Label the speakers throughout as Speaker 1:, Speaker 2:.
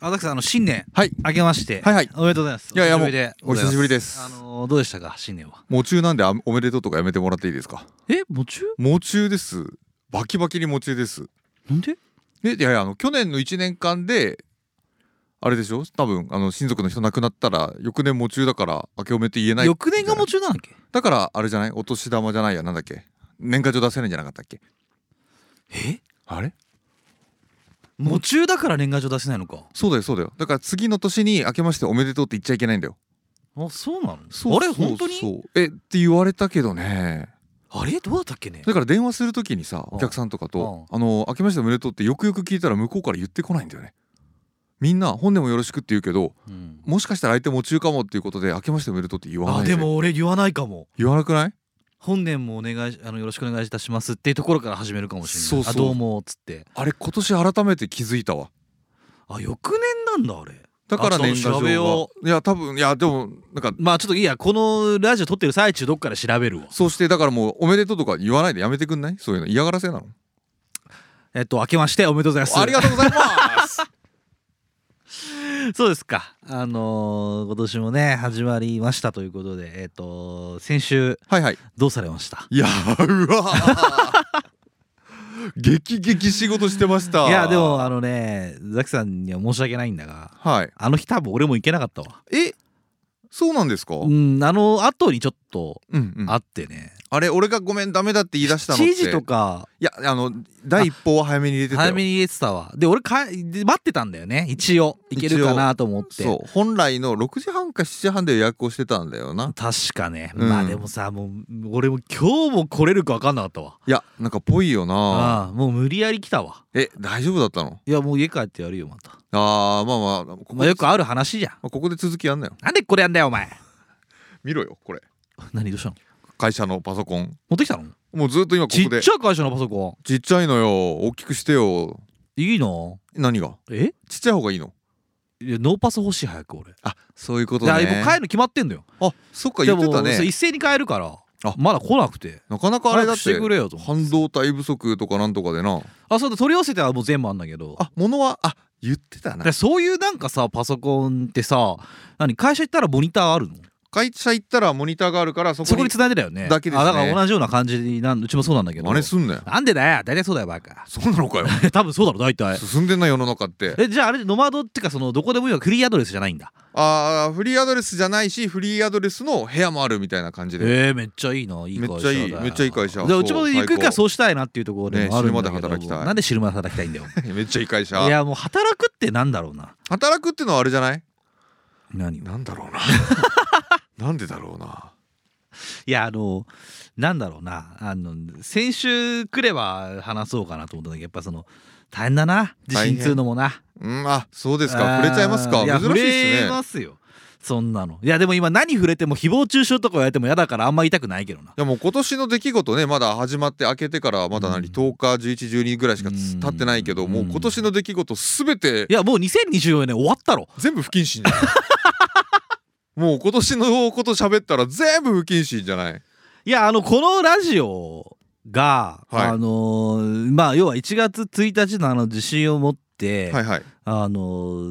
Speaker 1: あざきさん、あの新年、
Speaker 2: はい
Speaker 1: 明けまして、
Speaker 2: はいはい
Speaker 1: おめでとうございます。
Speaker 2: いやいや
Speaker 1: お久しぶりで
Speaker 2: もうお久しぶりです
Speaker 1: あのーどうでしたか、新年は。
Speaker 2: もう中なんであおめでとうとかやめてもらっていいですか
Speaker 1: え、もちゅ
Speaker 2: もう中ですバキバキにもう中です
Speaker 1: なんで。
Speaker 2: えいやいやあの去年の1年間であれでしょ多分あの親族の人亡くなったら翌年もう中だから明けおめって言えない
Speaker 1: 翌年がもちゅなのっけ。
Speaker 2: だからあれじゃないお年玉じゃないやなんだっけ年賀状出せないんじゃなかったっけ
Speaker 1: え、
Speaker 2: あれ
Speaker 1: もちゅだから年賀状出せないのか。
Speaker 2: そうだよそうだよだから次の年に明けましておめでとうって言っちゃいけないんだよ
Speaker 1: あ、そうなの。
Speaker 2: そう
Speaker 1: あれ、
Speaker 2: そうそう
Speaker 1: 本当に。
Speaker 2: えって言われたけどね
Speaker 1: あれ、どうだったっけね。
Speaker 2: だから電話するときにさ
Speaker 1: うん
Speaker 2: お客さんとかと「あの明けましておめでとう」ってよくよく聞いたら向こうから言ってこないんだよねみんな本年もよろしくって言うけど
Speaker 1: うん
Speaker 2: もしかしたら相手も中かもっていうことで明けましておめでとうって言わない
Speaker 1: あ、
Speaker 2: ぜ
Speaker 1: でも、俺言わないかも。
Speaker 2: 言わなくない
Speaker 1: 本年もお願いし、あの、よろしくお願いいたしますっていうところから始めるかもしれない。
Speaker 2: そうそう
Speaker 1: あ、どうもっつって。
Speaker 2: あれ今年改めて気づいたわ
Speaker 1: あ、翌年なんだ、あれ。
Speaker 2: だから
Speaker 1: あちょっ
Speaker 2: 年
Speaker 1: と
Speaker 2: 賀状
Speaker 1: 調べよ
Speaker 2: がいや多分いやでもなんか
Speaker 1: まあ、ちょっといいや、このラジオ撮ってる最中、どっかで調べるわ。
Speaker 2: そうしてだからもうおめでとうとか言わないでやめてくんないそういうの嫌がらせなの
Speaker 1: えっと、明けまして、おめでとうございます。
Speaker 2: ありがとうございます
Speaker 1: そうですか。あのー今年もね始まりましたということで、えっ、と先週
Speaker 2: はいはい
Speaker 1: どうされました。
Speaker 2: いやうわ ー激激仕事してました
Speaker 1: いやでもあのねザキさんには申し訳ないんだが、
Speaker 2: はい
Speaker 1: あの日多分俺も行けなかったわ。
Speaker 2: えそうなんですか、う
Speaker 1: うんん、あの後にちょっと
Speaker 2: うん
Speaker 1: あ
Speaker 2: あ
Speaker 1: ってね。
Speaker 2: れ俺がごめんダメだって言い出したのって
Speaker 1: 7時とか
Speaker 2: いやあの第一報は早めに入れてたよ
Speaker 1: 早めに入れてたわ。で俺かで待ってたんだよね一応行けるかなと思って。
Speaker 2: そう本来の6時半か7時半で予約をしてたんだよな
Speaker 1: 確かね、
Speaker 2: うん
Speaker 1: まあでもさもう俺も今日も来れるか分かんなかったわ
Speaker 2: いやなんかぽいよな
Speaker 1: ああもう無理やり来たわ
Speaker 2: え大丈夫だったの
Speaker 1: いやもう家帰ってやるよまた
Speaker 2: あーまあまあここ,、
Speaker 1: まあよくある話じゃん
Speaker 2: ここで続きやんなよ
Speaker 1: なんでこれやんだよお前
Speaker 2: 見ろよこれ
Speaker 1: 何どうしたの
Speaker 2: 会社のパソコン
Speaker 1: 持ってきたの
Speaker 2: もうずっと今こ
Speaker 1: ち
Speaker 2: こ
Speaker 1: っ
Speaker 2: で
Speaker 1: ちゃい会社のパソコ
Speaker 2: ちっちゃいのよ大きくしてよ
Speaker 1: ンいいの
Speaker 2: 何が
Speaker 1: え
Speaker 2: ちっちゃい方がいいの
Speaker 1: いやノーパス欲しい早く俺
Speaker 2: あそういうこ
Speaker 1: いやもう帰るの決まってんだよ
Speaker 2: あそっか言ってた
Speaker 1: でもそう
Speaker 2: ね
Speaker 1: 一斉に帰るから
Speaker 2: あ
Speaker 1: まだ来なくて
Speaker 2: なかなかあれだ
Speaker 1: 早
Speaker 2: っ
Speaker 1: くして
Speaker 2: て
Speaker 1: くれよと
Speaker 2: 半導体不足とかなんとかでな
Speaker 1: あそうだ取り寄せてはもう全部あんだけど
Speaker 2: あ物はあ言ってたな
Speaker 1: でそういうなんかさパソコンってさ何会社行ったらモニターあるの
Speaker 2: 会社行ったらモニターがあるからそこ
Speaker 1: そこ
Speaker 2: に
Speaker 1: に繋いでたよね
Speaker 2: だけですね
Speaker 1: あだから同じような感じになんうちもそうなんだけど
Speaker 2: 真似すんなよ
Speaker 1: なんでだよ大体そうだよバカ
Speaker 2: そうなのかよ
Speaker 1: 多分そうだろ大体
Speaker 2: 進んでんな世の中って
Speaker 1: えじゃああれノマドってかそのどこでもいいわフリーアドレスじゃないんだ
Speaker 2: あーフリーアドレスじゃないしフリーアドレスの部屋もあるみたいな感じで、
Speaker 1: えー、めっちゃいいないい会社だよ
Speaker 2: めっちゃいいめっちゃいい会社
Speaker 1: で
Speaker 2: そう
Speaker 1: うちも行く
Speaker 2: 最
Speaker 1: か
Speaker 2: 高
Speaker 1: そうしたいなっていうところでもあるんだけど、
Speaker 2: ね死ぬまで働きたい
Speaker 1: なんで死ぬまで働きたいんだよ
Speaker 2: めっちゃいい会社
Speaker 1: いやもう働くってなんだろうな
Speaker 2: 働くってのはあれじゃない
Speaker 1: 何を
Speaker 2: なん だろうななんでだろうない
Speaker 1: やあのなんだろうなあの先週来れば話そうかなと思ったんだけどやっぱその大変だな地震つうのもな
Speaker 2: うんあそうです
Speaker 1: あ
Speaker 2: か
Speaker 1: ー
Speaker 2: 触れちゃいますか
Speaker 1: や
Speaker 2: 珍しい
Speaker 1: 触
Speaker 2: で
Speaker 1: れ
Speaker 2: すね
Speaker 1: ますよそんなのいやでも今何触れても誹謗中傷とか言われても嫌だからあんま言いたくないけどない
Speaker 2: やもう今年の出来事ねまだ始まって明けてからまだ何、
Speaker 1: うん
Speaker 2: 10日1112ぐらいしかつ
Speaker 1: うん
Speaker 2: 経ってないけど、もう今年の出来事すべて
Speaker 1: いやもう2024年終わったろ
Speaker 2: 全部不謹慎じゃない もう今年のこと喋ったら全部不謹慎じゃない
Speaker 1: いやあのこのラジオが、
Speaker 2: はい
Speaker 1: あのーまあ要は1月1日のあの地震を持って、
Speaker 2: はいはい
Speaker 1: あの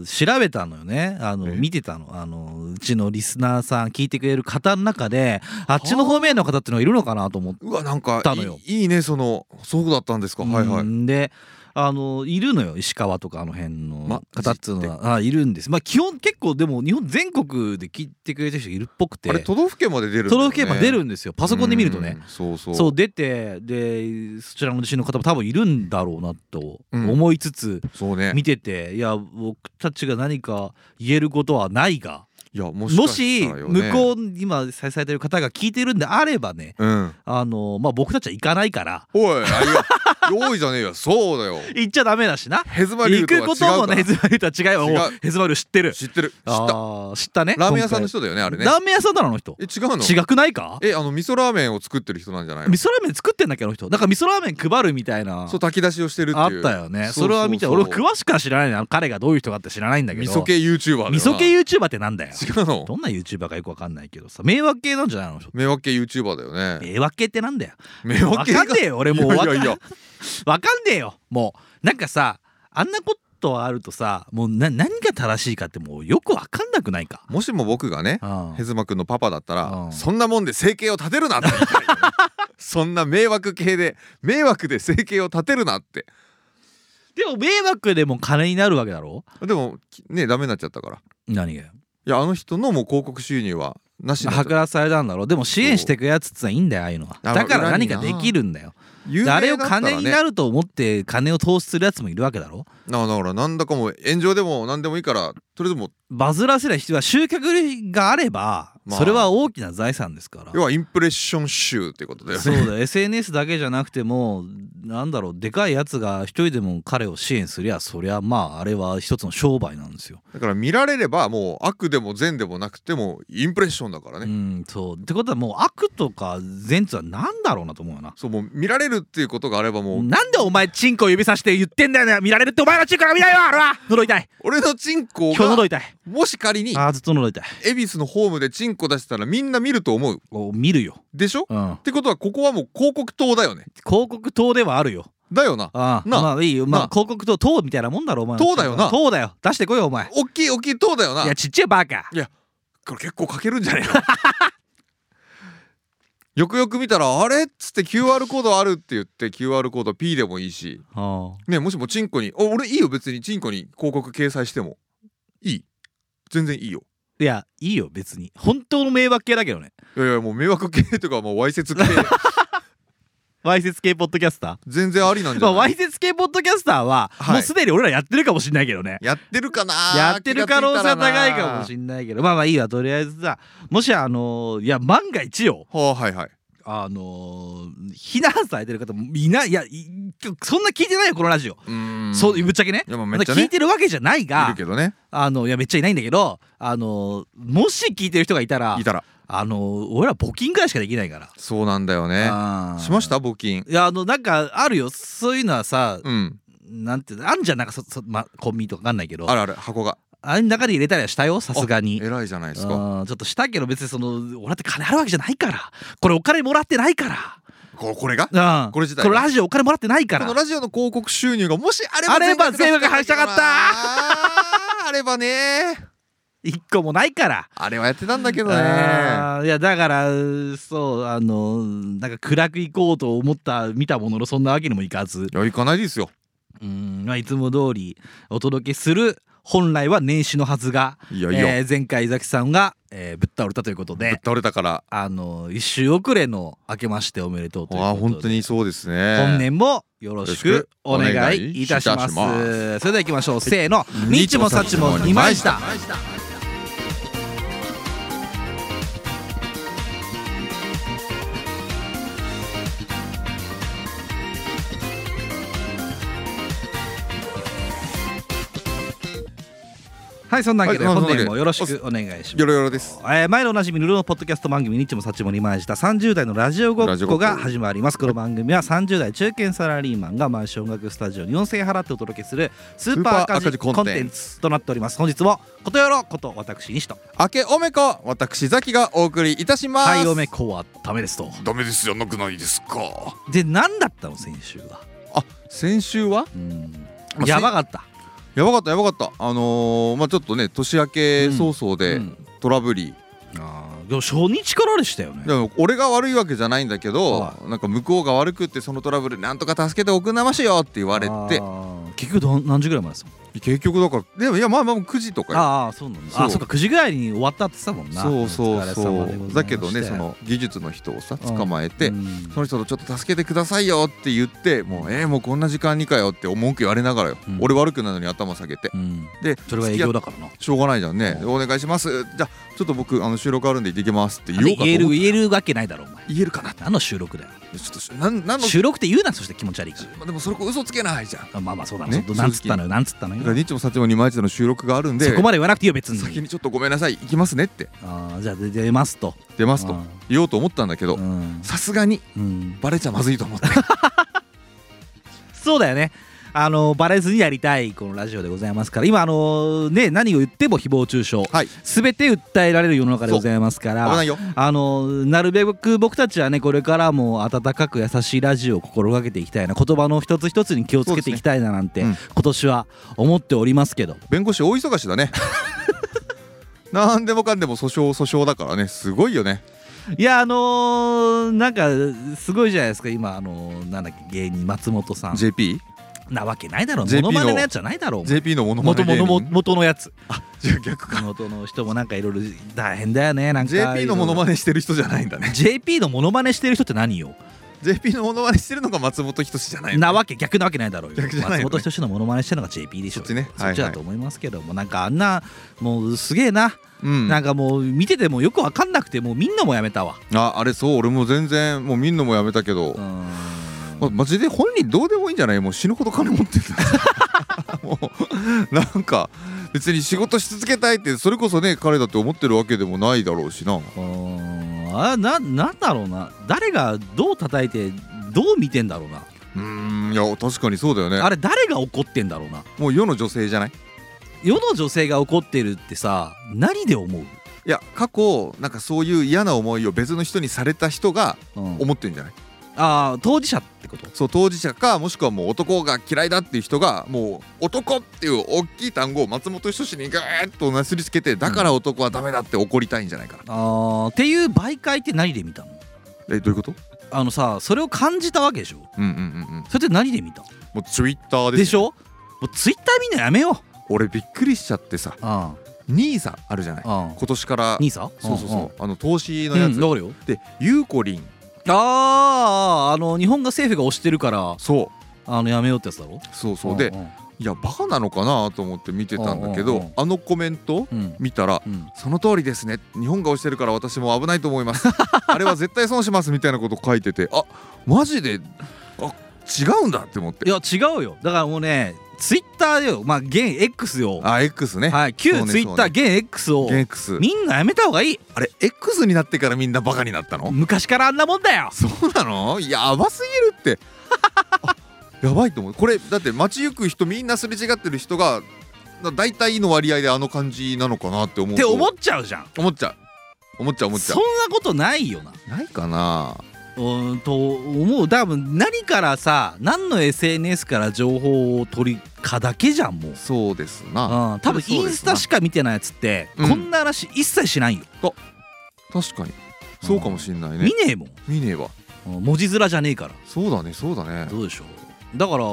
Speaker 1: ー調べたのよねあの
Speaker 2: え
Speaker 1: 見てたの、あのーうちのリスナーさん聞いてくれる方の中であっちの方面の方っていうのがいるのかなと思って
Speaker 2: うわなんか
Speaker 1: たのよ
Speaker 2: いいいいねそのそうだったんですかはい
Speaker 1: う
Speaker 2: はい
Speaker 1: んであのいるのよ石川とかあの辺の
Speaker 2: ま
Speaker 1: 方っていうのは、あいるんですまあ基本結構でも日本全国で聞いてくれてる人いるっぽくて
Speaker 2: あれ都道府県まで出るんだよ
Speaker 1: 都
Speaker 2: ね
Speaker 1: 道府県まで出るんですよパソコンで見るとね
Speaker 2: うんそうそう
Speaker 1: そう出てでそちらの地震の方も多分いるんだろうなと
Speaker 2: うん
Speaker 1: 思いつつ
Speaker 2: そうね
Speaker 1: 見てて、いや僕たちが何か言えることはないが
Speaker 2: いやも
Speaker 1: も
Speaker 2: し
Speaker 1: し,、
Speaker 2: かしたらよ
Speaker 1: 向
Speaker 2: ね
Speaker 1: こうに今支えてる方が聞いてるんであればね
Speaker 2: うん
Speaker 1: あの、まあ、僕たちは行かないから
Speaker 2: おいあいや用意じゃねえよそうだよ
Speaker 1: 行っちゃダメだしな
Speaker 2: ヘズマリュ
Speaker 1: 行
Speaker 2: ウとは
Speaker 1: くことも
Speaker 2: 違う
Speaker 1: ねヘズマリュウとは違いはもう
Speaker 2: 違
Speaker 1: ヘズマリュウ知ってる
Speaker 2: 知ってる知った
Speaker 1: あー知ったね
Speaker 2: ラーメン屋さんの
Speaker 1: 人
Speaker 2: 人だよねあれね
Speaker 1: ラーメン屋さんだろあの人
Speaker 2: え違うの
Speaker 1: 違くないか
Speaker 2: えあの味噌ラーメンを作ってる人なんじゃないの
Speaker 1: 味噌ラーメン作ってんだっけあの人だから味噌ラーメン配るみたいな
Speaker 2: そう炊き出しをしてるって
Speaker 1: あっ
Speaker 2: いう
Speaker 1: たよね
Speaker 2: そうそうそう
Speaker 1: それは見て俺も詳しくは知らないな彼がどういう人かって知らないんだけど
Speaker 2: 味噌系 YouTuber だよな
Speaker 1: 味噌系 YouTuber ってなんだよ
Speaker 2: 違うの
Speaker 1: どんな YouTuber かよくわかんないけどさ迷惑系なんじゃないのあの人
Speaker 2: 迷惑系 YouTuber だよね
Speaker 1: 迷惑系ってなんだよ
Speaker 2: 迷惑
Speaker 1: わ
Speaker 2: 系
Speaker 1: かんねえよ俺もう
Speaker 2: い
Speaker 1: わ
Speaker 2: や
Speaker 1: か
Speaker 2: いや
Speaker 1: ん
Speaker 2: いや
Speaker 1: わかんねえよもうなんかさあんなこととあるとさもうな何が正しいかってもうよく分かんなくないか。
Speaker 2: もしも僕がね
Speaker 1: うん
Speaker 2: ヘズマ君のパパだったら、
Speaker 1: うん
Speaker 2: そんなもんで生計を立てる なって言いたいよねそんな迷惑系で迷惑で生計を立てるなって
Speaker 1: でも迷惑でも金になるわけだろ
Speaker 2: でもきねダメになっちゃったから
Speaker 1: 何がよ
Speaker 2: いやあの人のもう広告収入はなしになっちゃっ
Speaker 1: 計
Speaker 2: た
Speaker 1: らされたんだろうでも支援してくやつってのはいいんだよああいうのは
Speaker 2: あ
Speaker 1: だから
Speaker 2: 裏に
Speaker 1: 何
Speaker 2: な
Speaker 1: かできるんだよ
Speaker 2: 有
Speaker 1: で
Speaker 2: 名だ
Speaker 1: あ
Speaker 2: っ
Speaker 1: れ
Speaker 2: た
Speaker 1: を
Speaker 2: らね
Speaker 1: 金になると思って金を投資するやつもいるわけだろ
Speaker 2: なだからなんだかもう炎上でも何でもいいからとりあえずもう
Speaker 1: バズらせりゃ必要は集客があれば
Speaker 2: まあ
Speaker 1: それは大きな財産ですから、
Speaker 2: 要はインプレッション集ってことだよね
Speaker 1: そうだ SNS だけじゃなくてもなんだろうでかいやつが一人でも彼を支援すりゃそりゃまああれは一つの商売なんですよ。
Speaker 2: だから見られればもう悪でも善でもなくてもインプレッションだからね、
Speaker 1: うんそうってことはもう悪とか善とは何だろうなと思うよな。
Speaker 2: そうもう見られるっていうことがあればもう、
Speaker 1: なんでお前チンコ指さして言ってんだよね見られるってお前のチンコが見ないよあれは呪いたい
Speaker 2: 俺のチンコ
Speaker 1: 今日呪
Speaker 2: が
Speaker 1: いたい
Speaker 2: もし仮に
Speaker 1: あーずっと呪いたい
Speaker 2: 恵比寿のホームでチンコ出したらみんな見ると思う
Speaker 1: お見るよ、
Speaker 2: でしょっ
Speaker 1: うん、
Speaker 2: てことはここはもう広告塔だよね
Speaker 1: 広告塔ではあるよ
Speaker 2: だよな
Speaker 1: ああ
Speaker 2: な
Speaker 1: まあいいよま
Speaker 2: な
Speaker 1: あ広告塔塔みたいなもんだろお前
Speaker 2: 塔だよな
Speaker 1: 塔だよ出してこいよお前
Speaker 2: 大きい大きい塔だよない
Speaker 1: やちっちゃいバカ
Speaker 2: これ結構かけるんじゃねえの よくよく見たらあれっつって QR コードあるって言って QR コード P でもいいし
Speaker 1: あ
Speaker 2: ねもしもチンコにお俺いいよ別にチンコに広告掲載してもいい全然いいよ
Speaker 1: いやいいよ別に本当の迷惑系だけどね
Speaker 2: いやいやもう迷惑系とかもうわいせつ系
Speaker 1: わいせつ系ポッドキャスタ
Speaker 2: 全然ありな
Speaker 1: ー
Speaker 2: んじ
Speaker 1: ま
Speaker 2: ゃ
Speaker 1: あ
Speaker 2: な
Speaker 1: わ
Speaker 2: い
Speaker 1: いせつ系ポッドキャスターは、
Speaker 2: はい
Speaker 1: もうすでに俺らやってるかもしんないけどね
Speaker 2: やってるかな
Speaker 1: やってる可能性は高いかも
Speaker 2: れ
Speaker 1: しんないけどまあまあいいわとりあえずさもしあのーいや万が一よ
Speaker 2: ないはあはいはい
Speaker 1: あのー避難されてる方もいないいやいそんな聞いてないよこのラジオ、
Speaker 2: うーん
Speaker 1: そう
Speaker 2: い
Speaker 1: ぶっちゃけね
Speaker 2: やまあ
Speaker 1: ま
Speaker 2: めっ
Speaker 1: だ
Speaker 2: ちゃ
Speaker 1: 聞
Speaker 2: ね
Speaker 1: いてるわけじゃない
Speaker 2: い
Speaker 1: が
Speaker 2: るけどね
Speaker 1: あのいやめっちゃいないんだけどあのもし聞いてる人がいたら
Speaker 2: いたら
Speaker 1: あの俺ら募金ぐらいしかできないから
Speaker 2: そうなんだよね
Speaker 1: あー
Speaker 2: しました募金
Speaker 1: いやあのなんかあるよそういうのはさ、
Speaker 2: うん
Speaker 1: なんていうのあんじゃんなんかそそ、ま、コンビニとかわかんないけど
Speaker 2: あ
Speaker 1: あ
Speaker 2: るある箱が
Speaker 1: れの中で入れたりはしたよさすがに。
Speaker 2: 偉いじゃないですか
Speaker 1: あーちょっとしたけど別にその俺だって金あるわけじゃないからこれお金もらってないか
Speaker 2: ここれが
Speaker 1: ら、うん、
Speaker 2: これ自体
Speaker 1: こ
Speaker 2: が
Speaker 1: のラジオお金もらってないか
Speaker 2: こ
Speaker 1: ら
Speaker 2: のラジオの広告収入がもしあれば
Speaker 1: あれば全額
Speaker 2: 出
Speaker 1: 返したかった
Speaker 2: あーあればね
Speaker 1: 一個もないから
Speaker 2: あれはやってたんだけどね
Speaker 1: あーいやだからそうあのなんか暗く行こうと思った見たもののそんなわけにもいかず
Speaker 2: いや行かないですよ
Speaker 1: うん、まあ、いつも通りお届けする本来は年始のはずが、
Speaker 2: いやいや、
Speaker 1: えー前回伊崎さんが、えーぶっ倒れたということ
Speaker 2: ぶっ
Speaker 1: で、
Speaker 2: 倒れたから
Speaker 1: あの1週遅れの明けましておめでとうという
Speaker 2: ああ
Speaker 1: ことで
Speaker 2: 本当にそうですね
Speaker 1: 本年もよろしくお願いいたします
Speaker 2: お願
Speaker 1: それでは行きましょうせーの「
Speaker 2: ニ
Speaker 1: ニッ
Speaker 2: ッチ
Speaker 1: チ
Speaker 2: も
Speaker 1: も
Speaker 2: サ
Speaker 1: サ
Speaker 2: ッ
Speaker 1: ッ
Speaker 2: チ
Speaker 1: チ
Speaker 2: も
Speaker 1: も
Speaker 2: 二
Speaker 1: 二
Speaker 2: 枚
Speaker 1: 枚
Speaker 2: 舌
Speaker 1: 舌」はいそんなわけで
Speaker 2: はいそんな
Speaker 1: 本
Speaker 2: わけ
Speaker 1: 年
Speaker 2: で
Speaker 1: もよろしくお願いします
Speaker 2: よろよろです
Speaker 1: えー毎度おなじみルルのポッドキャスト番組「ニッチもサッチもにまいした30代のラジオご
Speaker 2: ラ
Speaker 1: っ
Speaker 2: ジオごっ
Speaker 1: こ」
Speaker 2: こ
Speaker 1: が始まりますこの番組は30代中堅サラリーマンが毎週音楽スタジオに4000円払ってお届けするスーパー赤字コンテンツとなっております本日もことよろこと私西と
Speaker 2: 明けおめこ私ザキがお送りいたします
Speaker 1: 太陽目こはダメですと
Speaker 2: ダメですじゃなくないですか
Speaker 1: で何だったの先週は
Speaker 2: あ先週は
Speaker 1: うん
Speaker 2: まあ
Speaker 1: やばかった
Speaker 2: やばかったやばかったあのー、まあちょっとね年明け早々で
Speaker 1: うん
Speaker 2: トラブり、
Speaker 1: あーでも初日からでしたよ
Speaker 2: で
Speaker 1: ね
Speaker 2: も俺が悪いわけじゃないんだけど、
Speaker 1: は
Speaker 2: なんか向こうが悪くってそのトラブルなんとか助けておくんなましよって言われて
Speaker 1: あー結局どん何時ぐらいまでですか
Speaker 2: 結局だからでもいやまあまあ9時とか
Speaker 1: ああそうなんだ
Speaker 2: そう
Speaker 1: あそうか9時ぐらいに終わったって言ってたもんな
Speaker 2: そう
Speaker 1: お
Speaker 2: そう
Speaker 1: 疲れ
Speaker 2: そ
Speaker 1: 様でございま
Speaker 2: う
Speaker 1: した
Speaker 2: だけどねその技術の人をさ
Speaker 1: うん
Speaker 2: 捕まえて、
Speaker 1: うん
Speaker 2: その人とちょっと助けてくださいよって言ってもうえー、もうこんな時間にかよって文句言われながらよ、
Speaker 1: うん
Speaker 2: 俺悪くないのに頭下げて
Speaker 1: うん、
Speaker 2: で
Speaker 1: それが営業だからな
Speaker 2: しょうがないじゃんね、
Speaker 1: う
Speaker 2: お願いしますじゃあちょっと僕あの収録あるんで行ってきますって言おうか
Speaker 1: 言え
Speaker 2: と
Speaker 1: る
Speaker 2: 思っ
Speaker 1: 言えるわけないだろお前
Speaker 2: 言えるかな
Speaker 1: 何の収録だよ
Speaker 2: ちょっとしなんなんの
Speaker 1: 収録って言うなそして気持ち悪いか
Speaker 2: まあでもそれこそ嘘つけないじゃん
Speaker 1: らまあまあそうだ
Speaker 2: ね
Speaker 1: ねなんつったのよなんつったの
Speaker 2: だから
Speaker 1: よ
Speaker 2: 日もさちも二枚一度の収録があるんで
Speaker 1: そこまで言わなくていいよ別
Speaker 2: 先
Speaker 1: に
Speaker 2: にちょっとごめんなさい行きますねって
Speaker 1: あーじゃあで出ますと
Speaker 2: 出ますと
Speaker 1: うん
Speaker 2: 言おうと思ったんだけど
Speaker 1: うん
Speaker 2: さすがに
Speaker 1: うん
Speaker 2: バレちゃまずいと思って
Speaker 1: そうだよねあのバレずにやりたいこのラジオでございますから今あのね何を言っても誹謗中傷、
Speaker 2: はい
Speaker 1: 全て訴えられる世の中でございますか
Speaker 2: 危な
Speaker 1: ら
Speaker 2: いよ
Speaker 1: あのなるべく僕たちはねこれからも温かく優しいラジオを心がけていきたいな言葉の一つ一つに気をつけていきたいななんて、
Speaker 2: そうです
Speaker 1: 今年は思っておりますけど
Speaker 2: 弁護士大忙しだ ねなんでもかんでも訴訟訴訟だからねすごいよね
Speaker 1: いやあのーなんかすごいじゃないですか今あのーなんだっけ芸人松本さん
Speaker 2: JP?JP
Speaker 1: なわけないだろう
Speaker 2: JP
Speaker 1: モノマネの
Speaker 2: の
Speaker 1: やつじゃないだろう
Speaker 2: のものま
Speaker 1: 元
Speaker 2: ね
Speaker 1: 々も
Speaker 2: 芸人
Speaker 1: 元のやつ
Speaker 2: じゃあ逆か
Speaker 1: 元の人も なんかいろいろ大変だよねなんか
Speaker 2: JP のものま
Speaker 1: ネ
Speaker 2: ねしてる人じゃないんだね
Speaker 1: JP のモノマネしてる人って何よ
Speaker 2: JP のものまねしてるのが松本人志じゃないの
Speaker 1: なわけ逆なわけないだろうよ
Speaker 2: 逆じゃな
Speaker 1: 松
Speaker 2: いよね
Speaker 1: 本人志のモノマネしてるのが JP でしょ
Speaker 2: そっちね
Speaker 1: そっち
Speaker 2: はいは
Speaker 1: だ
Speaker 2: い
Speaker 1: と思いますけどもなんかあんなもうすげえな
Speaker 2: うん
Speaker 1: なんかもう見ててもよくわかんなくてもうみんなもやめたわ
Speaker 2: ああれそう俺も全然もう見んのもやめたけど、
Speaker 1: うーん
Speaker 2: まマジで本人どうでもいいんじゃないもう死ぬほど金持ってる もうなんか別に仕事し続けたいってそれこそね彼だって思ってるわけでもないだろうしな
Speaker 1: うーんあななんだろうな誰がどう叩いてどう見てんだろうな
Speaker 2: うーんいや確かにそうだよね
Speaker 1: あれ誰が怒ってんだろうな
Speaker 2: もう世の女性じゃない
Speaker 1: 世の女性が怒ってるってさ何で思う、
Speaker 2: いや過去なんかそういう嫌な思いを別の人にされた人が
Speaker 1: うん
Speaker 2: 思ってるんじゃない
Speaker 1: ああ当事者ってこと
Speaker 2: そう当事者かもしくはもう男が嫌いだっていう人がもう男っていう大きい単語を松本人志にガーッとなすりつけてだから男はダメだって怒りたいんじゃないかな、
Speaker 1: あーっていう媒介って何で見たの
Speaker 2: えどういうこと
Speaker 1: あのさそれを感じたわけでしょ
Speaker 2: うんうんうんうん
Speaker 1: それって何で見た
Speaker 2: もうツイッター
Speaker 1: で
Speaker 2: で
Speaker 1: しょもうツイッター見んのやめよう
Speaker 2: 俺びっくりしちゃってさ
Speaker 1: あ
Speaker 2: NISA あるじゃない
Speaker 1: あああ
Speaker 2: 今年から
Speaker 1: 兄さん
Speaker 2: そうそうそうあの投資の
Speaker 1: うんう
Speaker 2: や
Speaker 1: ん
Speaker 2: つ
Speaker 1: うんわかるよ
Speaker 2: でゆうこりん
Speaker 1: あああの日本が政府が押してるから
Speaker 2: そう
Speaker 1: あのやめようってやつだろ
Speaker 2: そうそうで
Speaker 1: んん
Speaker 2: いやバカなのかなと思って見てたんだけ
Speaker 1: うんうんう
Speaker 2: ど
Speaker 1: ん
Speaker 2: あのコメント
Speaker 1: うん
Speaker 2: 見たら
Speaker 1: うん
Speaker 2: その通りですね日本が押してるから私も危ないと思います あれは絶対損しますみたいなこと書いててあマジであ違うんだって思っ
Speaker 1: い
Speaker 2: て
Speaker 1: や違うよだからもうねツイッターよまあ現 X よ
Speaker 2: あ X ね
Speaker 1: はい旧
Speaker 2: そうね
Speaker 1: ツイッター
Speaker 2: そう
Speaker 1: 現 X を
Speaker 2: X
Speaker 1: みんなやめた方がいい
Speaker 2: あれ X になってからみんなバカになったの
Speaker 1: 昔からあんなもんだよ
Speaker 2: そうなのやばすぎるってあやばいと思うこれだって街行く人みんなすれ違ってる人がだ大体の割合であの感じなのかなって思う
Speaker 1: っ
Speaker 2: と
Speaker 1: て思っちゃうじゃん
Speaker 2: 思っちゃう思っちゃう思っち
Speaker 1: そ
Speaker 2: ゃ
Speaker 1: んなことないよな
Speaker 2: うないかな
Speaker 1: うーんと思う多分何からさ何の SNS から情報を取りかだけじゃんもう、
Speaker 2: そうですな
Speaker 1: うん、多分
Speaker 2: そ
Speaker 1: イ
Speaker 2: うで
Speaker 1: ン
Speaker 2: す
Speaker 1: スタしか見てないやつって、
Speaker 2: うん
Speaker 1: こんな話一切しないよ、
Speaker 2: 確かにそうかもしんない
Speaker 1: 見
Speaker 2: ね
Speaker 1: ねえもん
Speaker 2: 見ねえわ
Speaker 1: うん文字面じゃねえから
Speaker 2: そうだねそうだね
Speaker 1: どうでしょうだから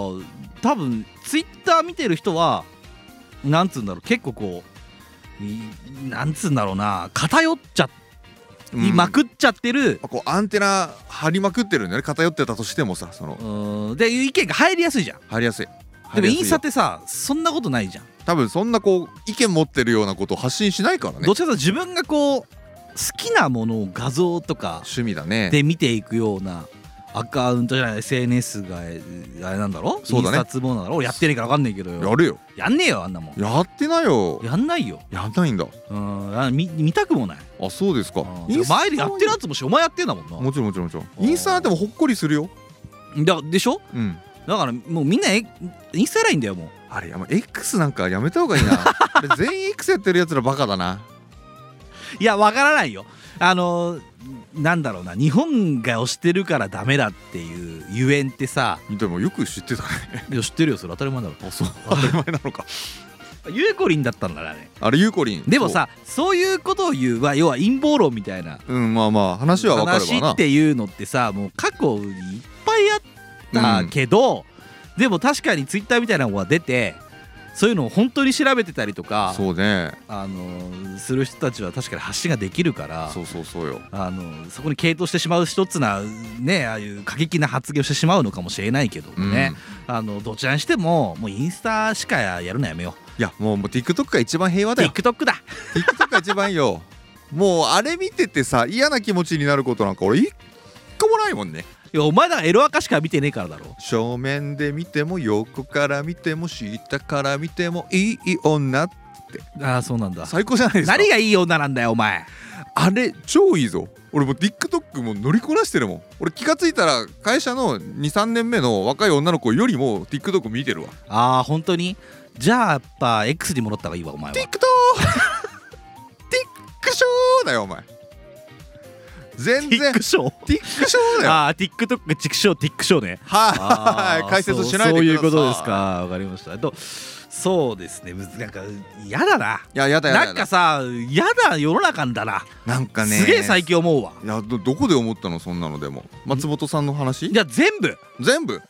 Speaker 1: 多分ツイッター見てる人はなんつうんだろう結構こういなんつうんだろうな偏っちゃいま
Speaker 2: っ
Speaker 1: くっちゃってる、
Speaker 2: こうアンテナ張りまくってるんだね偏ってたとしてもさその
Speaker 1: うん、で意見が入りやすいじゃん
Speaker 2: 張りやすい
Speaker 1: でも
Speaker 2: 張りやすいよ
Speaker 1: インスタってさそんなことないじゃん
Speaker 2: 多分そんなこう意見持ってるようなことを発信しないからね
Speaker 1: どっちかというと自分がこう好きなものを画像とか
Speaker 2: 趣味だね
Speaker 1: で見ていくようなアカウントじゃない SNS がえあれなんだろ
Speaker 2: そうだね
Speaker 1: 印刷もなんだろ俺やってねえから分かんねえけど
Speaker 2: や
Speaker 1: よ
Speaker 2: れよ
Speaker 1: やんねえよあんなもん
Speaker 2: やってないよ
Speaker 1: やんないよ
Speaker 2: やんないんだ
Speaker 1: うんあ見見たくもない
Speaker 2: あそうですか
Speaker 1: うん前でやってるや
Speaker 2: つ
Speaker 1: つもしお前やってんだもんな
Speaker 2: もちろんもちろんもちろん
Speaker 1: ー
Speaker 2: インスタなんてもうほっこりするよ
Speaker 1: だでしょ
Speaker 2: うん
Speaker 1: だからもうみんなえインスタやらいいんだよもう
Speaker 2: あれやま X なんかやめた方がいいな あれ全員 X やってるやつらバカだない
Speaker 1: やわからないよあのなんだろうな日本が押してるからダメだっていうゆえんってさ
Speaker 2: でもよく知ってたね
Speaker 1: いや知ってるよそ れ当たり前だろ
Speaker 2: あそう当たり前なのか
Speaker 1: ゆうこりんだったんだねあれ
Speaker 2: あれゆうこりん
Speaker 1: でもさそういうことを言うは要は陰謀論みたいな
Speaker 2: そううんまあまあ話は分かるわ
Speaker 1: 話
Speaker 2: な
Speaker 1: っていうのってさもう過去にいっぱいあったけど、でも確かにツイッターみたいなのが出てそういうのを本当に調べてたりとか、
Speaker 2: そうね
Speaker 1: あのする人たちは確かに発信ができるから
Speaker 2: そうそうそうよ
Speaker 1: あのそこに傾倒してしまう一つなねああいう過激な発言をしてしまうのかもしれないけど
Speaker 2: うん
Speaker 1: ね、あのどちらにしてももうインスタしかやるのやめよ
Speaker 2: いやもうもう TikTok が一番平和
Speaker 1: う
Speaker 2: だよ
Speaker 1: TikTok だ
Speaker 2: TikTok が一番いいよもうあれ見ててさ嫌な気持ちになることなんか俺一個もないもんね
Speaker 1: いやお前だからエロアカしか見てねえからだろ
Speaker 2: 正面で見ても横から見ても下から見てもいい女
Speaker 1: ああそうなんだ
Speaker 2: 最高じゃないですか
Speaker 1: 何がいい女なんだよお前
Speaker 2: あれ超いいぞ俺もう TikTok もう乗りこなしてるもん俺気がついたら会社の23年目の若い女の子よりも TikTok 見てるわ
Speaker 1: ああ本当にじゃあやっぱ X に戻った方がいいわお前は
Speaker 2: TikTok! ティックショーだよお前全然
Speaker 1: ショー
Speaker 2: ティックショーだよ
Speaker 1: ああ TikTok がチクショーティックショーね
Speaker 2: はい解説しな
Speaker 1: そう
Speaker 2: いでください
Speaker 1: そういうことですかわかりましたえっとそうですねむずなんか嫌だない
Speaker 2: ややだやだ
Speaker 1: なんかさ嫌だ世の中だな
Speaker 2: なんかね
Speaker 1: すげえ最近思うわ
Speaker 2: いやどどこで思ったのそんなのでも松本さんの話
Speaker 1: いや全部
Speaker 2: 全部
Speaker 1: なんか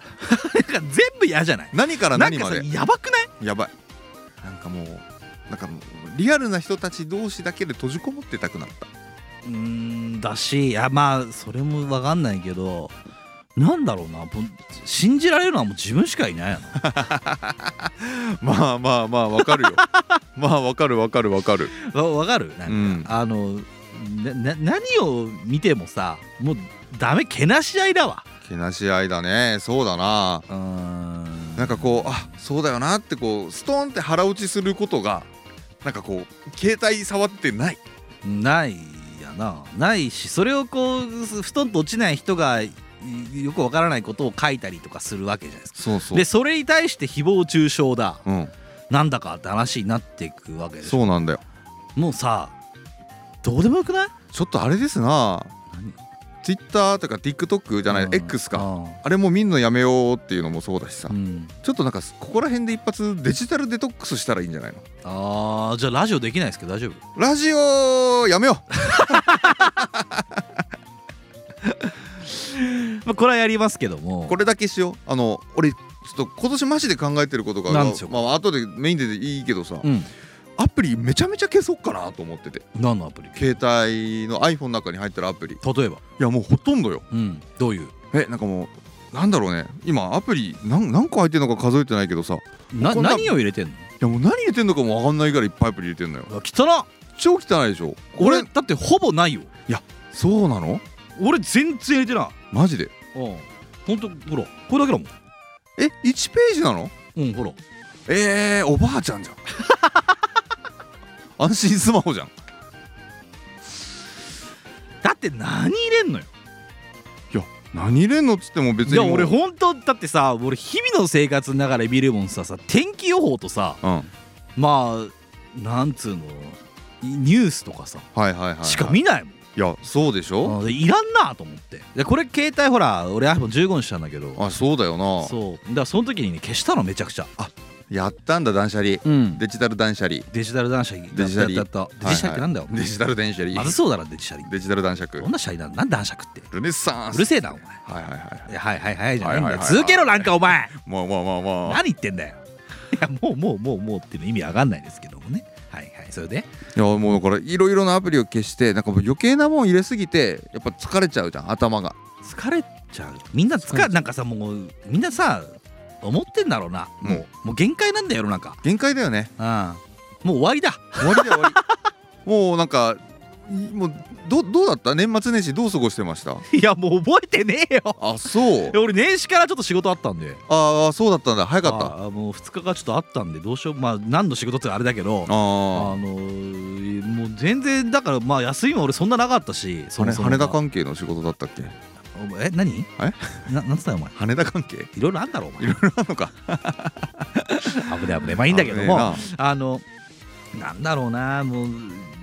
Speaker 1: 全部嫌じゃない
Speaker 2: 何から
Speaker 1: なん
Speaker 2: 何
Speaker 1: か
Speaker 2: ま
Speaker 1: さ
Speaker 2: で
Speaker 1: やばくない
Speaker 2: やばいなんかもうなんかもうリアルな人たち同士だけで閉じこもってたくなった
Speaker 1: うーんだしいやまあそれも分かんないけどなんだろうなぼん信じられるのはもう自分しかいないよな
Speaker 2: まあまあまあわか るよまあわかるわかるわかる
Speaker 1: わわかるなんか、
Speaker 2: うん
Speaker 1: あのなな何を見てもさもうダメけなし合いだわ
Speaker 2: けなし合いだねそうだな
Speaker 1: うーん
Speaker 2: なんかこうあそうだよなってこうストーンって腹落ちすることがなんかこう携帯触ってない
Speaker 1: ないやなないしそれをこうす布団と落ちない人がいよくわからないことを書いたりとかするわけじゃないですか
Speaker 2: そうそ
Speaker 1: でそれに対して誹謗中傷だ
Speaker 2: うん
Speaker 1: なんだかって話になっていくわけでしょ
Speaker 2: そうなんだよ
Speaker 1: もうさどうでもよくない
Speaker 2: ちょっとあれですな
Speaker 1: 何
Speaker 2: Twitter とか TikTok じゃない、
Speaker 1: うん
Speaker 2: X か、あれも見んのやめようっていうのもそうだしさ、
Speaker 1: うんうん
Speaker 2: ちょっとなんかここら辺で一発デジタルデトックスしたらいいんじゃないの
Speaker 1: あーじゃあラジオできないですけど大丈夫
Speaker 2: ラジオやめよう
Speaker 1: まあこれはやりますけども
Speaker 2: これだけしようあの俺ちょっと今年マジで考えてることが
Speaker 1: なんですよ
Speaker 2: まあ後でメインでいいけどさ、
Speaker 1: うん
Speaker 2: アプリめちゃめちゃ消そうかなと思ってて
Speaker 1: 何のアプリ
Speaker 2: 携帯の iPhone の中に入ってるアプリい
Speaker 1: 例えば
Speaker 2: やもうほとんどよ
Speaker 1: うんどういう
Speaker 2: えなんかもうなんだろうね今アプリ何何個入ってるのか数えてないけどさい
Speaker 1: な
Speaker 2: こんな
Speaker 1: 何を入れてん
Speaker 2: やもう何入れてんのかも分かんないからいっぱいアプリ入れてんのよ
Speaker 1: のうわ汚っ
Speaker 2: 超汚いでしょ
Speaker 1: 俺だってほぼないよ
Speaker 2: そうなの
Speaker 1: 俺全然入れてない
Speaker 2: マジで
Speaker 1: うんほんとほらこれだけだも
Speaker 2: え1ページなの
Speaker 1: んうんほら
Speaker 2: えー、おばあちゃんじ ゃん安心スマホじゃんい
Speaker 1: だって何入れんのよ
Speaker 2: や何入れんのっつっても別
Speaker 1: い
Speaker 2: に
Speaker 1: や
Speaker 2: もう
Speaker 1: 俺ほんとだってさ俺日々の生活の中で見るもんささ天気予報とさ
Speaker 2: うん
Speaker 1: まあなんつうのいニュースとかさ
Speaker 2: はいはいはい、はい、
Speaker 1: しか見ないもん
Speaker 2: いやそうでしょ
Speaker 1: あでいらんなと思ってでこれ携帯ほら俺 iPhone15 にしたんだけど
Speaker 2: あそうだよな
Speaker 1: そうだからその時にね消したのめちゃくちゃ
Speaker 2: やったんだ断捨離
Speaker 1: うん
Speaker 2: デジタル断捨離
Speaker 1: デジタル断捨離
Speaker 2: デジタリ
Speaker 1: やったやったデジタルってなんだよ、
Speaker 2: デジタル断捨離
Speaker 1: まずそうだなデジタル
Speaker 2: デジタル男爵
Speaker 1: こんなシャリなんなん断捨離って
Speaker 2: ルネッサン
Speaker 1: う
Speaker 2: ス
Speaker 1: るせえなお前
Speaker 2: はいはいはい
Speaker 1: いやはいはいはいじゃないんだよ
Speaker 2: はいはいはいはい
Speaker 1: 続けろなんかお 前
Speaker 2: まあまあまあまあ
Speaker 1: 何言ってんだよいやもうもうもうもうっていうの意味わかんないですけどもねはいはいそれで
Speaker 2: いやもうだからいろいろなアプリを消してなんかもう余計なもん入れすぎてやっぱ疲れちゃうじゃん頭が
Speaker 1: 疲れちゃうみんな疲
Speaker 2: 疲れち
Speaker 1: れ
Speaker 2: ゃう
Speaker 1: なんかさもうみんなさ思ってんだろうなもう、
Speaker 2: うん
Speaker 1: もう限界なんだよ世の中
Speaker 2: 限界だよね
Speaker 1: うんもう終わりだ
Speaker 2: 終わりだよ終わりもうなんかいもうどどうだった年末年始どう過ごしてました
Speaker 1: いやもう覚えてねえよ
Speaker 2: あそう
Speaker 1: いや俺年始からちょっと仕事あったんでよ
Speaker 2: ああそうだったんだ早かったあ
Speaker 1: あもう2日がちょっとあったんでどうしようまあ何の仕事ってあれだけどあ
Speaker 2: あ
Speaker 1: のーもう全然だからまあ休みも俺そんななかったしそ
Speaker 2: 羽
Speaker 1: も
Speaker 2: 田
Speaker 1: そも
Speaker 2: 羽田関係の仕事だったっけ
Speaker 1: お前え何えななんつったよお前
Speaker 2: 羽田関係
Speaker 1: いろいろあんだろお前
Speaker 2: いろいろあんのか
Speaker 1: 危ねえ危ねえまあ
Speaker 2: い
Speaker 1: いいんだけどもあのなんだろうなもう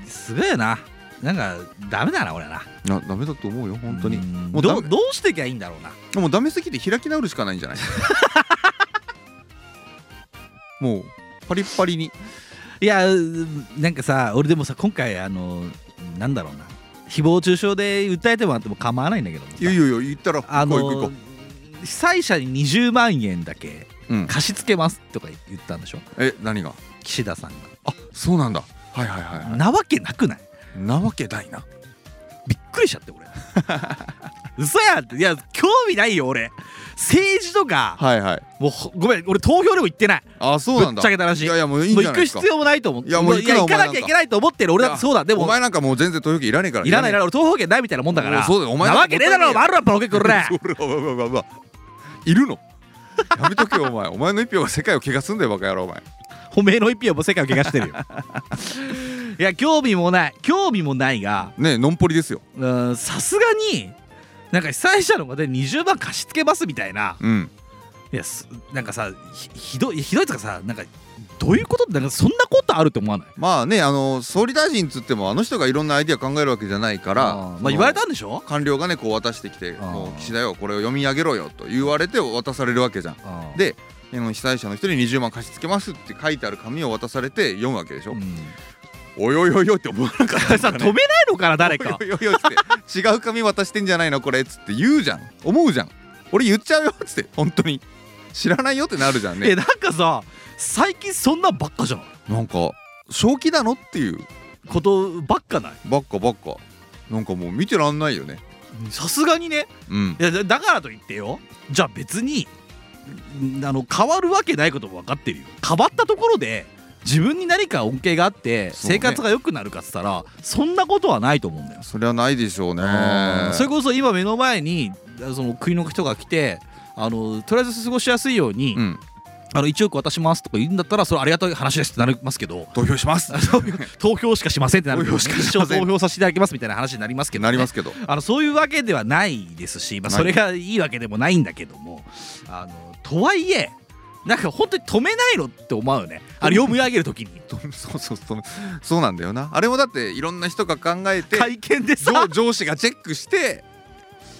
Speaker 1: すごいよななんかダメだな俺はな
Speaker 2: なダメだと思うよ本当に
Speaker 1: うん
Speaker 2: もうダ
Speaker 1: ど
Speaker 2: メ
Speaker 1: うどうしてきゃいいんだろうな
Speaker 2: もうダメすぎて開き直るしかないん じゃないもうパリッパリに
Speaker 1: いやうんなんかさ俺でもさ今回あのなんだろうな誹謗中傷で訴えてもらっても構わないんだけどもさ
Speaker 2: いやいやいや言ったら
Speaker 1: あ
Speaker 2: 行こう
Speaker 1: の
Speaker 2: 行こう行こ
Speaker 1: 被災者に20万円だけ
Speaker 2: う、うん、
Speaker 1: 貸し付けますとか言ったんでしょ
Speaker 2: え何が
Speaker 1: 岸田さん
Speaker 2: あそうなんだはいはいはい、
Speaker 1: が
Speaker 2: は
Speaker 1: なわけなくない
Speaker 2: い、なわけないな
Speaker 1: びっくりしちゃって 俺嘘やんっていや興味ないよ俺政治とか
Speaker 2: はいはい
Speaker 1: もうほごめん俺投票でも行ってない
Speaker 2: あそうなん
Speaker 1: ぶっ
Speaker 2: だ
Speaker 1: ちゃけた話
Speaker 2: いやいやもういいん
Speaker 1: もう
Speaker 2: じゃ
Speaker 1: 行
Speaker 2: な
Speaker 1: く
Speaker 2: いですか
Speaker 1: 必要もないと思って
Speaker 2: いやもう行く
Speaker 1: 行か
Speaker 2: な
Speaker 1: な
Speaker 2: お前な
Speaker 1: き
Speaker 2: んか
Speaker 1: ゃいけないと思ってる俺だってそうだで
Speaker 2: お
Speaker 1: も
Speaker 2: 前なんかもう全然投票券いらねえから
Speaker 1: いらないいらない俺投票権ないみたいなもんだから
Speaker 2: そうだよお前
Speaker 1: なわけねえだろあるわボケこれ
Speaker 2: それはうわうわうわいるのやめとけよお前お前の一票が世界を怪我すんだよバカ野郎お前
Speaker 1: おめえの一票も世界を怪我してるよ いや興味もない興味もないが
Speaker 2: ねのんぽりですよ
Speaker 1: うーんさすがになんか被災者の方で20万貸し付けますみたいな
Speaker 2: うん
Speaker 1: いやすなんかさひひどいひどいとかさなんかどういうことなんかそんなことあるって思わない
Speaker 2: まあねあの総理大臣っつってもあの人がいろんなアイディア考えるわけじゃないから
Speaker 1: あー
Speaker 2: そ
Speaker 1: まあ
Speaker 2: の
Speaker 1: 言われたんでしょ
Speaker 2: 官僚がねこう渡してきて「
Speaker 1: あー
Speaker 2: もう岸田よこれを読み上げろよ」と言われて渡されるわけじゃん。
Speaker 1: で、
Speaker 2: であの被災者の人に20万貸し付けますって書いてある紙を渡されて読むわけでしょ。
Speaker 1: うん、
Speaker 2: おいおいおいおいって思わなかった
Speaker 1: さ止めないのかな誰か
Speaker 2: おいおいおいおいって違う紙渡してんじゃないのこれっつって言うじゃん思うじゃん俺言っちゃうよっつって本当に知らないよってなるじゃん
Speaker 1: え
Speaker 2: ね
Speaker 1: なんかさ最近そんなんばっかじゃん
Speaker 2: なんか正気なのっていう
Speaker 1: ことばっかない
Speaker 2: ばっかばっかなんかもう見てらんないよね
Speaker 1: さすがにね
Speaker 2: うん
Speaker 1: いやだだからといってよじゃあ別にんあの変わるわけないことも分かってるよ変わったところで自分に何か恩恵があって
Speaker 2: そうね
Speaker 1: 生活が良くなるかっつったらそんなことはないと思うんだよ、
Speaker 2: それはないでしょうね
Speaker 1: うんそれこそ今目の前にその国の人が来てあのとりあえず過ごしやすいように、
Speaker 2: うん
Speaker 1: あの1億渡しますとか言うんだったらそれありがたい話ですってなりますけど
Speaker 2: 投票します
Speaker 1: 投票しかしませんってなるけど
Speaker 2: 投票しかし
Speaker 1: 一
Speaker 2: ま
Speaker 1: 生
Speaker 2: せん
Speaker 1: 投票させていただきますみたいな話になりますけど、ね、
Speaker 2: なりますけど
Speaker 1: あのそういうわけではないですし、まあ、
Speaker 2: ない
Speaker 1: それがいいわけでもないんだけどもあのとはいえなんか本当に止めないのって思うよねあれ読み上げると きに
Speaker 2: とそうそうそうそうなんだよなあれもだっていろんな人が考えて
Speaker 1: 会見でさ
Speaker 2: 上上司がチェックして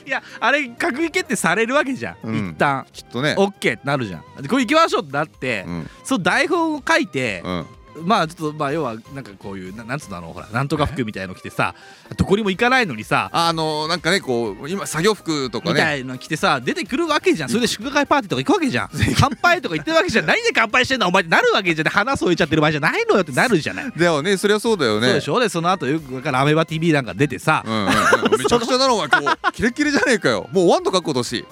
Speaker 1: いやあれ閣議決定されるわけじゃん、
Speaker 2: うん
Speaker 1: 一旦
Speaker 2: きっとね
Speaker 1: OK ってなるじゃんでこれ行きましょうってなって、
Speaker 2: うん
Speaker 1: その台本を書いて、
Speaker 2: うん
Speaker 1: まあちょっとまあ要はなんかこういうななんつうのあのほらなんとか服みたいの着てさどこにも行かないのにさ
Speaker 2: あのなんかねこう今作業服とか
Speaker 1: み
Speaker 2: ね
Speaker 1: たいの着てさ出てくるわけじゃんそれで祝賀会パーティーとか行くわけじ ゃん乾杯とか言ってるわけじゃん何で乾杯してんだお前ってなるわけじゃん花添えちゃってる場合じゃないのよってなるじゃない、
Speaker 2: だよねそりゃそうだよね
Speaker 1: そうでしょでその後よくわからんアメバ TV なんか出てさ、
Speaker 2: うんうんうん、めちゃくちゃだろお 前こうキレッキレじゃねえかよもうワンと書くことし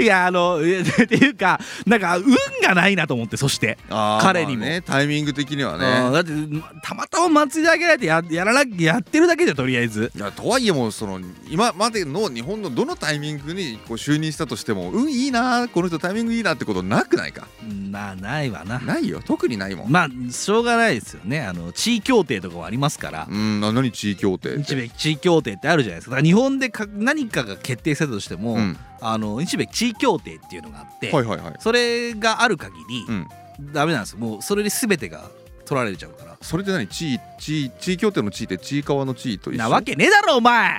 Speaker 1: いやあの えっていうかなんか運がないなと思ってそして、ー 彼にも
Speaker 2: まあねタイミング的には
Speaker 1: うん
Speaker 2: ね
Speaker 1: だってたまたま祭り上げられてややらなやってるだけじゃんとりあえず
Speaker 2: いやとはいえもうその今までの日本のどのタイミングにこう就任したとしてもうんいいなこの人タイミングいいなってことなくないか
Speaker 1: まあないわな
Speaker 2: ないよ特にないもん、
Speaker 1: まあしょうがないですよねあの地位協定とかはありますから、
Speaker 2: うんあ何地位協定って
Speaker 1: 日米地位協定ってあるじゃないですかだから日本でか何かが決定されたとしても、
Speaker 2: うん、
Speaker 1: あの日米地位協定っていうのがあって、
Speaker 2: はいはいはい、
Speaker 1: それがある限り、
Speaker 2: うん、
Speaker 1: ダメなんですよもうそれで全てが取られちゃうから
Speaker 2: それで何地位地位地位協定の地位って地位川の地位と一緒
Speaker 1: なわけねえだろお前
Speaker 2: あ違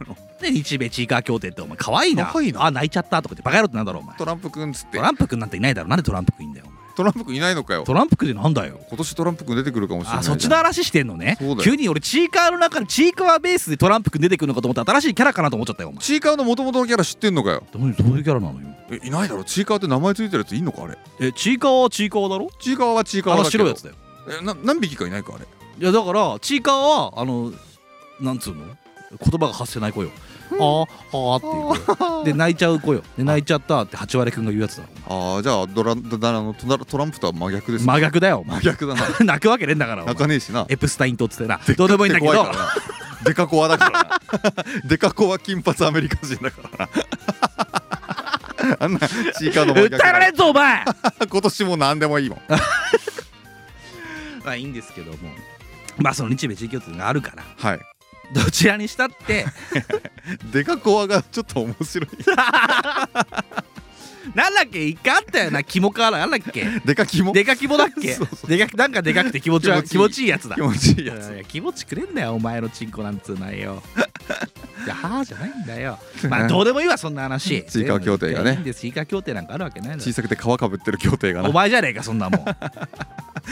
Speaker 2: うの
Speaker 1: で日米地位化協定ってお前可愛いな
Speaker 2: 可愛いな
Speaker 1: あ泣いちゃったとかってバカ野郎ってなんだろうお前
Speaker 2: トランプくんっつって
Speaker 1: トランプくんなんていないだろなんでトランプくんいんだよお前
Speaker 2: トランプくんいないのかよ
Speaker 1: トランプくんってなんだよ
Speaker 2: 今年トランプくん出てくるかもしれない
Speaker 1: あ
Speaker 2: じゃ
Speaker 1: そ
Speaker 2: ん
Speaker 1: っちの話してんのね
Speaker 2: そうだよ
Speaker 1: 急に俺チーカーの中でチーカーベースでトランプくん出てくるのかと思って新しいキャラかなと思っちゃったよお前
Speaker 2: チーカーの元々のキャラ知ってんのかよ
Speaker 1: どういうどういうキャラなのよ
Speaker 2: えいないだろチーカーって名前ついてるやついんのかあれ
Speaker 1: えチーカーはチーカーだろ
Speaker 2: チーカーはチーカ
Speaker 1: あ
Speaker 2: ーだ
Speaker 1: の
Speaker 2: けど
Speaker 1: 白いやつだよ
Speaker 2: えな何匹かいないかあれ
Speaker 1: いやだからチーカーはあのなんつうの言葉が発せない子よ、あーあーっていう子で泣いちゃう子よで泣いちゃったって八割くんが言うやつだろ
Speaker 2: ああじゃあドラドラのトラトランプとは真逆ですね
Speaker 1: 真逆だよお前
Speaker 2: 真逆だな
Speaker 1: 泣くわけねえんだからお前
Speaker 2: 泣かねえしな
Speaker 1: エプスタインとっつってなどうでもいいんだけど
Speaker 2: 怖からなデカコアだから なデカコア金髪アメリカ人だからなあんなチーカーの真 逆
Speaker 1: 訴えられんぞお前
Speaker 2: 今年も何でもいいもん
Speaker 1: まあいいんですけどもまあその日米地域協定があるから
Speaker 2: はい
Speaker 1: どちらにしたって
Speaker 2: デカコアがちょっと面白い
Speaker 1: なんだっけ一回あったよな肝からなんだっけ
Speaker 2: デカキモ
Speaker 1: でかきぼだっけ
Speaker 2: そう
Speaker 1: でかなんかでかくて気持ちは
Speaker 2: 気
Speaker 1: 気
Speaker 2: 持
Speaker 1: 持
Speaker 2: ち
Speaker 1: ちいいやつだ
Speaker 2: 気持ちいいや
Speaker 1: い
Speaker 2: つ
Speaker 1: や気持ちくれんだよお前のチンコなんつうのはよいやはあじゃないんだよまあどうでもいいわそんな話
Speaker 2: 追加協定がね
Speaker 1: いいんです追加協定なんかあるわけないの
Speaker 2: 小さくて皮かぶってる協定がな
Speaker 1: お前じゃねえかそんなもん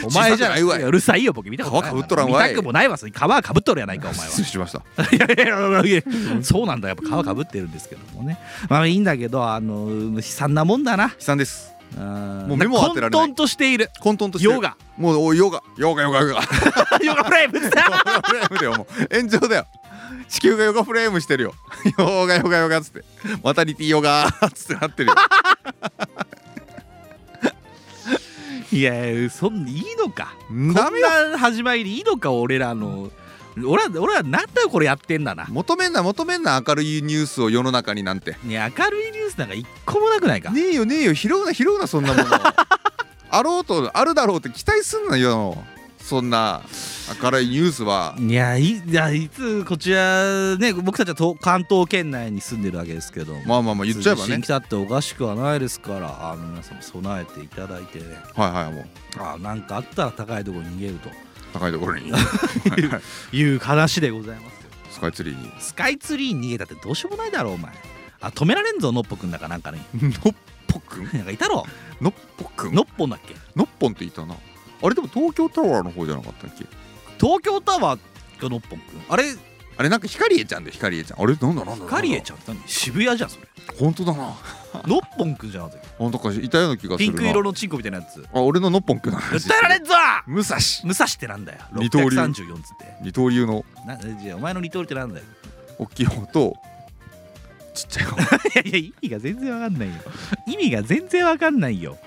Speaker 1: お前じゃ
Speaker 2: 小さ
Speaker 1: な
Speaker 2: くないいわいう
Speaker 1: るさいよ僕見たことない
Speaker 2: 皮被っとらんわい
Speaker 1: 見たくもないわそれ皮かぶっとるやないかお前は
Speaker 2: 失礼しました
Speaker 1: いやいやいやいやそうなんだやっぱ皮かぶってるんですけどもねまあいいんだけどあの悲惨なもんだな
Speaker 2: 悲惨です
Speaker 1: も
Speaker 2: もう目も当てられない
Speaker 1: 混沌としている
Speaker 2: 混沌としてる
Speaker 1: ヨガ
Speaker 2: もうおいヨガヨガヨガヨ ガ
Speaker 1: ヨガフレーム
Speaker 2: ヨガフレームだよもう炎上だよ地球がヨガフレームしてるよヨガヨガヨガっつってマタリティヨガっつってなってるよ
Speaker 1: いやそんいいのか
Speaker 2: ダ
Speaker 1: こ
Speaker 2: メ
Speaker 1: ん
Speaker 2: よ
Speaker 1: な始まりでいいのか俺らの俺ら俺らなんだよこれやってんだな
Speaker 2: 求めんな求めんな明るいニュースを世の中になんて
Speaker 1: ね明るいニュースなんか一個もなくないか、
Speaker 2: ねえよねえよ拾うな拾うなそんなものあろうとあるだろうって期待すんなよそんな明るいニュースはい
Speaker 1: やいいやいつこちらね僕たちはと関東圏内に住んでるわけですけども
Speaker 2: まあまあまあ言っちゃえばね
Speaker 1: 来たっておかしくはないですからあの皆さんも備えていただいてね
Speaker 2: はいはいもう
Speaker 1: あなんかあったら高いところに逃げる
Speaker 2: 高いところに
Speaker 1: という話でございますよ
Speaker 2: スカイツリー に
Speaker 1: スカイツリーに逃げたってどうしようもないだろお前あ止められんぞのっぽくんだかなんかね
Speaker 2: のっぽくん
Speaker 1: なんかいたろ
Speaker 2: のっぽくん
Speaker 1: のっぽんだっけ
Speaker 2: のっぽんっていたなあれでも東京タワーの方じゃなかったっけ
Speaker 1: 東京タワーがのっぽんくんあれ
Speaker 2: あれなんか光栄ちゃんで光栄ちゃんあれなんだなんだ
Speaker 1: カリエ
Speaker 2: ゃ
Speaker 1: ちゃんって何渋谷じゃんそ れ
Speaker 2: ん本当だな
Speaker 1: のっぽんくんじゃなかったっけ
Speaker 2: 本当かいたような気がす
Speaker 1: ピ
Speaker 2: る
Speaker 1: ン
Speaker 2: な
Speaker 1: ク色のチンコみたいなやつ
Speaker 2: あ俺ののっぽんくんの話
Speaker 1: 訴えられんぞ
Speaker 2: 武蔵
Speaker 1: 武蔵ってなんだよ
Speaker 2: 二刀流
Speaker 1: 634つって
Speaker 2: 二刀流の
Speaker 1: なじゃあお前の二刀流ってなんだよ
Speaker 2: 大きい方とちっちゃい方
Speaker 1: いやいや意味が全然わかんないよ 意味が全然わかんないよ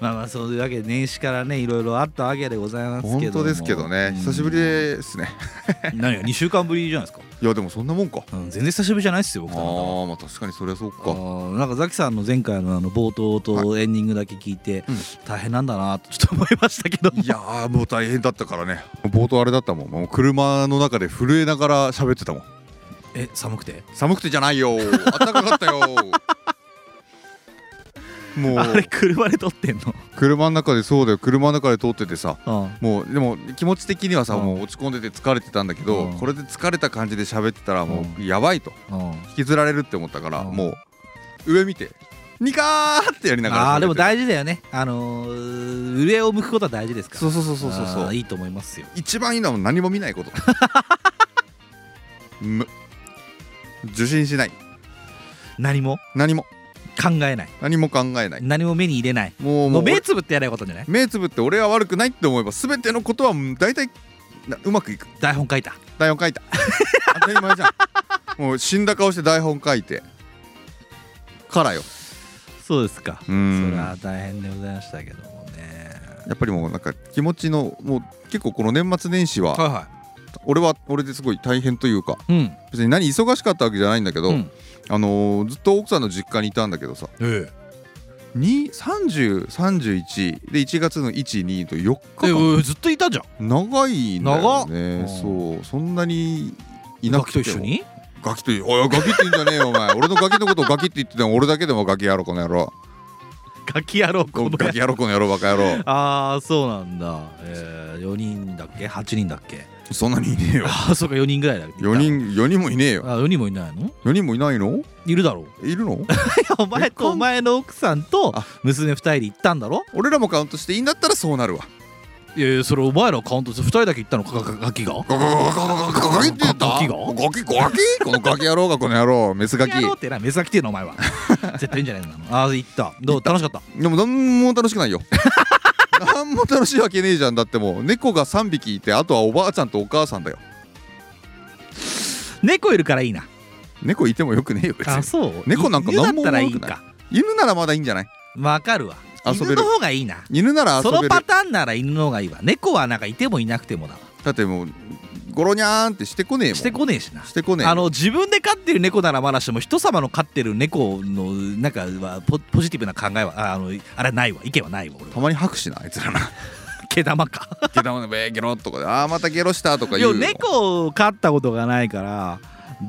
Speaker 1: まあまあそういうわけで年始からねいろいろあったわけでございますけども
Speaker 2: 本当ですけどね久しぶりですね
Speaker 1: うん何が2週間ぶりじゃないですか、
Speaker 2: いやでもそんなもんか
Speaker 1: うん、全然久しぶりじゃないっすよ
Speaker 2: あ
Speaker 1: 僕とあなたは
Speaker 2: ーまあ確かにそりゃそう
Speaker 1: あ
Speaker 2: か
Speaker 1: ーなんかザキさんの前回のあの冒頭とエンディングだけ聞いて、
Speaker 2: うん
Speaker 1: 大変なんだなとちょっと思いましたけど
Speaker 2: いやーもう大変だったからね冒頭あれだったもんもう車の中で震えながら喋ってたもん
Speaker 1: え寒 くて
Speaker 2: 寒くてじゃないよー暖かかったよーも
Speaker 1: あれ
Speaker 2: う
Speaker 1: 車で撮ってんの
Speaker 2: 車の中でそうだよ車の中で通っててさ
Speaker 1: うん
Speaker 2: もうでも気持ち的にはさ、
Speaker 1: うん
Speaker 2: もう落ち込んでて疲れてたんだけど、
Speaker 1: うん
Speaker 2: これで疲れた感じで喋ってたらも
Speaker 1: う
Speaker 2: うやばいと
Speaker 1: うん
Speaker 2: 引きずられるって思ったから、
Speaker 1: うん
Speaker 2: もう上見て「ニカー!」ってやりながら
Speaker 1: ああーでも
Speaker 2: 丈
Speaker 1: 大事だよねあのー、上を向くことは大事ですから
Speaker 2: そうそうそうそうそう
Speaker 1: あ
Speaker 2: そ
Speaker 1: ー
Speaker 2: う
Speaker 1: いいと思いますよ
Speaker 2: 一番いいのは何も見ないこと む受信しない
Speaker 1: 何も
Speaker 2: 何も
Speaker 1: 考えない
Speaker 2: 何も考えない
Speaker 1: 何も目に入れない
Speaker 2: も
Speaker 1: も
Speaker 2: うも
Speaker 1: う
Speaker 2: う
Speaker 1: 目
Speaker 2: 俺
Speaker 1: つぶってやればよかったんじゃない
Speaker 2: 目つぶって俺は悪くないって思えば全てのことはうん大体なうまくいく
Speaker 1: 台本書いた
Speaker 2: 台本書い た当たり前じゃんもう死んだ顔して台本書いてからよ
Speaker 1: そうですか
Speaker 2: う
Speaker 1: そ
Speaker 2: ん
Speaker 1: れは大変でございましたけどもね
Speaker 2: やっぱりもうなんか気持ちのもう結構この年末年始は
Speaker 1: は
Speaker 2: 俺は俺ですごい大変というか
Speaker 1: いはいうん
Speaker 2: 別に何忙しかったわけじゃないんだけど、
Speaker 1: うん
Speaker 2: あのーずっと奥さんの実家にいたんだけどさ
Speaker 1: え
Speaker 2: 3031で1月の12と4日間
Speaker 1: ずっといたじゃん
Speaker 2: 長いんだよね
Speaker 1: 長っ
Speaker 2: そうそんなにいな
Speaker 1: ガ
Speaker 2: く
Speaker 1: キ
Speaker 2: て
Speaker 1: と
Speaker 2: も
Speaker 1: 一緒に
Speaker 2: ガキといおいガキって言うんじゃねえよお前俺のガキのことをガキって言ってても俺だけでもガキやろこの野郎
Speaker 1: ガキ野郎この
Speaker 2: ガキやろこの野郎バカ野郎
Speaker 1: ああそうなんだ、えー、4人だっけ8人だっけ
Speaker 2: そんなにいねえよ
Speaker 1: ああそうか4人ぐらいだっけ
Speaker 2: 4人四人もいねえよ
Speaker 1: あ4人もいないの
Speaker 2: 4人もいないの
Speaker 1: いるだろう
Speaker 2: いるの
Speaker 1: お前とお前の奥さんと
Speaker 2: あ
Speaker 1: 娘2人で行ったんだろ
Speaker 2: 俺らもカウントしていいんだったらそうなるわ
Speaker 1: いやいやそれお前らカウントして2人だけ行ったのかガガキが
Speaker 2: ガガガガガガガガキって言った
Speaker 1: ガ
Speaker 2: ガ
Speaker 1: キ
Speaker 2: キ
Speaker 1: が
Speaker 2: ガキこのガキ野郎がこの野郎メスガキ
Speaker 1: やろうってな目先来てるのお 前は絶対いいんじゃないのああ行ったど
Speaker 2: 行
Speaker 1: う
Speaker 2: った
Speaker 1: 楽しかった
Speaker 2: でもなんも楽しくないよなんも楽しいわけねえじゃんだってもう猫が3匹いてあとはおばあちゃんとお母さんだよ
Speaker 1: 猫いるからいいな
Speaker 2: 猫いてもよくねえよ別に
Speaker 1: そう
Speaker 2: 猫なんか
Speaker 1: 犬だ
Speaker 2: 何
Speaker 1: った
Speaker 2: も思わ
Speaker 1: ら
Speaker 2: ないくない
Speaker 1: いか
Speaker 2: 犬ならまだいいんじゃない
Speaker 1: わかるわ
Speaker 2: 遊べる
Speaker 1: 犬の方がいいな
Speaker 2: 犬なら遊
Speaker 1: そ
Speaker 2: べ
Speaker 1: の
Speaker 2: る
Speaker 1: パターンなら犬の方がいいわ猫はなんかいてもいなくてもだわ
Speaker 2: だってもうゴロニャーンってしてこねえもん
Speaker 1: してこねえしな
Speaker 2: してこねえ
Speaker 1: あの自分で飼ってる猫ならまだしても人様の飼ってる猫のなんかはポポジティブな考えはああのあれはないわ意見はないわ俺は
Speaker 2: たまに拍手なあいつらな
Speaker 1: 毛玉か
Speaker 2: ゲダのべーゲロッとかであーまたゲロしたとか
Speaker 1: い
Speaker 2: 言
Speaker 1: や
Speaker 2: うよ
Speaker 1: 猫を飼ったことがないから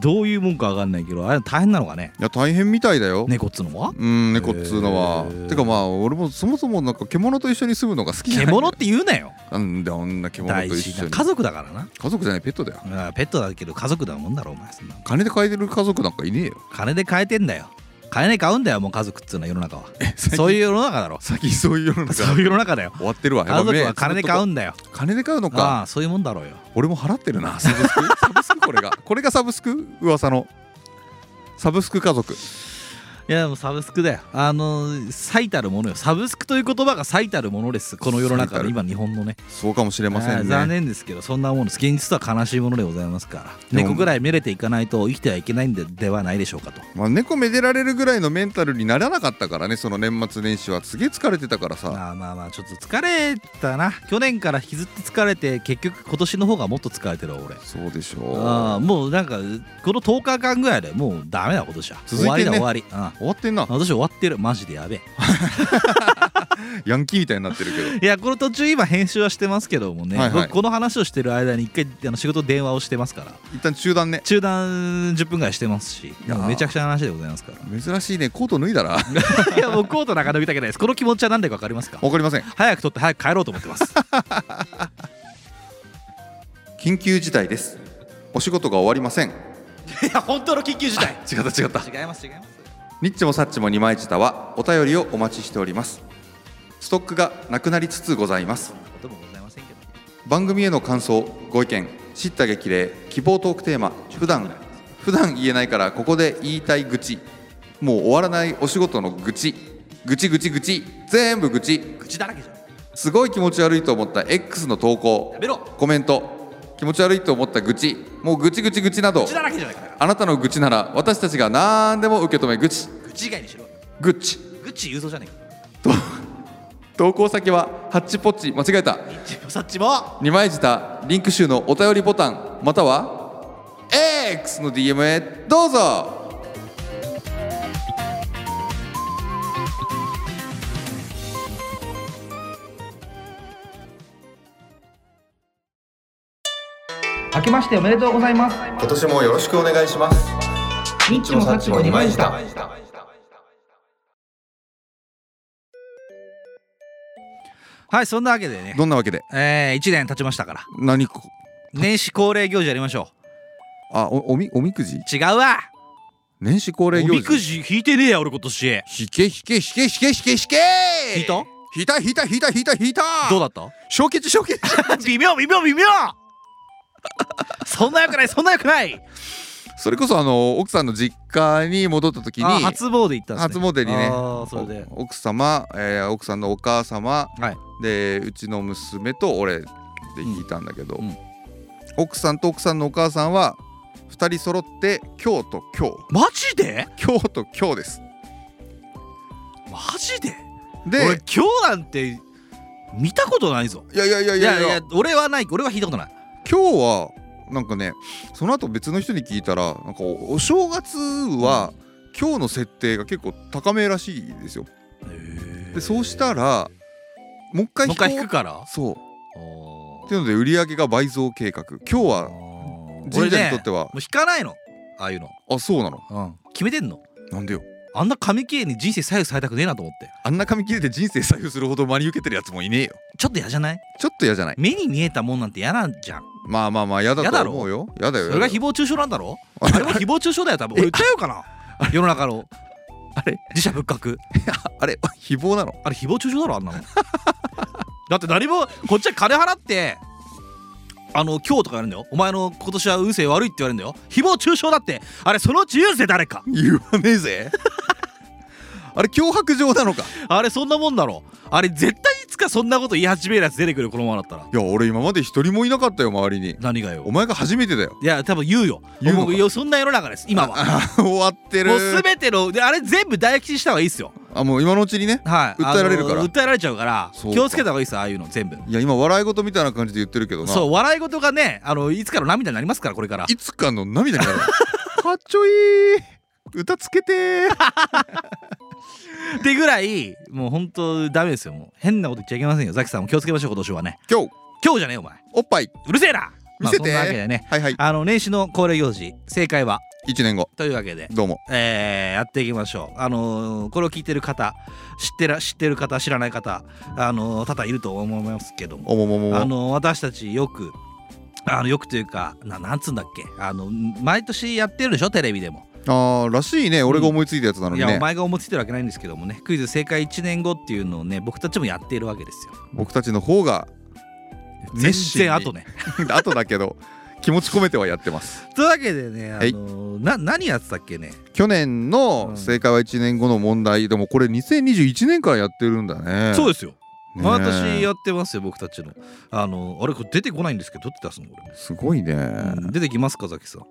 Speaker 1: どういうもんかわかんないけどあれ大変なのかね
Speaker 2: いや大変みたいだよ、
Speaker 1: 猫っつうのは
Speaker 2: うん猫っつうのは
Speaker 1: へー
Speaker 2: てかまあ俺もそもそもなんか獣と一緒に住むのが好きじゃない
Speaker 1: 獣って言うなよ
Speaker 2: なんであんな獣
Speaker 1: 大
Speaker 2: と一
Speaker 1: 事
Speaker 2: 緒
Speaker 1: な
Speaker 2: に
Speaker 1: 家族だからな
Speaker 2: 家族じゃないペットだよ
Speaker 1: うんペットだけど家族だもんだろお前そんなの
Speaker 2: 金で買えてる家族なんかいねえよ
Speaker 1: 金で買えてんだよ金で買うんだよもう家族っつうのは世の中はそういう世の中だろ
Speaker 2: 最近そういう世の中
Speaker 1: そういう世の中だよ
Speaker 2: 終わってるわ
Speaker 1: 家族は金で買うんんだよ
Speaker 2: 金で買うの
Speaker 1: あ
Speaker 2: か
Speaker 1: あそういうもんだろうよ
Speaker 2: 俺も払ってるなサブスクサブスクこれがこれがサブスク噂のサブスク家族
Speaker 1: いやでもサブスクだよあの最たるものよサブスクという言葉が最たるものですこの世の中
Speaker 2: 最た
Speaker 1: の
Speaker 2: る
Speaker 1: 今日本のね
Speaker 2: そうかもしれませ
Speaker 1: あー
Speaker 2: ん
Speaker 1: 残
Speaker 2: ね
Speaker 1: 念ですけどそんなもの現実とは悲しいものでございますから
Speaker 2: でも
Speaker 1: 猫ぐらいめれていかないと生きてはいけないんでではないでしょうかと
Speaker 2: まあ、猫めでられるぐらいのメンタルにならなかったからねその年末年始はすげえ疲れてたからさ
Speaker 1: まあまあまあちょっと疲れたな去年から引きずって疲れて結局今年の方がもっと疲れてるわ俺
Speaker 2: そうでしょう
Speaker 1: あーもうなんかこの10日間ぐらいでもうダメだ今年は
Speaker 2: 続い
Speaker 1: 終
Speaker 2: てね
Speaker 1: わりだ終わり、うん
Speaker 2: 終わってんな
Speaker 1: 私終わってるマジでやべえ
Speaker 2: ヤンキーみたいになってるけ ど
Speaker 1: いやこの途中今編集はしてますけどもね、
Speaker 2: はいはい
Speaker 1: 僕この話をしてる間に一回あの仕事電話をしてますから
Speaker 2: 一旦中断ね
Speaker 1: 中断10分ぐらいしてますし
Speaker 2: いやー
Speaker 1: もうめちゃくちゃな話でございますか
Speaker 2: 珍しいねコート脱い だらわから
Speaker 1: いやもうコートなんか伸びたくないですこの気持ちは何でか分かりますか
Speaker 2: りません
Speaker 1: 早く取って早く帰ろうと思ってます
Speaker 2: 緊急事態ですお仕事が終わりません
Speaker 1: いや本当の緊急事 態
Speaker 2: 違った違った
Speaker 1: 違います違います
Speaker 2: ニッチもサッチも二枚舌はお便りをお待ちしておりますストックがなくなりつつございます
Speaker 1: そんなこともございませんけど
Speaker 2: 番組への感想ご意見知った激励希望トークテーマ普段普段言えないからここで言いたい愚痴もう終わらないお仕事の愚痴愚痴愚痴愚痴全部愚痴
Speaker 1: 愚痴だらけじゃん
Speaker 2: すごい気持ち悪いと思った X の投稿
Speaker 1: やめろ
Speaker 2: コメント気持ち悪いと思った愚痴もう愚痴愚痴愚痴など
Speaker 1: 愚痴だらけじゃないから
Speaker 2: あなたの愚痴なら私たちが何でも受け止め愚痴
Speaker 1: 愚痴以外にしろ
Speaker 2: 愚痴
Speaker 1: 愚痴言うぞじゃねえか
Speaker 2: 投稿先はハッチポッチ間違えた
Speaker 1: ニッチもサッチも
Speaker 2: 二枚舌リンク集のお便りボタンまたは X の DM へどうぞ
Speaker 1: 明けましておめでとうございます
Speaker 2: 今年もよろしくお願いします
Speaker 1: ニッ
Speaker 2: チもサッチも二枚舌
Speaker 1: はいそんなわけでね
Speaker 2: どんなわけで
Speaker 1: えー、1年経ちましたから
Speaker 2: 何こ
Speaker 1: 年始恒例行事やりましょ
Speaker 2: あおおみおみくじ
Speaker 1: う違うわ
Speaker 2: 年始恒例
Speaker 1: お
Speaker 2: 行事
Speaker 1: みくじ引いてねえや俺今年
Speaker 2: 引け引け引け引け引け引け
Speaker 1: 引いた
Speaker 2: 引いた引いた引いた引いた引いた
Speaker 1: どうだった
Speaker 2: 小吉小吉
Speaker 1: 微妙微妙微 妙そんな良くないそんな良くない
Speaker 2: それこそあの奥さんの実家に戻った時に
Speaker 1: あ初詣行ったんです
Speaker 2: 初
Speaker 1: ね
Speaker 2: 詣にね
Speaker 1: あーそれで
Speaker 2: お奥様、えー奥さんのお母様、
Speaker 1: はい
Speaker 2: でうちの娘と俺で聞いたんだけど、
Speaker 1: うんうん
Speaker 2: 奥さんと奥さんのお母さんは2人揃って今日と今日
Speaker 1: マジで
Speaker 2: 今日と今日です
Speaker 1: マジで俺
Speaker 2: で
Speaker 1: 今日なんて見たことないぞ
Speaker 2: いやいやいやい
Speaker 1: い
Speaker 2: や
Speaker 1: や
Speaker 2: い
Speaker 1: い
Speaker 2: や
Speaker 1: や俺はない俺は引いたことない
Speaker 2: 今日はなんかねその後別の人に聞いたらなんかおお正月は今日の設定が結構高めらしいですよでそうしたらもう一回
Speaker 1: もう一回引
Speaker 2: こ
Speaker 1: くから
Speaker 2: うそう
Speaker 1: お
Speaker 2: っ
Speaker 1: ー
Speaker 2: ていうので売り上げが倍増計画今日は
Speaker 1: 俺
Speaker 2: 神社
Speaker 1: ね
Speaker 2: にとっては、
Speaker 1: もう引かないのああいうの、
Speaker 2: あそうなの
Speaker 1: うん、決めてんの
Speaker 2: なんでよ
Speaker 1: あんな紙切れに人生左右されたくねえなと思って
Speaker 2: あんな紙切れで人生左右するほど真に受けてるやつもいねえよ
Speaker 1: ちょっと嫌じゃない
Speaker 2: ちょっと嫌じゃない
Speaker 1: 目に見えたもんなんて嫌なんじゃん
Speaker 2: まあまあまあ嫌だ
Speaker 1: や
Speaker 2: と
Speaker 1: だ
Speaker 2: は
Speaker 1: ろ
Speaker 2: 思うよ嫌だよ
Speaker 1: それが
Speaker 2: やだ
Speaker 1: 誹
Speaker 2: よ
Speaker 1: 謗中傷なんだろあれも誹謗中傷だよ多分
Speaker 2: え
Speaker 1: 俺言っちゃおうかな世の中の
Speaker 2: あれ
Speaker 1: 自社仏閣
Speaker 2: あれ誹謗なの
Speaker 1: あれ誹謗中傷だろあんなのだって何もこっちは金払ってあの今日とかやるんだよお前の今年は運勢悪いって言われるんだよ誹謗中傷だってあれそのうち言うぜ誰か
Speaker 2: 言わねえぜ あれ脅迫状なのか
Speaker 1: あれそんなもんだろあれ絶対いつかそんなこと言い始めるやつ出てくるこのままだったら
Speaker 2: いや俺今まで一人もいなかったよ周りに
Speaker 1: 何が
Speaker 2: お
Speaker 1: よ
Speaker 2: 前が初めてだよ
Speaker 1: いや多分言うよ
Speaker 2: 言うのか
Speaker 1: もうよそんな世の中です今は
Speaker 2: あ終わってる
Speaker 1: もう全てのであれ全部唾液にした方がいいっすよ
Speaker 2: あもう今のうちにね
Speaker 1: はい
Speaker 2: 訴えられるから
Speaker 1: あの訴えられちゃうから
Speaker 2: そうか
Speaker 1: 気をつけた方がいいっすああいうの全部
Speaker 2: いや今笑い事みたいな感じで言ってるけどな
Speaker 1: そう笑い事がねあのいつかの涙になりますからこれから
Speaker 2: いつかの 涙になるかっちょいい歌つけてー
Speaker 1: ってぐらいもう本当ダメですよもう変なこと言っちゃいけませんよザキさんも気をつけましょう今年はね
Speaker 2: 今日
Speaker 1: 今日じゃねえよお前
Speaker 2: おっぱいう
Speaker 1: るせえな
Speaker 2: 見せて、
Speaker 1: まあ、そんなわけでね
Speaker 2: はいはい
Speaker 1: あの年始の恒例行事正解は
Speaker 2: 1年後
Speaker 1: というわけで
Speaker 2: どうも
Speaker 1: えーやっていきましょう。あのーこれを聞いてる方、知ってら知ってる方、知らない方、あのー多々いると思いますけども、
Speaker 2: おもももも
Speaker 1: あのー私たちよく、あのよくというか、ななんつうんだっけ、あの毎年やってるでしょ、テレビでも。
Speaker 2: あーらしいね俺が思いついたやつなの
Speaker 1: い
Speaker 2: に
Speaker 1: や、
Speaker 2: ね
Speaker 1: お、前が思いついてるわけないんですけどもね、クイズ正解1年後っていうのをね、僕たちもやっているわけですよ。
Speaker 2: 僕たちの方が
Speaker 1: 全
Speaker 2: 熱心に
Speaker 1: 然後ね。
Speaker 2: 後だけど気持ち込めてはやってます
Speaker 1: というわけでね、あの
Speaker 2: はい
Speaker 1: ーな何やってたっけね、
Speaker 2: 去
Speaker 1: う
Speaker 2: 年の
Speaker 1: ん
Speaker 2: 正解は1年後の問題でもこれ2021年からやってるんだね
Speaker 1: そう
Speaker 2: う
Speaker 1: ですよ。毎年やってますよ、僕たちの。あのーあれ、これ出てこないんですけど、どうやって出すのこれ。
Speaker 2: すごいね、
Speaker 1: うん出てきますか、ザキさん。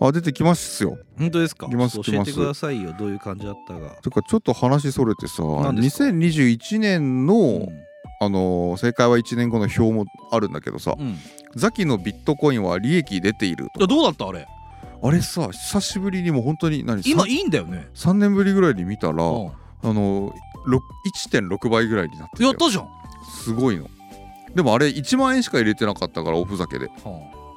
Speaker 2: あ出てきますよ
Speaker 1: 本当ですか
Speaker 2: 出ま
Speaker 1: ち
Speaker 2: す
Speaker 1: ょっと教えて
Speaker 2: 出ま
Speaker 1: く
Speaker 2: す
Speaker 1: ださいよどういう感じだったか、
Speaker 2: てかちょっと話それてさ
Speaker 1: 何ですか
Speaker 2: 2021年の、
Speaker 1: うん
Speaker 2: あのー正解は1年後の表もあるんだけどさ、
Speaker 1: うん、
Speaker 2: ザキのビットコインは利益出ていると
Speaker 1: どうだったあれ
Speaker 2: あれさ久しぶりにもう本当に何
Speaker 1: 今
Speaker 2: さ
Speaker 1: いいんだよね
Speaker 2: 3年ぶりぐらいに見たら、
Speaker 1: うん
Speaker 2: あのろく1.6倍ぐらいになってた
Speaker 1: や
Speaker 2: よ
Speaker 1: ったじゃん、
Speaker 2: すごいのでもあれ1万円しか入れてなかったからおふざけでだ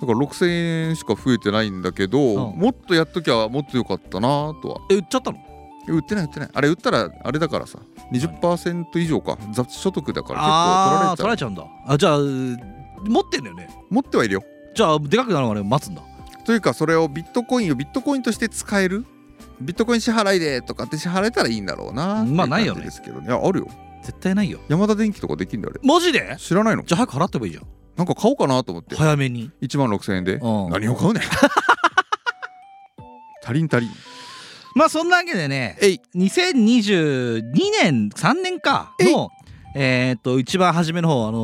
Speaker 2: から6000円しか増えてないんだけど、
Speaker 1: うん
Speaker 2: もっとやっときゃもっとよかったなとは
Speaker 1: え売っちゃったの
Speaker 2: いや売ってない売ってないあれ売ったらあれだからさ20%以上か雑所得だから
Speaker 1: ああ
Speaker 2: 結構
Speaker 1: 取
Speaker 2: 取
Speaker 1: ら
Speaker 2: られ
Speaker 1: れ
Speaker 2: ちゃ
Speaker 1: ちゃうんだあじゃあ持ってんだよね
Speaker 2: う持ってはいるよ
Speaker 1: じゃあでかくなるまで待つんだ
Speaker 2: というかそれをビットコインをビットコインとして使えるビットコイン支払いでとかって支払えたらいいんだろうなってう
Speaker 1: まあないよ
Speaker 2: 感
Speaker 1: ね
Speaker 2: じですけどねいやあるよ
Speaker 1: 絶対ないよ
Speaker 2: 山田電機とかできんだあれ
Speaker 1: マジで
Speaker 2: 知らないの
Speaker 1: じゃあ早く払ってもいいじゃん
Speaker 2: なんか買おうかなと思って
Speaker 1: 早めに
Speaker 2: 1万6000円で
Speaker 1: うん
Speaker 2: 何を買うねん 足りん足りん
Speaker 1: まあそんなわけでね
Speaker 2: えい
Speaker 1: 2022年3年かのえーっと一番初めの方あの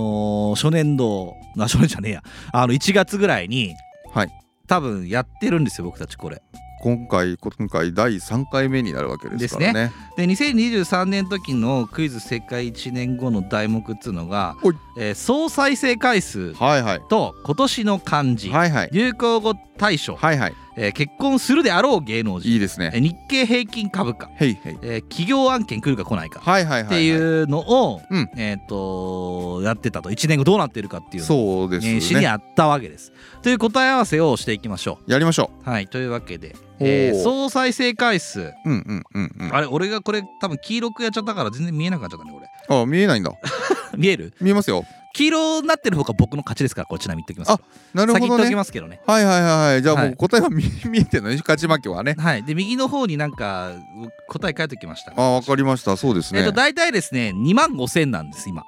Speaker 1: ー初年度あ初年じゃねえやあの1月ぐらいに
Speaker 2: はい
Speaker 1: 多分やってるんですよ僕たちこれ
Speaker 2: 今回今回第3回目になるわけですからね
Speaker 1: で2023年時のクイズ世界1年後の題目っつうのが
Speaker 2: ほい、
Speaker 1: えー総再生回数
Speaker 2: はいはい
Speaker 1: と今年の漢字、
Speaker 2: はいはい
Speaker 1: 流行語大賞、
Speaker 2: はいはい
Speaker 1: えー結婚するであろう芸能人
Speaker 2: いいですね
Speaker 1: えー日経平均株価、
Speaker 2: へいへい
Speaker 1: えー企業案件来るか来ないか
Speaker 2: はいはいはいは
Speaker 1: っていうのを、
Speaker 2: うん
Speaker 1: えっ、とやってたと1年後どうなってるかっていうのを
Speaker 2: そうです
Speaker 1: 年始に
Speaker 2: ね
Speaker 1: あったわけです。という答え合わせをしていきましょ
Speaker 2: やりましょ
Speaker 1: う。はいというわけで、
Speaker 2: お
Speaker 1: え
Speaker 2: ー
Speaker 1: ー総再生回数
Speaker 2: ううんうんうんうん
Speaker 1: あれ俺がこれ多分黄色くやっちゃったから全然見えなくなっちゃったね俺
Speaker 2: あ見えないんだ
Speaker 1: 見える
Speaker 2: 見えますよ
Speaker 1: 黄色になってる方が僕の勝ちですからこれちなみに言っておきますけど
Speaker 2: なる
Speaker 1: 先言
Speaker 2: ほ
Speaker 1: っ
Speaker 2: ど
Speaker 1: ておき
Speaker 2: ね
Speaker 1: ますけどね
Speaker 2: はいはいはいはいじゃあも
Speaker 1: は
Speaker 2: う
Speaker 1: い
Speaker 2: 答えは見 見えてない勝ち負けはね
Speaker 1: はいで右の方になんか答え書いておきました、
Speaker 2: あわかりましたそうです
Speaker 1: えっ
Speaker 2: ね
Speaker 1: と大体ですね2万5千なんです今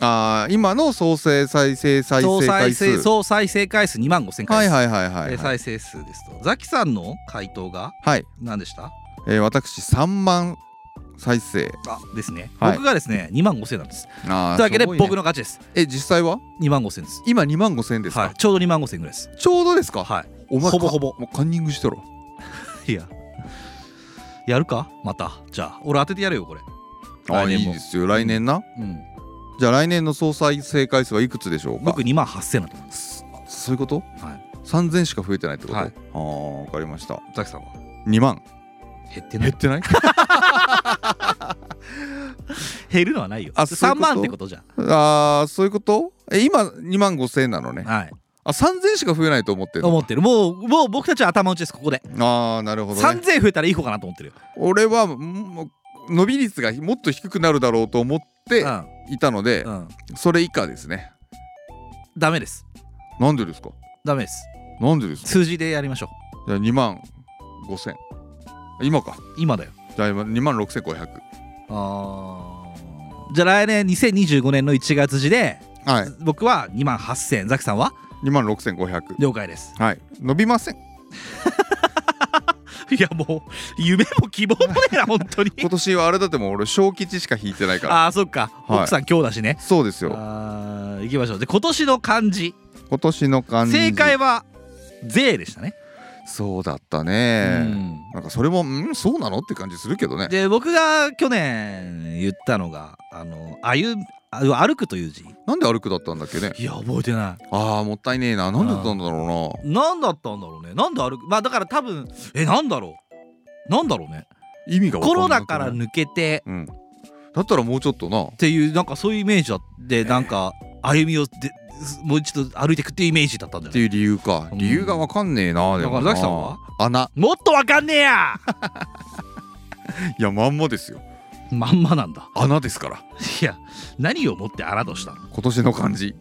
Speaker 2: あー今の創生再生再
Speaker 1: 総
Speaker 2: 生回
Speaker 1: 再生
Speaker 2: 数
Speaker 1: 総再生回数2万5千
Speaker 2: は
Speaker 1: 回
Speaker 2: い
Speaker 1: 数、
Speaker 2: はいはいはい
Speaker 1: で
Speaker 2: は
Speaker 1: 再
Speaker 2: い
Speaker 1: 生数ですとザキさんの回答が
Speaker 2: はい
Speaker 1: 何でした
Speaker 2: えー私3万再生
Speaker 1: あですね、
Speaker 2: はい
Speaker 1: 僕がですね2万5千なんです
Speaker 2: あー
Speaker 1: というわけです
Speaker 2: ごいね
Speaker 1: 僕の勝ちです
Speaker 2: え実際は
Speaker 1: 2万5千です
Speaker 2: 今2万5千です
Speaker 1: は
Speaker 2: か
Speaker 1: い、ちょうど2万5千ぐらいです
Speaker 2: ちょうどですか
Speaker 1: は
Speaker 2: お前
Speaker 1: ほぼほぼ
Speaker 2: かもうカンニングしとろ
Speaker 1: いいややるかまたじゃあ俺当ててやるよこれ
Speaker 2: あ
Speaker 1: 来
Speaker 2: ー
Speaker 1: 年
Speaker 2: いい
Speaker 1: も
Speaker 2: ですよ来年な
Speaker 1: うん
Speaker 2: じゃあ来年の総再生回数はいくつでしょうか
Speaker 1: 僕2万8千なんだ
Speaker 2: そそういうこと
Speaker 1: はい
Speaker 2: 3000しか増えてないってこと、
Speaker 1: はい
Speaker 2: ああ分かりました
Speaker 1: ザキさんは
Speaker 2: 2万
Speaker 1: 減ってな
Speaker 2: 減
Speaker 1: い
Speaker 2: ってない
Speaker 1: 減るのはないよ
Speaker 2: あそうい
Speaker 1: 3
Speaker 2: うこと
Speaker 1: 万ってことじゃん
Speaker 2: ああそういうことえ今2万5000なのね
Speaker 1: はい
Speaker 2: あ3000しか増えないと思ってるの
Speaker 1: 思ってるもうもう僕たちは頭打ちですここで、
Speaker 2: ああなるほどね
Speaker 1: 3000増えたらいい方かなと思ってるよ、
Speaker 2: 俺はもう伸び率がもっと低くなるだろうと思って
Speaker 1: う
Speaker 2: いたので、
Speaker 1: んうん
Speaker 2: それ以下ですね
Speaker 1: ダメです
Speaker 2: なんでですか
Speaker 1: ダメです
Speaker 2: なんでですか
Speaker 1: 数字でやりましょ
Speaker 2: じゃあ2万5000今か
Speaker 1: う今だよ
Speaker 2: じゃあ今2万6500
Speaker 1: あーじゃあ来年2025年の1月時で、
Speaker 2: はい
Speaker 1: 僕は2万8000ザキさんは
Speaker 2: 2万6500
Speaker 1: 了解です
Speaker 2: はい伸びません
Speaker 1: いやもう夢も希望もねえな本当に
Speaker 2: 今年はあれだってもう俺小吉しか引いてないから
Speaker 1: ああそっか、
Speaker 2: はい
Speaker 1: 奥さん今日だしね
Speaker 2: そうですよ
Speaker 1: あー行きましょうで今年の漢字
Speaker 2: 今年の漢字
Speaker 1: 正解は「税」でしたね、
Speaker 2: そうだったね、
Speaker 1: うん
Speaker 2: なんかそれもうんそうなのって感じするけどね
Speaker 1: で僕が去年言ったのが「あの歩あ歩く」という字
Speaker 2: なんで歩くだったんだっけね
Speaker 1: いや覚えてない
Speaker 2: あーもったいねえななんでだったんだろうな
Speaker 1: 何だったんだろうねなんで歩くまあだから多分えなんだろうなんだろうね
Speaker 2: 意味がわ
Speaker 1: コロ
Speaker 2: かんな
Speaker 1: ナ
Speaker 2: く
Speaker 1: か
Speaker 2: な
Speaker 1: ら
Speaker 2: い
Speaker 1: 抜けて
Speaker 2: うんだったらもうちょっとな
Speaker 1: っていうなんかそういうイメージだってなんか歩みをでもう一度歩いていくっていうイメージだったんじゃ
Speaker 2: っ
Speaker 1: な
Speaker 2: て
Speaker 1: い
Speaker 2: いう理由か
Speaker 1: うん
Speaker 2: 理由がわかんねえなでもな
Speaker 1: だからザキさんは
Speaker 2: 穴
Speaker 1: もっとわかんねえ や
Speaker 2: いやまんまですよ
Speaker 1: まんまなんだ
Speaker 2: 穴ですから
Speaker 1: いや何をもってあらとしたの
Speaker 2: 今年の漢字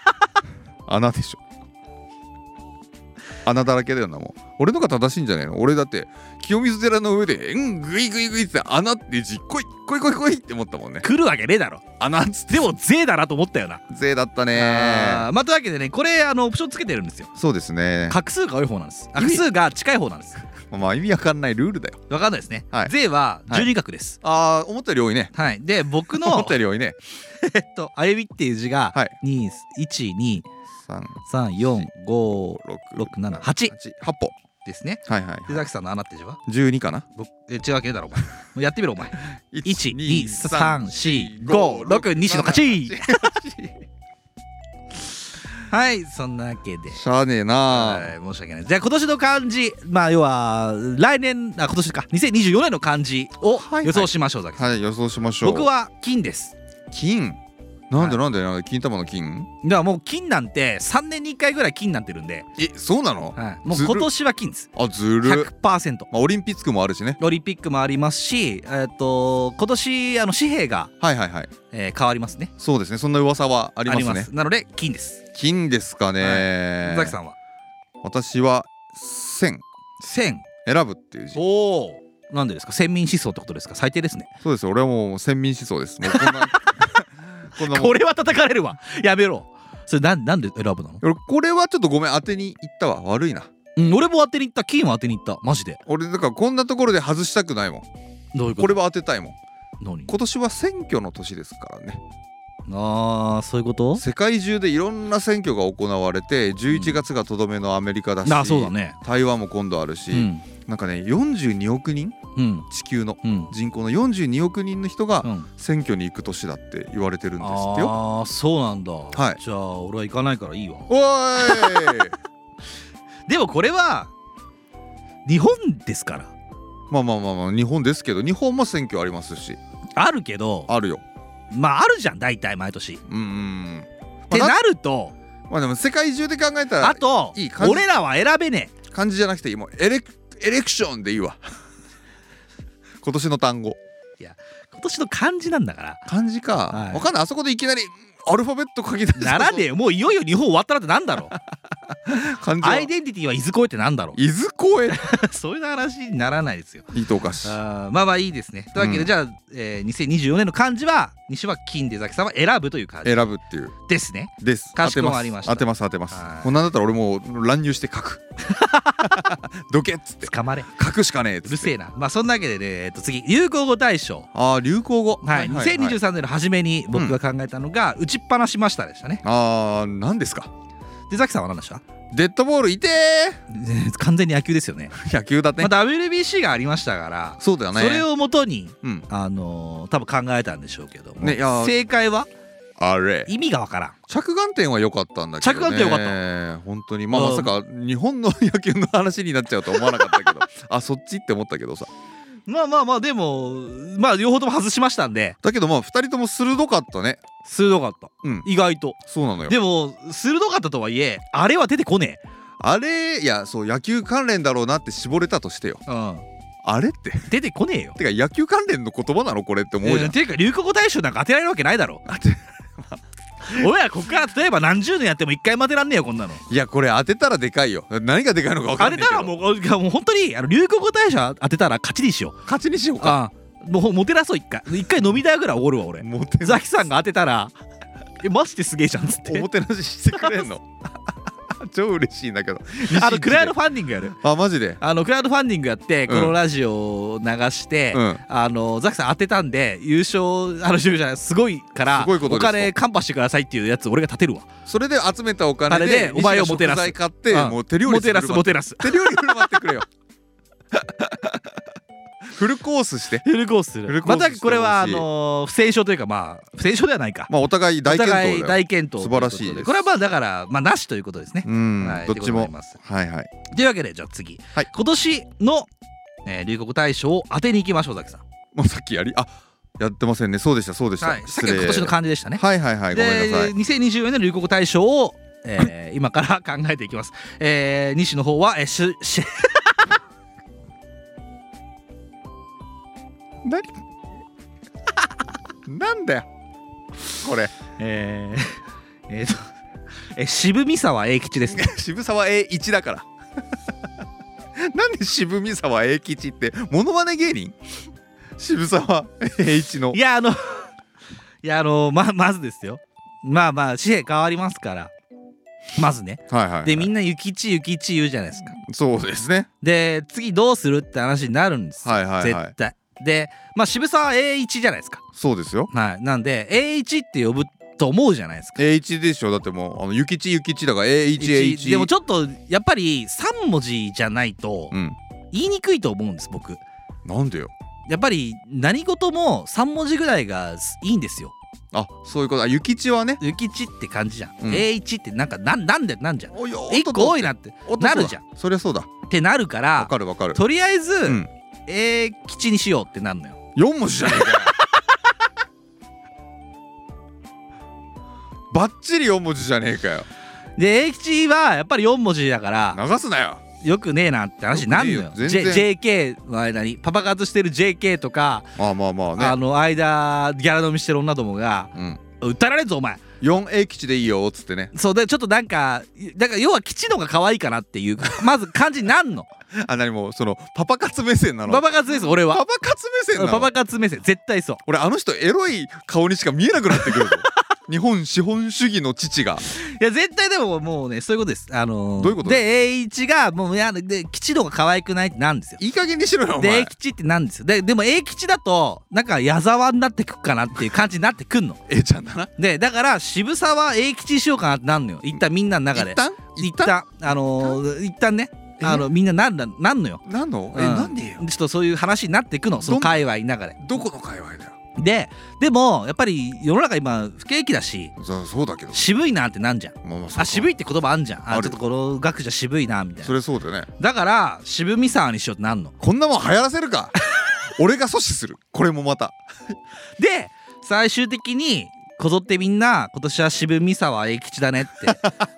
Speaker 2: 穴でしょ穴だらけだよなもう俺のが正しいんじゃないの俺だって清水寺の上で「うんグイグイグイ」って穴って字こいこいこいこいって思ったもんね
Speaker 1: 来るわけねえだろ
Speaker 2: 穴っつって
Speaker 1: でも税だなと思ったよな
Speaker 2: 税だった
Speaker 1: あ
Speaker 2: ね
Speaker 1: ーまあというわけでねこれあのオプションつけてるんですよ
Speaker 2: そうですね
Speaker 1: 画数が多い方なんですあ
Speaker 2: 意
Speaker 1: 画
Speaker 2: 味
Speaker 1: 数が近い方なんです
Speaker 2: まあ意味わかんないルールだよ
Speaker 1: わかんないですね、
Speaker 2: はい
Speaker 1: 税は
Speaker 2: はい
Speaker 1: 12画です
Speaker 2: あー思ったより多いね
Speaker 1: はい、で僕
Speaker 2: 思っ
Speaker 1: の
Speaker 2: たより多いね
Speaker 1: えっと歩みっていう字が
Speaker 2: はい
Speaker 1: 2 1 2
Speaker 2: 3
Speaker 1: 3 4 5
Speaker 2: 6
Speaker 1: 6 7 8
Speaker 2: 8本
Speaker 1: ですね
Speaker 2: はいはい
Speaker 1: でザキさんの穴って字は
Speaker 2: 12かな
Speaker 1: 僕え違うわけねえだろお前もうやってみろお 前1 2 3 4 5 6
Speaker 2: 123456
Speaker 1: 西の勝ちはいそんなわけで
Speaker 2: しゃあねえな
Speaker 1: はい申し訳ないじゃあ今年の漢字まあ要は来年あ今年か2024年の漢字を
Speaker 2: はいはい
Speaker 1: 予想しましょうザキさん
Speaker 2: はい予想しましょう
Speaker 1: 僕は金です
Speaker 2: 金なんでなんでなんで金玉の金
Speaker 1: ではもう金なんて3年に1回ぐらい金なんてるんで、
Speaker 2: えそうなの
Speaker 1: はい、もう
Speaker 2: ずる
Speaker 1: 今年は金です
Speaker 2: あずる
Speaker 1: 100%
Speaker 2: まあオリンピックもあるしね
Speaker 1: オリンピックもありますし、えっと今年あの紙幣が、
Speaker 2: はいはいはい
Speaker 1: えー変わりますね
Speaker 2: そうですねそんな噂はありますね
Speaker 1: なので金です、
Speaker 2: 金ですかね、
Speaker 1: ザキさんは
Speaker 2: 私は千
Speaker 1: 千
Speaker 2: 選ぶっていう字
Speaker 1: おおなんでですか先民思想ってことですか最低ですね
Speaker 2: そうです俺はもう先民思想ですもうこんなこんなもん
Speaker 1: これは叩かれるわ やめろそれなんなんで選ぶなの、
Speaker 2: 俺これはちょっとごめん当てにいったわ悪いな
Speaker 1: うん、俺も当てに行った金は当てに行ったマジで
Speaker 2: 俺だからこんなところで外したくないもん
Speaker 1: どういうこ
Speaker 2: ことれは当てたいもん
Speaker 1: 何
Speaker 2: 今年は選挙の年ですからね
Speaker 1: あーそういうこと
Speaker 2: 世界中でいろんな選挙が行われて11月がとどめのアメリカだし、
Speaker 1: あそうだね
Speaker 2: 台湾も今度あるし、
Speaker 1: うん
Speaker 2: なんかね42億人
Speaker 1: うん
Speaker 2: 地球の
Speaker 1: うん
Speaker 2: 人口の42億人の人
Speaker 1: う
Speaker 2: が
Speaker 1: ん、
Speaker 2: 選挙に行く年だって言われてるんですってよ。
Speaker 1: ああそうなんだ、
Speaker 2: はい
Speaker 1: じゃあ俺は行かないからいいわ
Speaker 2: おーい
Speaker 1: でもこれは日本ですから
Speaker 2: まあまあまあまあ日本ですけど日本も選挙ありますし
Speaker 1: あるけど
Speaker 2: あるよ。
Speaker 1: まああるじゃん大体毎年っ
Speaker 2: うんうん。
Speaker 1: て
Speaker 2: まあ
Speaker 1: なると
Speaker 2: なまあでも世界中で考えた
Speaker 1: あ
Speaker 2: ら
Speaker 1: と
Speaker 2: いい感じ
Speaker 1: 俺らは選べねえ
Speaker 2: 漢字じゃなくていいもうエレクエレクションでいいわ。 今年の単語
Speaker 1: 今年の漢字なんだ から
Speaker 2: 漢字か、
Speaker 1: はい
Speaker 2: わかんないあそこでいきなりアルファベット書き出した
Speaker 1: ならねえよもういよいよ日本終わったらってなんだろう
Speaker 2: 漢字は
Speaker 1: アイデンティティはいずこえってなんだろ
Speaker 2: 伊豆公園
Speaker 1: う そういう話にならないですよ
Speaker 2: いいとおかし
Speaker 1: あーまあまあいいですねというわけで、
Speaker 2: うん
Speaker 1: じゃあ、えー2024年の漢字は西は金でザキさんは選ぶという感じ
Speaker 2: 選ぶっていう
Speaker 1: ですね
Speaker 2: です
Speaker 1: かしこ
Speaker 2: 当て
Speaker 1: まりました
Speaker 2: 当てます当てます
Speaker 1: はい
Speaker 2: もうなんだったら俺もう乱入して 書くどけっつって
Speaker 1: 捕まれ
Speaker 2: 書くしかねえっつ
Speaker 1: う
Speaker 2: っ
Speaker 1: る
Speaker 2: て
Speaker 1: せえなまあそんなわけでね、えっと次流行語大賞
Speaker 2: ああ流行語
Speaker 1: はい、2023年の初めに僕が考えたのが「打ちっぱなしました」でしたね。
Speaker 2: ああ何ですか
Speaker 1: でザキさんは何でした
Speaker 2: デッドボールいて
Speaker 1: 完全に野球ですよね。
Speaker 2: ー 野球だ
Speaker 1: ま
Speaker 2: ね、
Speaker 1: あ、WBC がありましたから
Speaker 2: そうだよ
Speaker 1: そ
Speaker 2: ね
Speaker 1: れをもとに、
Speaker 2: うん
Speaker 1: あのー多分考えたんでしょうけども、
Speaker 2: ねいやー
Speaker 1: 正解は
Speaker 2: あれ
Speaker 1: 意味がわからん。
Speaker 2: 着眼点は良かったんだけど、ね、
Speaker 1: 着眼点良か
Speaker 2: った本当にまあ
Speaker 1: うん
Speaker 2: まさか日本の野球の話になっちゃうとは思わなかったけどあそっちって思ったけどさ
Speaker 1: まあまあまあでもまあ両方とも外しましたんで
Speaker 2: だけどまあ2人とも鋭かったね
Speaker 1: 鋭かった、
Speaker 2: うん
Speaker 1: 意外と。
Speaker 2: そうなのよ
Speaker 1: でも鋭かったとはいえあれは出てこねえ。
Speaker 2: あれいやそう野球関連だろうなって絞れたとしてよ
Speaker 1: うん、
Speaker 2: あれって
Speaker 1: 出てこねえよ。
Speaker 2: てか野球関連の言葉なのこれって思うじ
Speaker 1: え
Speaker 2: ゃ
Speaker 1: ー
Speaker 2: ん、
Speaker 1: ていうか流行語大賞なんか当てられるわけないだろ俺らこっから例えば何十年やっても一回も当てらんねえよこんなの
Speaker 2: いやこれ当てたらでかいよ何がでかいのか分か
Speaker 1: 当
Speaker 2: んな
Speaker 1: て
Speaker 2: いけど
Speaker 1: たらもういやもう本当にあの流行語大賞当てたら勝ちにしよう
Speaker 2: 勝ちにしようか
Speaker 1: ああもうモテらそう一回一回飲み代ぐらいおごるわ俺
Speaker 2: モテ
Speaker 1: ザキさんが当てたらえマジですげえじゃんっつって
Speaker 2: おもてなししてくれんの超嬉しいんだけど
Speaker 1: あのクラウド
Speaker 2: フ
Speaker 1: ファンディングやる
Speaker 2: あマジで
Speaker 1: あのクラウドファンディングやってこ
Speaker 2: うん
Speaker 1: のラジオを流して、
Speaker 2: うん
Speaker 1: あのザキさん当てたんで優勝あの優勝じゃないすごいから
Speaker 2: すごいこと
Speaker 1: お
Speaker 2: ですか
Speaker 1: 金カンパしてくださいっていうやつ俺が立てるわ
Speaker 2: それで集めたお
Speaker 1: あ
Speaker 2: 金
Speaker 1: れ
Speaker 2: で
Speaker 1: でお前をもてなす
Speaker 2: 西が食材買って
Speaker 1: うん
Speaker 2: もう手料
Speaker 1: モ
Speaker 2: 理す
Speaker 1: テ
Speaker 2: る
Speaker 1: ラスモテラス
Speaker 2: 手料理振る舞ってくれよ フルコースして
Speaker 1: フルコースす
Speaker 2: フ
Speaker 1: る
Speaker 2: ルコー
Speaker 1: また
Speaker 2: スしてほしい
Speaker 1: これはあのー不戦勝というかまあ不戦勝ではないか
Speaker 2: まあお互い大
Speaker 1: お
Speaker 2: 健
Speaker 1: 互い
Speaker 2: 闘だよ
Speaker 1: 大健闘とうこと
Speaker 2: 素晴らしいです
Speaker 1: これはまあだからまあなしということですね
Speaker 2: うん、
Speaker 1: はい
Speaker 2: どっちも
Speaker 1: ということになります
Speaker 2: はいはい
Speaker 1: というわけでじゃあ次
Speaker 2: はい
Speaker 1: 今年のえー流行語大賞を当てに行きましょうザキさん
Speaker 2: もうさっきやりあやってませんねそうでしたそうでした、
Speaker 1: はいさっ
Speaker 2: 失
Speaker 1: きは
Speaker 2: 礼
Speaker 1: 今年の漢字でしたね
Speaker 2: はいはいはいごめんなさ
Speaker 1: で
Speaker 2: い
Speaker 1: 2024年の流行語大賞をえ ー今から考えていきますえー西の方はえーしし
Speaker 2: 何 なんだよこれ
Speaker 1: えー えーとえー渋見沢栄吉ですね
Speaker 2: 渋沢栄一だから なんで渋見沢栄吉ってモノマネ芸人渋沢栄一の
Speaker 1: いやあの いやあのままずですよまあまあ紙幣変わりますからまずね
Speaker 2: はいはい、はい、
Speaker 1: でみんな「諭吉諭吉」言うじゃないですか
Speaker 2: そうですね
Speaker 1: で次どうするって話になるんですよ、
Speaker 2: はいはいはい
Speaker 1: 絶対でまあ渋沢栄一じゃないですか
Speaker 2: そうですよ
Speaker 1: はいなんで栄一って呼ぶと思うじゃないですか
Speaker 2: A1 でしょだってもうあの諭吉諭吉だから A1A1
Speaker 1: でも
Speaker 2: ょ
Speaker 1: ちょっとやっぱり3文字じゃないと
Speaker 2: うん
Speaker 1: 言いにくいと思うんです僕
Speaker 2: なんでよ
Speaker 1: やっぱり何事も3文字ぐらいがいいんですよ
Speaker 2: あそういうことあ諭吉はね
Speaker 1: 諭吉って感じじゃん、
Speaker 2: うん
Speaker 1: A1 ってなんかなんなんでなんじゃん
Speaker 2: およ
Speaker 1: 1個多いなって
Speaker 2: おっとっと
Speaker 1: なるじゃん
Speaker 2: そりゃそうだ
Speaker 1: ってなるか
Speaker 2: わ
Speaker 1: ら
Speaker 2: かるわかる
Speaker 1: とりあえず、
Speaker 2: うん、
Speaker 1: A 吉にしようってなるのよ
Speaker 2: 4文字じゃねえかよ バッチリ4文字じゃねえかよ
Speaker 1: で A 吉はやっぱり4文字だから
Speaker 2: 流すなよ
Speaker 1: よくねえなって話になるのよ
Speaker 2: よくねえよ全然
Speaker 1: J- JK の間にパパ活してる JK とか、
Speaker 2: まあまあまあね
Speaker 1: あの間ギャラ飲みしてる女どもが
Speaker 2: うん
Speaker 1: 「訴えられんぞお前
Speaker 2: 4A 基地でいいよっつってね
Speaker 1: そうでちょっとなんかだから要は吉のが可愛いかなっていうまず感じになんの
Speaker 2: あ何もうそのパパ活目線なの
Speaker 1: パパ活です俺は
Speaker 2: パパ活目線なの
Speaker 1: パパ活目線絶対そう
Speaker 2: 俺あの人エロい顔にしか見えなくなってくるぞ 日本資本主義の父が
Speaker 1: いや絶対でももうねそういうことですあのー
Speaker 2: どういうこと
Speaker 1: で A1 がもういやで吉のが可愛くないってなんですよ
Speaker 2: いい加減にしろよお
Speaker 1: で
Speaker 2: 前
Speaker 1: A 吉ってなんですよででも A 吉だとなんか矢沢になってくっかなっていう感じになってくんの
Speaker 2: A ちゃんだな
Speaker 1: でだから渋沢 A 吉にしようかなってなんのよ一旦みんなの中で
Speaker 2: 一旦
Speaker 1: 一旦あのー一旦ね
Speaker 2: え
Speaker 1: あのみんななんだなんのよ
Speaker 2: 何のえ、
Speaker 1: うん
Speaker 2: なんでよ
Speaker 1: ちょっとそういう話になっていくのその界隈の中で
Speaker 2: どこの界隈だよ
Speaker 1: ででもやっぱり世の中今不景気だし
Speaker 2: そそうだけど
Speaker 1: 渋いなってなんじゃん
Speaker 2: まあまあそうか
Speaker 1: あ渋いって言葉あんじゃんあ
Speaker 2: ある
Speaker 1: ちょっとこの学じゃ渋いなみたい
Speaker 2: そ
Speaker 1: な
Speaker 2: れそうだよね
Speaker 1: だから渋みさにしようってなんの
Speaker 2: こんなもん流行らせ るか俺が阻止するこれもまた
Speaker 1: で最終的にこぞってみんな今年は渋みさは永吉だねって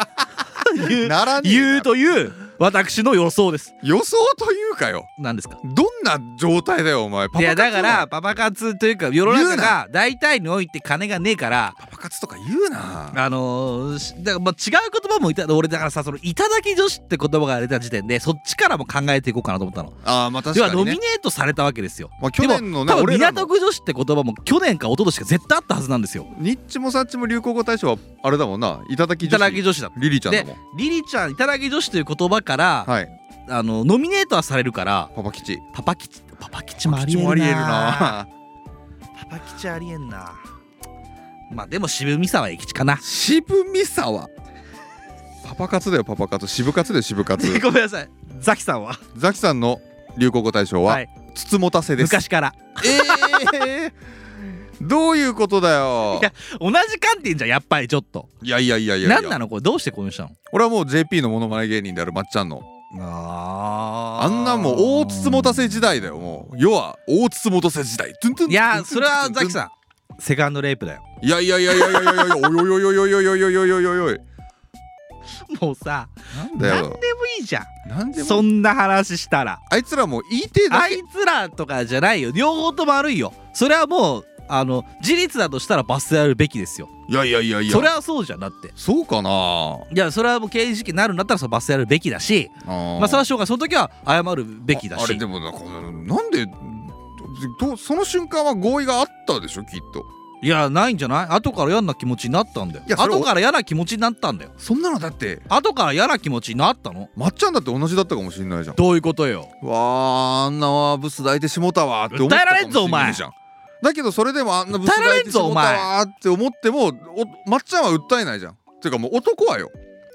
Speaker 1: 言う
Speaker 2: ならねえな
Speaker 1: 言うという私の予想です
Speaker 2: 予想というかよ
Speaker 1: 何ですか
Speaker 2: どんな状態だよお前パパ活
Speaker 1: いやだか
Speaker 2: は
Speaker 1: らパパ活というか世の
Speaker 2: 言
Speaker 1: 中
Speaker 2: うな
Speaker 1: が大体において金がねえから
Speaker 2: パパ活とか言うな
Speaker 1: あのーしだからまあ違う言葉もいた俺だからさその「いただき女子」って言葉が出た時点でそっちからも考えていこうかなと思ったの。
Speaker 2: あーまあ確
Speaker 1: 要は
Speaker 2: か
Speaker 1: ノ
Speaker 2: に
Speaker 1: ミネ
Speaker 2: ね
Speaker 1: ートされたわけですよ。
Speaker 2: まあ去年の
Speaker 1: でも多
Speaker 2: ね
Speaker 1: 分
Speaker 2: 俺ら
Speaker 1: 港
Speaker 2: の
Speaker 1: 区女子って言葉も去年か一昨年か絶対あったはずなんですよ。
Speaker 2: ニッチもサッチも流行語大賞はあれだもんないただき
Speaker 1: い
Speaker 2: 女
Speaker 1: ただ
Speaker 2: 子
Speaker 1: き女子だ。
Speaker 2: リリちゃんだ
Speaker 1: で
Speaker 2: もん
Speaker 1: リリちゃん「いただき女子」という言葉から、
Speaker 2: はい
Speaker 1: あのノミネートはされるから
Speaker 2: パパ吉
Speaker 1: パパ吉パパ吉もあり
Speaker 2: 吉
Speaker 1: え
Speaker 2: もあ
Speaker 1: る
Speaker 2: りえ
Speaker 1: な
Speaker 2: るな
Speaker 1: パパ吉ありえんなまあでも渋みさは永吉かな
Speaker 2: 渋みさはパパ活だよパパ活渋活だよ渋活
Speaker 1: ごめんなさいザキさんは
Speaker 2: ザキさんの流行語大賞は、
Speaker 1: はい
Speaker 2: つつもたせです
Speaker 1: 昔から
Speaker 2: ええー、どういうことだよ
Speaker 1: いや同じ観点じゃんやっぱりちょっと
Speaker 2: いやいやいやいやいや
Speaker 1: 何なのこれどうしてこの人なの
Speaker 2: 俺はもう JP のモノマネ芸人であるまっちゃんの
Speaker 1: あ
Speaker 2: あんなもう大つつもたせ時代だよもう要は大つつもたせ時代トゥントゥン
Speaker 1: いやそれはザキ
Speaker 2: ん
Speaker 1: さんセカンドレイプだよ
Speaker 2: いやいやいやいやいやいやいやおいおいおいおいおいおいおいおいおいおいおい
Speaker 1: もうさ
Speaker 2: なんだ
Speaker 1: 何で
Speaker 2: よ
Speaker 1: もいいじゃん
Speaker 2: なんで
Speaker 1: そ
Speaker 2: も
Speaker 1: んな話したら
Speaker 2: あいつらもう言いてえだ
Speaker 1: あ
Speaker 2: け
Speaker 1: いつらとかじゃないよ両方とも悪いよそれはもうあの事実だとしたら罰せられるべきですよ
Speaker 2: いやいやいやいや
Speaker 1: それはそうじゃんだって
Speaker 2: そうかない
Speaker 1: やそれはもう刑事事件になるんだったらその罰せられるべきだし
Speaker 2: ま
Speaker 1: まあそれはしょうがないその時は謝るべきだ
Speaker 2: ああれ
Speaker 1: し
Speaker 2: でもなこのなんでどその瞬間は合意があったでしょきっと
Speaker 1: いやないんじゃない後から嫌な気持ちになったんだよ
Speaker 2: いやそれ
Speaker 1: 後から嫌な気持ちになったんだよ
Speaker 2: そんなのだって
Speaker 1: 後から嫌な気持ちになったの
Speaker 2: まっちゃんだって同じだったかもしれないじゃん
Speaker 1: どういうことよ
Speaker 2: わああんなブス抱いてしもたわって思ったかもしれないじゃんだけどそれでもあんなブス抱いてしもたわって思ってもおまっちゃんは訴えないじゃんていうかもう男はよ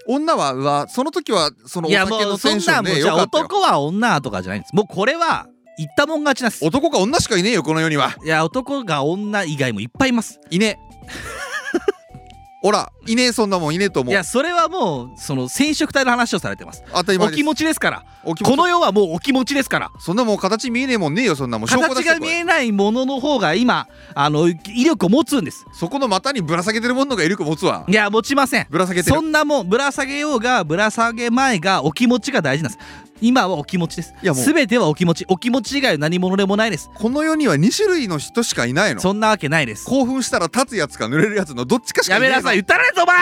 Speaker 2: 女はうわその時はそのお
Speaker 1: いや
Speaker 2: 酒
Speaker 1: も
Speaker 2: の
Speaker 1: うそ
Speaker 2: テ
Speaker 1: ん
Speaker 2: ンショ
Speaker 1: な
Speaker 2: ン
Speaker 1: もう
Speaker 2: ね
Speaker 1: じ
Speaker 2: よ
Speaker 1: ゃ
Speaker 2: か
Speaker 1: あ
Speaker 2: ったよ
Speaker 1: 男は女とかじゃないんですもうこれは言ったもん勝ちなんです
Speaker 2: 男か女しかいねえよこの世にはい
Speaker 1: や男が女以外もいっぱいいます
Speaker 2: いねえほらいねえそんなもんいねえと思
Speaker 1: いうやそれはもうその染色体の話をされてます
Speaker 2: 当たり前
Speaker 1: お
Speaker 2: で
Speaker 1: 気
Speaker 2: す
Speaker 1: 持ちですから
Speaker 2: お気持ち
Speaker 1: この世はもうお気持ちですから
Speaker 2: そんなもん形見えねえもんねえよそんなもん証拠
Speaker 1: 形
Speaker 2: 出して
Speaker 1: が
Speaker 2: こ
Speaker 1: 見
Speaker 2: い
Speaker 1: えないものの方が今あの威力を持つんです
Speaker 2: そこの股にぶら下げてるものがいるか持つわ
Speaker 1: いや持ちません
Speaker 2: ぶら下げてる
Speaker 1: そんなもんぶら下げようがぶら下げまいがお気持ちが大事なんです今はお気持ちです
Speaker 2: いやもう
Speaker 1: 全てはお気持ちお気持ち以外は何者でもないです
Speaker 2: この世には2種類の人しかいないの
Speaker 1: そんなわけないです
Speaker 2: 興奮したら立つやつか濡れるやつのどっちかしか
Speaker 1: や
Speaker 2: いな
Speaker 1: め
Speaker 2: いの
Speaker 1: なさい言ったらねえぞお前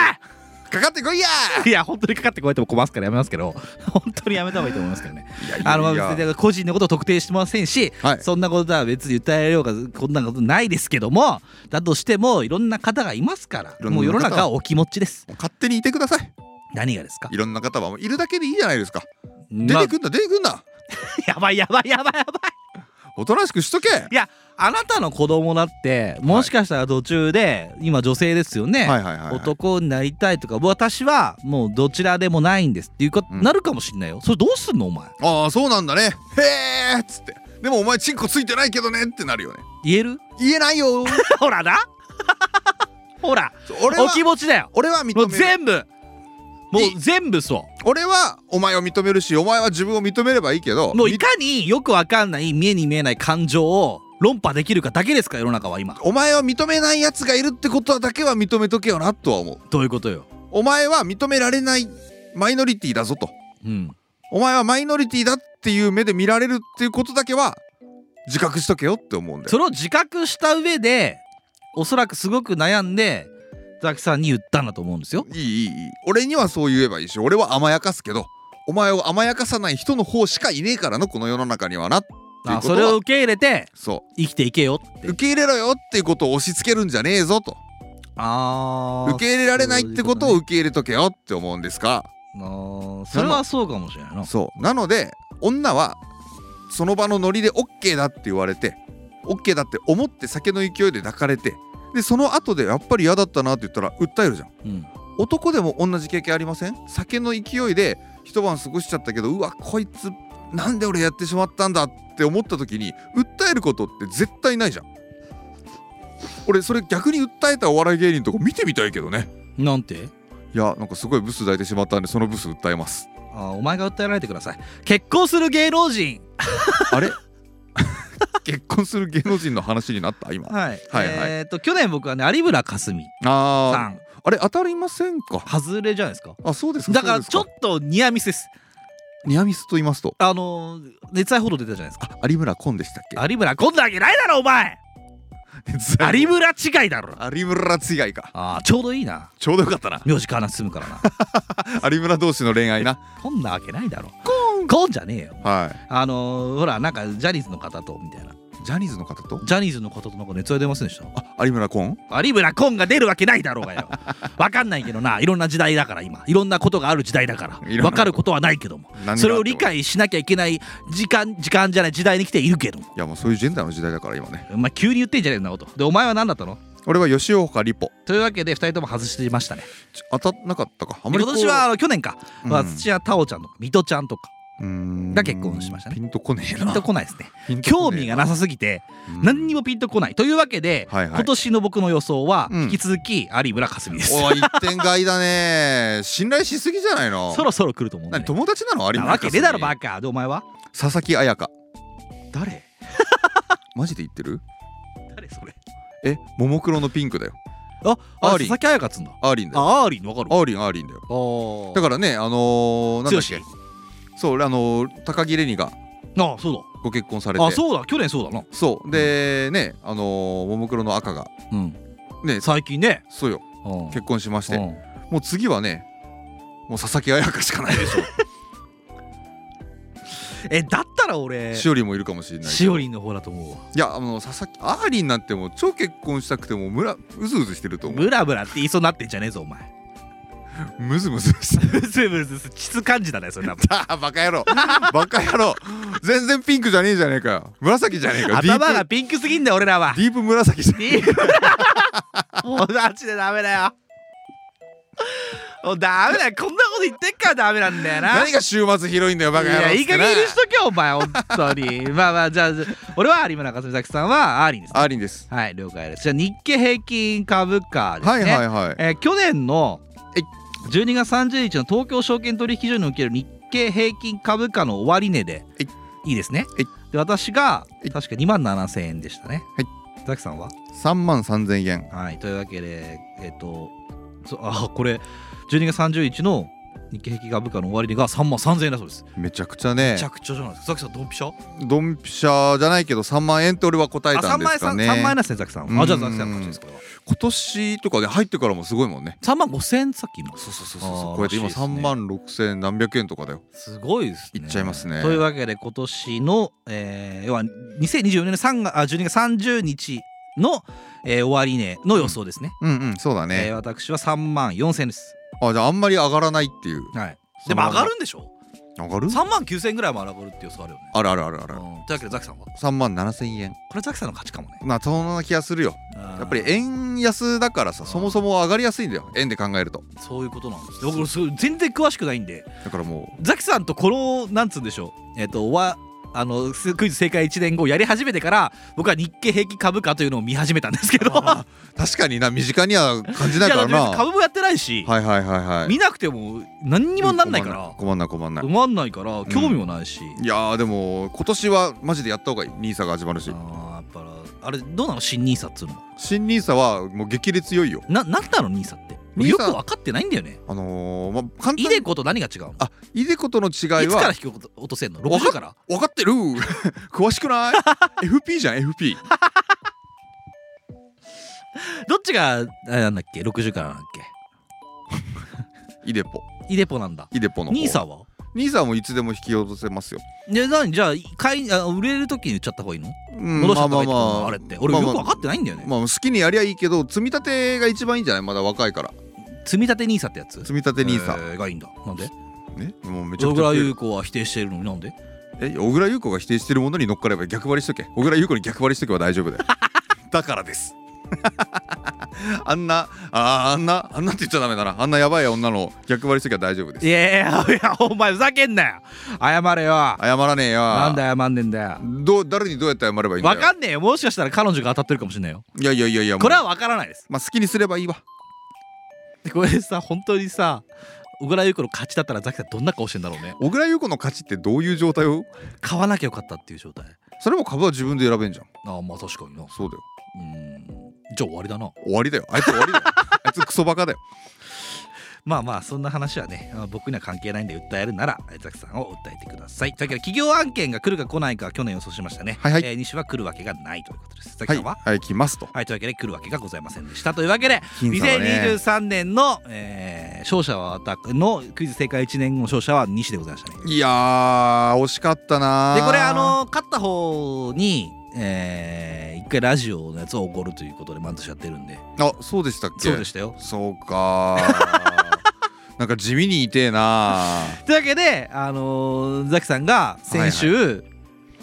Speaker 2: かかってこいや
Speaker 1: いや本当にかかってこられても困ますからやめますけど本当にやめた方がいいと思いますけどね
Speaker 2: いやいやいや
Speaker 1: あのまあ別に個人のことを特定してませんし、
Speaker 2: はい
Speaker 1: そんなことは別に訴えようがこんなことないですけどもだとしてもいろんな方がいますから
Speaker 2: ろんな方
Speaker 1: もう世の中はお気持ちです
Speaker 2: もう勝手にいてください
Speaker 1: 何がですか
Speaker 2: いろんな方はもういるだけでいいじゃないですか出
Speaker 1: まあ
Speaker 2: てくんな出てくんな
Speaker 1: やばいやばいやばいやばい
Speaker 2: おとなしくしとけはい
Speaker 1: やあなたの子供だってもしかしたら途中で、今女性ですよね、
Speaker 2: いはいはいはい
Speaker 1: 男になりたいとか私はもうどちらでもないんですっていうこと
Speaker 2: うん
Speaker 1: なるかもしんないよ、それどうすんのお前
Speaker 2: ああそうなんだねへえっつってで もお前チンコついてないけどねってなるよね
Speaker 1: 言える
Speaker 2: 言えないよ
Speaker 1: ほらなほら
Speaker 2: 俺は
Speaker 1: お気持ちだよ
Speaker 2: 俺は認
Speaker 1: もう
Speaker 2: める
Speaker 1: 全部もう全部そ
Speaker 2: 俺はお前を認めるしお前は自分を認めればいいけど
Speaker 1: うもう
Speaker 2: み
Speaker 1: いかによくわかんない見えに見えない感情を論破できるかだけですか世の中は今
Speaker 2: お前を認めないやつがいるってことだけは認めとけよなとは思う
Speaker 1: どういうことよ
Speaker 2: お前は認められないマイノリティだぞと
Speaker 1: うん
Speaker 2: お前はマイノリティだっていう目で見られるっていうことだけは自覚しとけよって思うんだよ
Speaker 1: それを自覚した上でおそらくすごく悩んでザキさんに言ったんだと思うんですよ
Speaker 2: いいいいいい俺にはそう言えばいいし俺は甘やかすけどお前を甘やかさない人の方しかいねえからのこの世の中にはなっていうことは
Speaker 1: あそれを受け入れて
Speaker 2: そ
Speaker 1: 生きていけよっ
Speaker 2: う
Speaker 1: て
Speaker 2: 受け入れろよっていうことを押し付けるんじゃねえぞと
Speaker 1: あー
Speaker 2: 受け入れられないってことを受け入れとけよって思うんですが
Speaker 1: あーそれはそうかもしれないな
Speaker 2: そうなので女はその場のノリで OK だって言われて OK だって思って酒の勢いで抱かれてでその後でやっぱり嫌だったなって言ったら訴えるじゃん
Speaker 1: うん
Speaker 2: 男でも同じ経験ありません酒の勢いで一晩過ごしちゃったけどうわこいつなんで俺やってしまったんだって思った時に訴えることって絶対ないじゃん俺それ逆に訴えたお笑い芸人とか見てみたいけどね
Speaker 1: なんて
Speaker 2: いやなんかすごいブス抱いてしまったんでそのブス訴えます
Speaker 1: あーお前が訴えられてください結婚する芸能人
Speaker 2: あれ 結婚する芸能人の話になった今
Speaker 1: はい、
Speaker 2: はいはい
Speaker 1: えっ、と去年僕はね有村架純さ
Speaker 2: あ
Speaker 1: ん
Speaker 2: ーあれ当たりませんか
Speaker 1: 外れじゃないですか
Speaker 2: あそうです
Speaker 1: だからちょ
Speaker 2: そう
Speaker 1: っ
Speaker 2: です
Speaker 1: とニアミスです
Speaker 2: ニアミスと言いますと
Speaker 1: あのー熱愛報道出たじゃないですか
Speaker 2: 有村コンでしたっ
Speaker 1: 有村こんなわけないだろお前
Speaker 2: け
Speaker 1: 有村違いだろ
Speaker 2: 有村違いか
Speaker 1: あーちょうどいいな
Speaker 2: ちょうどよかったな
Speaker 1: 名字から進むから な
Speaker 2: 有村同士の恋愛な
Speaker 1: こんなわけないだろコーンコーンじゃねえよ
Speaker 2: は
Speaker 1: あのーほらなんかジャニーズの方とみたいない
Speaker 2: ジャニーズの方と
Speaker 1: ジャニーズの方となんか熱愛出ませんでし
Speaker 2: あ有村コン
Speaker 1: た有村コンが出るわけないだろうが よわかんないけどないろんな時代だから今いろんなことがある時代だか
Speaker 2: いろんな
Speaker 1: らわかることはないけども
Speaker 2: 何があっても
Speaker 1: それを理解しなきゃいけない時間時間じゃない時代に来ているけども
Speaker 2: いやもうそういうジェンダーの時代だから今ね
Speaker 1: お前急に言ってんじゃねえんなことでお前は何だったの
Speaker 2: 俺は吉岡里帆
Speaker 1: というわけで2人とも外していましたね
Speaker 2: ちょ当たんなかったかあま
Speaker 1: 今
Speaker 2: りこう
Speaker 1: 年はあの去年か、
Speaker 2: うん
Speaker 1: まあ土屋太鳳ちゃんとか水戸ちゃんとか
Speaker 2: うーん
Speaker 1: が結婚しましたね
Speaker 2: ピンとこねえ
Speaker 1: ピ
Speaker 2: な
Speaker 1: ンとこないですね
Speaker 2: ピンと
Speaker 1: 興
Speaker 2: こね
Speaker 1: 味
Speaker 2: え
Speaker 1: がなさすぎて何にもピンとこないというわけで、
Speaker 2: はいはい
Speaker 1: 今年の僕の予想は
Speaker 2: うん
Speaker 1: 引き続き有村架純です、
Speaker 2: おい一点買いだね信頼しすぎじゃないの
Speaker 1: そろそろ来ると思うんだ、
Speaker 2: 何
Speaker 1: ね、
Speaker 2: 友達なの有
Speaker 1: な
Speaker 2: 村
Speaker 1: わけねえだろ
Speaker 2: 架純
Speaker 1: バカでお前は
Speaker 2: 佐々木彩香誰マジで言ってる
Speaker 1: 誰それ
Speaker 2: えももクロのピンクだよ
Speaker 1: あ
Speaker 2: ア
Speaker 1: あ
Speaker 2: ーリン
Speaker 1: 佐々木彩香っつんだ
Speaker 2: アーリンだよ
Speaker 1: あアーリンわかる
Speaker 2: アーリンアーリンだよ
Speaker 1: あ
Speaker 2: だ
Speaker 1: か
Speaker 2: からねあのー、なんだっけそうあのー高木レニが
Speaker 1: ああそう
Speaker 2: ご結婚され
Speaker 1: だ
Speaker 2: て
Speaker 1: あそうだ去年そうだな
Speaker 2: そうでねあのーももクロの赤が
Speaker 1: うん
Speaker 2: ね
Speaker 1: 最近ね
Speaker 2: そうよ
Speaker 1: うん
Speaker 2: 結婚しまして
Speaker 1: うん
Speaker 2: もう次はねもう佐々木彩香しかないでしょ
Speaker 1: えだったら俺
Speaker 2: しおりもいるかもしれない
Speaker 1: しおりんの方だと思うわ
Speaker 2: いやあの佐々木アーリンなんてもう超結婚したくてもうむらうずうずしてると思う
Speaker 1: ブラブラって言いそうになってんじゃねえぞお前
Speaker 2: むずむずしてる
Speaker 1: ブスブス質感じだねそれ多分
Speaker 2: あ バカ野郎バカ野郎全然ピンクじゃねえじゃねえかよ紫じゃねえかよディープ
Speaker 1: 頭がピンクすぎんだよ俺らは
Speaker 2: ディープ紫じゃね
Speaker 1: いい もうマジでダメだよもうダメだよこんなこと言ってっからダメなんだ よな
Speaker 2: 何が週末広いんだよバカ野郎
Speaker 1: いやいい加減にし
Speaker 2: と
Speaker 1: とけよお前本当に まあまあじゃあ俺は有村架純さきさんはアーリンですね
Speaker 2: アーリンです
Speaker 1: はい了解ですじゃあ日経平均株価です
Speaker 2: はい
Speaker 1: ね、
Speaker 2: はいはい
Speaker 1: えー去年のえ12月30日の東京証券取引所における日経平均株価の終値で
Speaker 2: えい
Speaker 1: いいですね
Speaker 2: えい
Speaker 1: で私が
Speaker 2: えい
Speaker 1: 確か2万7000円でしたね
Speaker 2: はい
Speaker 1: ザキさんは
Speaker 2: 3万3000円
Speaker 1: はいというわけでえっ、とそあこれ12月30日の日経平均株価の終値が3万3000円だそうです
Speaker 2: めちゃくちゃね
Speaker 1: めちゃくちゃじゃないですかザキさんドンピシャ
Speaker 2: ドンピシャじゃないけど3万円って俺は答え
Speaker 1: あ
Speaker 2: た
Speaker 1: 3
Speaker 2: んで
Speaker 1: 万円
Speaker 2: す
Speaker 1: さ
Speaker 2: か
Speaker 1: ん
Speaker 2: ね
Speaker 1: 3万円ですねザキさん
Speaker 2: う
Speaker 1: は
Speaker 2: ん
Speaker 1: あじゃあザキさんの勝ちですこれは
Speaker 2: 今年とかで入ってからもすごいもんね
Speaker 1: 3万5000円さっき今
Speaker 2: そうそうそうう
Speaker 1: そう
Speaker 2: そうこうやって今
Speaker 1: あーらしいですね
Speaker 2: 3万6000何百円とかだよ
Speaker 1: すごいですね。
Speaker 2: いっちゃいますね
Speaker 1: というわけで今年の、えー、要は2024年の3月あ12月30日の、えー、終値の予想ですね。
Speaker 2: うんうんそうだ
Speaker 1: えー
Speaker 2: ね
Speaker 1: 私は3万4000円です。
Speaker 2: あじゃああんまり上がらないっていう
Speaker 1: はい、
Speaker 2: そ
Speaker 1: で
Speaker 2: の
Speaker 1: も
Speaker 2: まま
Speaker 1: 上がるんでしょ
Speaker 2: 上がる
Speaker 1: ?3 万9000円ぐらいも上がるって予想あるよね。
Speaker 2: あるあるあるある
Speaker 1: うんというわけでザキさんは
Speaker 2: 3万7000円
Speaker 1: これザキさんの勝ちかもね。
Speaker 2: まあそんな気がするよ
Speaker 1: や
Speaker 2: やっぱり円安だからさ
Speaker 1: あー
Speaker 2: そもそも上がりやすいんだよ円で考えると
Speaker 1: そういうことなんですね。僕そう全然詳しくないんで
Speaker 2: だからも
Speaker 1: ザキさんとこのなんつうんでしょうえっ、とおわあのすクイズ正解1年後やり始めてから僕は日経平均株価というのを見始めたんですけど
Speaker 2: あ確かにな身近には感じないい
Speaker 1: やだっ
Speaker 2: から
Speaker 1: て別に
Speaker 2: な
Speaker 1: 株もやってないし、
Speaker 2: はいはいはいはい
Speaker 1: 見なくても何にもなんないから
Speaker 2: 困んない困んない困んない
Speaker 1: 困んないから興味もないし、
Speaker 2: いやーでも今年はマジでやった方がいいニーサが始まるし
Speaker 1: あーやっぱあれどうなの新ニーサっつうの
Speaker 2: 新ニーサはもう激烈強いよ
Speaker 1: な何なのニーサって
Speaker 2: ニーサ
Speaker 1: よく分かってないんだよね
Speaker 2: あのー、まあ簡単
Speaker 1: イ
Speaker 2: に
Speaker 1: デコと何が違うの
Speaker 2: あイデコとの違
Speaker 1: い
Speaker 2: い
Speaker 1: つから
Speaker 2: は
Speaker 1: 引き落とせんの
Speaker 2: わか
Speaker 1: ?60 から
Speaker 2: 分かってる 詳しく ない FP じゃん FP
Speaker 1: どっちがあれなんだっけ60からなんだっ
Speaker 2: イデポ
Speaker 1: けイデポなんだ
Speaker 2: イデポの方
Speaker 1: ニーサは
Speaker 2: ニーサもいつでも引き落とせますよ
Speaker 1: じゃじゃあ買いあ売れる時に言っちゃった方がいいの
Speaker 2: うん
Speaker 1: 戻しちゃった方がいいとかなのあれ
Speaker 2: ま
Speaker 1: って俺
Speaker 2: ま
Speaker 1: よ
Speaker 2: あ
Speaker 1: く
Speaker 2: まあ
Speaker 1: 分かってないんだよね、
Speaker 2: まあ好きにやりゃいいけど積み立てが一番いいんじゃないまだ若いから
Speaker 1: 積み立てニーサってやつ
Speaker 2: 積み立てニーサ
Speaker 1: えーがいいんだなんで
Speaker 2: ねもうめちゃ
Speaker 1: 小
Speaker 2: くちゃ
Speaker 1: 倉優子は否定しているのになんで
Speaker 2: え小倉優子が否定してるものに乗っかれば逆張りしとけ小倉優子に逆張りしとけば大丈夫 だよだからですあんなあーあんなあんなって言っちゃダメだなあんなやばい女の逆張りしとけば大丈夫です
Speaker 1: いやいやいやお前ふざけんなよ謝れよ
Speaker 2: 謝らねえよ
Speaker 1: なんだよ謝んねんだよ
Speaker 2: どう誰にどうやって謝ればいいんだよ
Speaker 1: 分かんねえよもしかしたら彼女が当たってるかもしれないよ
Speaker 2: いやいやいやいや
Speaker 1: これは
Speaker 2: も
Speaker 1: 分からないです
Speaker 2: うまあ好きにすればいいわ
Speaker 1: でこれさ本当にさ小倉優子の勝ちだったらザキさんどんな顔してんだろうね
Speaker 2: 小倉優子の勝ちってどういう状態を
Speaker 1: 買わなきゃよかったっていう状態
Speaker 2: それも株は自分で選べんじゃん
Speaker 1: ああまあ確かになう
Speaker 2: そうだよ
Speaker 1: ーんじゃあ終わりだな
Speaker 2: 終わりだよあいつ終わりだよあいつクソバカだよ
Speaker 1: まあまあそんな話はねあ僕には関係ないんで訴えるならザキさんを訴えてくださいというわけで企業案件が来るか来ないかは去年予想しましたね
Speaker 2: はいはい
Speaker 1: えー西は来るわけがないということですザキさ
Speaker 2: はい
Speaker 1: んは、
Speaker 2: はい来ますと
Speaker 1: はい、というわけで来るわけがございませんでしたというわけで、
Speaker 2: 僅差だね
Speaker 1: 2023年の、えー勝者は私のクイズ正解1年後の勝者は西でございましたね
Speaker 2: いやー惜しかったなー
Speaker 1: でこれあの勝った方に、えー一回ラジオのやつをおごるということで毎年やってるんで
Speaker 2: あそうでしたっけ
Speaker 1: そうでしたよ
Speaker 2: そうかー なんか地味に痛えなー
Speaker 1: というわけで、あのーザキさんが先週、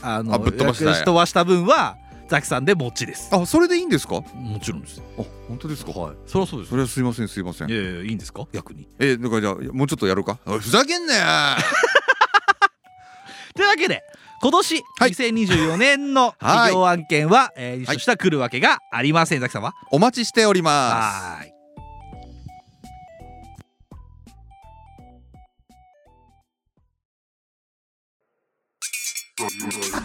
Speaker 1: あの
Speaker 2: あぶっ飛ばした
Speaker 1: 予約飛ばした分はザキさんで持ちです
Speaker 2: あそれでいいんですかあ
Speaker 1: もちろんですよ
Speaker 2: 本当ですか
Speaker 1: はいそりゃそうです
Speaker 2: それはすいませんすいません
Speaker 1: いやいやいいんですか逆に
Speaker 2: えなんかじゃあもうちょっとやるかおいふざけんなよー
Speaker 1: というわけで今年、
Speaker 2: はい
Speaker 1: 2024年の
Speaker 2: はい
Speaker 1: 企業案件は、えー、優勝した来るわけがありませんザキさんは
Speaker 2: お待ちしております
Speaker 1: はーい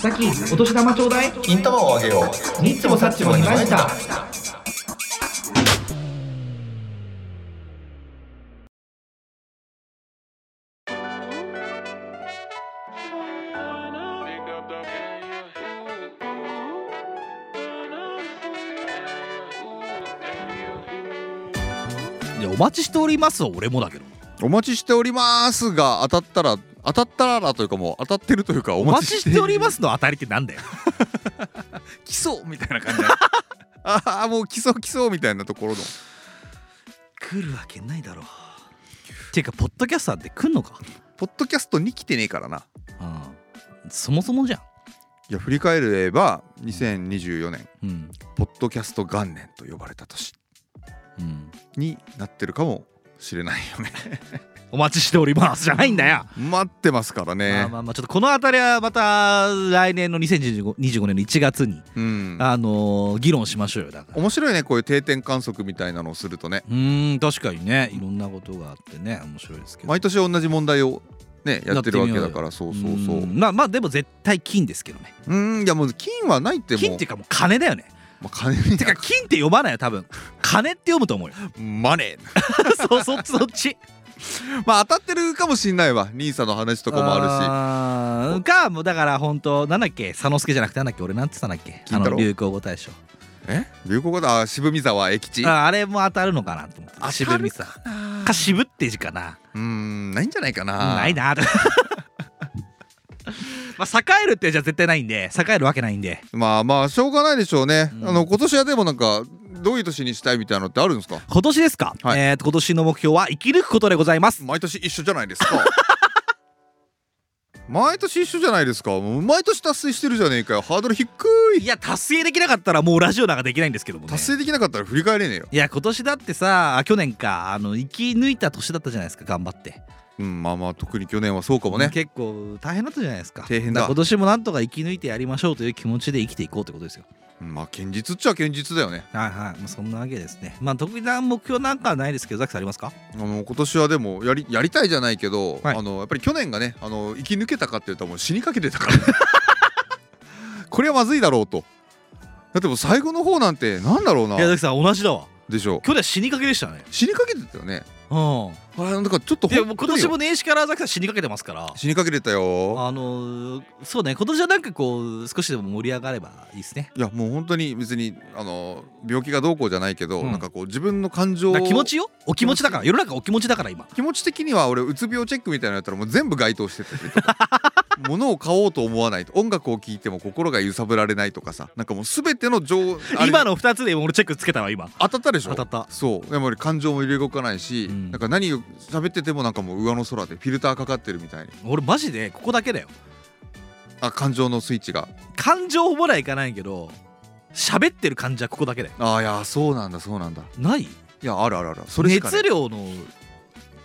Speaker 1: ザキお年玉ちょうだい
Speaker 2: 金玉をあげよう
Speaker 1: ニッチもサッチもいましたいやお待ちしておりますは俺もだけど
Speaker 2: お待ちしておりますが当たったら当たったららというかもう当たってるというかお
Speaker 1: お
Speaker 2: 待
Speaker 1: 待
Speaker 2: ち
Speaker 1: ち
Speaker 2: して
Speaker 1: しておりますの当たりってなんだよ
Speaker 2: 来そうみたいな感じあ あもう来そう来そうみたいなところの
Speaker 1: 来るわけないだろうていうかポッドキャスターって来んのか、
Speaker 2: ポッドキャストに来てねえからな
Speaker 1: うん、そもそもじゃん
Speaker 2: いや振り返れば2024年
Speaker 1: うん
Speaker 2: ポッドキャスト元年と呼ばれた年
Speaker 1: うん
Speaker 2: になってるかもしれないよね
Speaker 1: お待ちしておりますじゃないんだよ
Speaker 2: 待ってますから
Speaker 1: ま
Speaker 2: ね
Speaker 1: あまあまあちょっとこの辺りはまた来年の2025 25年の1月に、
Speaker 2: うん
Speaker 1: あのー議論しましょうよだから
Speaker 2: 面白いねこういう定点観測みたいなのをするとね
Speaker 1: うーん確かにねいろんなことがあってね面白いですけど
Speaker 2: 毎年同じ問題をねやってるわけ
Speaker 1: やっ
Speaker 2: だ
Speaker 1: てみよ
Speaker 2: か
Speaker 1: う
Speaker 2: らそうそうそう
Speaker 1: ー
Speaker 2: うん
Speaker 1: まあまあでも絶対金ですけどね
Speaker 2: んいやもう金はないってもう
Speaker 1: 金っていうかもう金だよね
Speaker 2: まあ、金に
Speaker 1: てか金って読まないよ多 分金って読むと思うよ
Speaker 2: マネー
Speaker 1: そうそっちそっち
Speaker 2: まあ当たってるかもしんないわ兄さんの話とかもある
Speaker 1: あるしかもうだから本当なんだっけ佐之助じゃなくてなんだっけ俺なんて言ったんだっけ
Speaker 2: 金太郎
Speaker 1: あの流行語大賞
Speaker 2: しえ流行語だあ渋見沢駅地
Speaker 1: ああれも当たるのかなと思って渋みさ
Speaker 2: な
Speaker 1: か渋って字かな
Speaker 2: うーんないんじゃないかな
Speaker 1: ないな まあ栄えるってじゃ絶対ないんで栄えるわけないんで
Speaker 2: まあまあしょうがないでしょうね、
Speaker 1: うん
Speaker 2: あの今年はでもなんかどういう年にしたいみたいなのってあるんですか
Speaker 1: 今年ですか、
Speaker 2: はい
Speaker 1: えーと今年の目標は生き抜くことでございます
Speaker 2: 毎年一緒じゃないです か毎年一緒じゃないですかもう毎年達成してるじゃねえかよハードル低い
Speaker 1: いや達成できなかったらもうラジオなんかできないんですけどもね
Speaker 2: 達成できなかったら振り返れねえよ
Speaker 1: いや今年だってさあ去年かあの生き抜いた年だったじゃないですか頑張って
Speaker 2: うん、まあまあ特に去年はそうかもね
Speaker 1: 結構大変だったじゃないですか
Speaker 2: 大変
Speaker 1: か
Speaker 2: だ
Speaker 1: ら今年もなんとか生き抜いてやりましょうという気持ちで生きていこうということですよ
Speaker 2: うんまあ堅実っちゃ堅実だよね
Speaker 1: はいはい、まあ、そんなわけですねまあ特にな目標なんかはないですけどザキさんありますか
Speaker 2: あの今年はでもやりやりたいじゃないけど、
Speaker 1: はい
Speaker 2: あのやっぱり去年がねあの生き抜けたかっていうともう死にかけて たからこれはまずいだろうとだってもう最後の方なんてなんだろうない
Speaker 1: やザキさん同じだわ
Speaker 2: でしょう
Speaker 1: 去年死にかけでしたね
Speaker 2: 死にかけてたよね
Speaker 1: うん
Speaker 2: あれなんかちょっと
Speaker 1: いやも
Speaker 2: 本
Speaker 1: う今
Speaker 2: 当によ
Speaker 1: 年も年始からザキさん死にかけてますから
Speaker 2: 死にかけてたよ
Speaker 1: あのーそうね今年はなんかこう少しでも盛り上がればいいですね
Speaker 2: いやもう本当に別にあの病気がどうこうじゃないけど、
Speaker 1: うん
Speaker 2: なんかこう自分の感情
Speaker 1: だか
Speaker 2: を
Speaker 1: ら気持ちよお気持ちだから世の中お気持ちだから今
Speaker 2: 気持ち的には俺うつ病チェックみたいなのやったらもう全部該当してた りとか物を買おうと思わないと音楽を聴いても心が揺さぶられないとかさなんかもう全ての情
Speaker 1: 今
Speaker 2: の
Speaker 1: の2つで俺チェックつけたわ今
Speaker 2: 当たったでしょ
Speaker 1: 当たった
Speaker 2: そうでも俺感情も揺れ動かないし、
Speaker 1: うん
Speaker 2: なんか何を喋っててもなんかもう上の空でフィルターかかってるみたいに
Speaker 1: 俺マジでここだけだよ
Speaker 2: あ感情のスイッチが
Speaker 1: 感情ほぼらいかないけど喋ってる感じはここだけだよ
Speaker 2: ああいやそうなんだそうなんだ
Speaker 1: ない
Speaker 2: いやあるあるあるそれしか、ね
Speaker 1: 熱、量の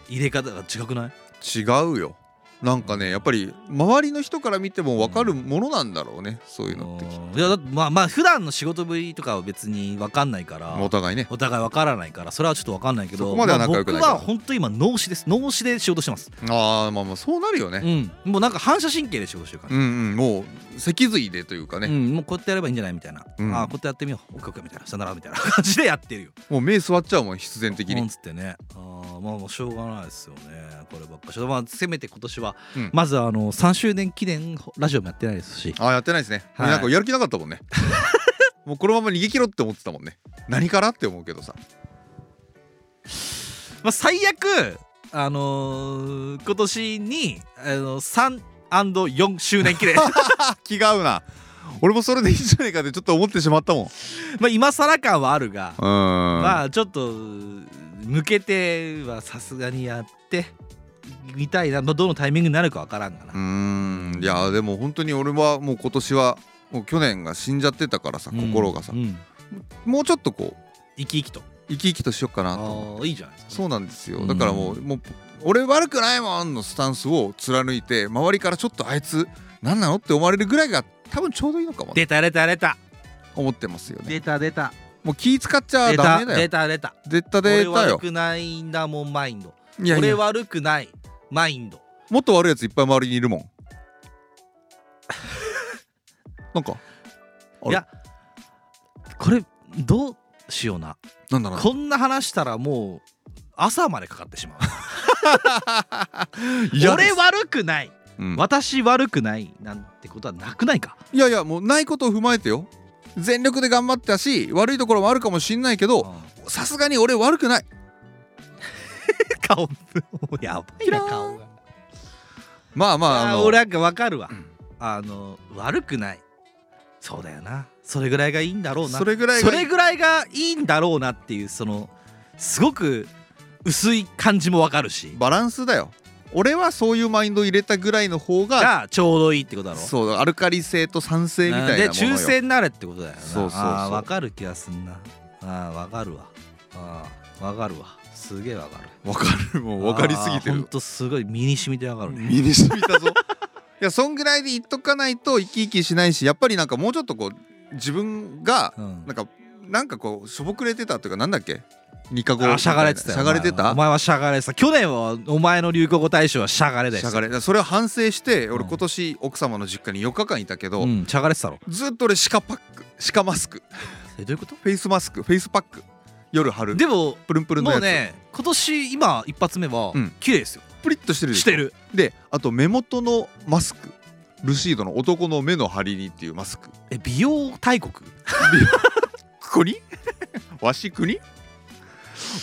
Speaker 1: 入れ方が違くない
Speaker 2: 違うよなんかねやっぱり周りの人から見ても分かるものなんだろうねそういうのってきっ
Speaker 1: いやだってまあまあ普段の仕事ぶりとかは別に分かんないから
Speaker 2: とお互いね
Speaker 1: お互い分からないからそれはちょっと分かんないけど
Speaker 2: そこまでは仲良くない
Speaker 1: ま
Speaker 2: か
Speaker 1: あ
Speaker 2: ら
Speaker 1: 僕は本当今脳死です脳死で仕事してます、
Speaker 2: ああまあまあそうなるよね
Speaker 1: うん、もうなんか反射神経で仕事してるから、
Speaker 2: うんうんもう脊髄でというかね、
Speaker 1: うん、もうこうやってやればいいんじゃないみたいな、
Speaker 2: うん
Speaker 1: ああこうやってやってみようオッケーオッケーみたいなさよならみたいな 感じでやってるよ
Speaker 2: もう目座っちゃうもん必然的
Speaker 1: う
Speaker 2: に
Speaker 1: んつってねあーまあもうしょうがないですよねこればっかしまあせめて今年は、
Speaker 2: うん
Speaker 1: まずあの3周年記念ラジオもやってないですし
Speaker 2: ああやってないですね、
Speaker 1: はい
Speaker 2: なんかやる気なかったも んねもうこのまま逃げ切ろうって思ってたもんね何からって思うけどさ
Speaker 1: まあ、最悪あのー今年にあの 3&4 周年 記念ま
Speaker 2: あ気が合うな俺もそれでいいんじゃないかってちょっと思ってしまったもんう
Speaker 1: あ今更感はあるが、
Speaker 2: ーん
Speaker 1: まあちょっと抜けてはさすがにやってみたいな、まあ、どのタイミングになるかわからんがな、
Speaker 2: うーんいやでも本当に俺はもう今年はもう去年が死んじゃってたからさ心がさ、
Speaker 1: うんうん
Speaker 2: もうちょっとこう
Speaker 1: 生き生きと
Speaker 2: 生き生きとしよっかなと思って
Speaker 1: ああいいじゃないですか
Speaker 2: そうなんです
Speaker 1: う
Speaker 2: よ
Speaker 1: ん
Speaker 2: だからもう,、もう俺悪くないもんのスタンスを貫いて周りからちょっとあいつ何なのって思われるぐらいが多分ちょうどいいのかもね
Speaker 1: 出た出た出た
Speaker 2: 思ってますよね
Speaker 1: 出た出た
Speaker 2: もう気使っちゃ
Speaker 1: 出
Speaker 2: ダ
Speaker 1: た
Speaker 2: メだ
Speaker 1: 出
Speaker 2: よ
Speaker 1: た出た
Speaker 2: 絶対
Speaker 1: 俺
Speaker 2: 出た
Speaker 1: 悪
Speaker 2: よ
Speaker 1: くないんだもんマインド
Speaker 2: いやい
Speaker 1: 俺
Speaker 2: や
Speaker 1: 悪くないマインド
Speaker 2: もっと悪いやついっぱい周りにいるも んなんかあれ
Speaker 1: いやこれどうしような
Speaker 2: なんだろう
Speaker 1: こんな話したらもう朝までかかってしまう
Speaker 2: 嫌で
Speaker 1: 俺
Speaker 2: す
Speaker 1: 悪くない
Speaker 2: うん
Speaker 1: 私悪くないなんてことはなくないか
Speaker 2: いやいやもうないことを踏まえてよ全力で頑張ったし悪いところもあるかもしんないけどさすがに俺悪くない
Speaker 1: 顔やばい
Speaker 2: キラ
Speaker 1: な
Speaker 2: ーン
Speaker 1: 顔が
Speaker 2: まあまああ
Speaker 1: あー
Speaker 2: の
Speaker 1: 俺なんかわかるわ
Speaker 2: うん
Speaker 1: あの悪くないそうだよなそれぐらいがいいんだろうな
Speaker 2: それぐらいが
Speaker 1: それぐらいがいいんだろうなっていうそのすごく薄い感じもわかるし
Speaker 2: バランスだよ俺はそういうマインドを入れたぐらいの方が
Speaker 1: がちょうどいいってことだろ
Speaker 2: そうアルカリ性と酸性みたいなものよ
Speaker 1: で中性になれってことだよな
Speaker 2: そうそうそう
Speaker 1: あーわかる気がすんなあーわかるわあーわかるわすげえわかる
Speaker 2: わかるもう分かりすぎて
Speaker 1: あーほん
Speaker 2: る
Speaker 1: とすごい身に染みてわかるね
Speaker 2: 身に染みたぞいやそんぐらいで言っとかないと生き生きしないしやっぱりなんかもうちょっとこう自分が
Speaker 1: うん
Speaker 2: なんかなんかこうしょぼくれてたというかなんだっけニカ
Speaker 1: あ
Speaker 2: ゴ
Speaker 1: ーしゃがれてたよ
Speaker 2: しゃがれてた
Speaker 1: お前はしゃがれてた去年はお前の流行語大賞はしゃがれだよ
Speaker 2: しゃがれそれを反省して俺
Speaker 1: うん
Speaker 2: 今年奥様の実家に4日間いたけど、
Speaker 1: うんしゃがれてたろ
Speaker 2: ずっと俺鹿パック鹿マスク
Speaker 1: えどういうこと
Speaker 2: フェイスマスクフェイスパック夜貼る
Speaker 1: でも
Speaker 2: プルンプルンの
Speaker 1: も
Speaker 2: や
Speaker 1: う
Speaker 2: つ、
Speaker 1: ね今年今一発目は
Speaker 2: うん
Speaker 1: 綺麗ですよ
Speaker 2: プリッとしてるでしょ
Speaker 1: してる
Speaker 2: であと目元のマスクルシードの男の目の張りにっていうマスク
Speaker 1: え美容大国
Speaker 2: 国 わし国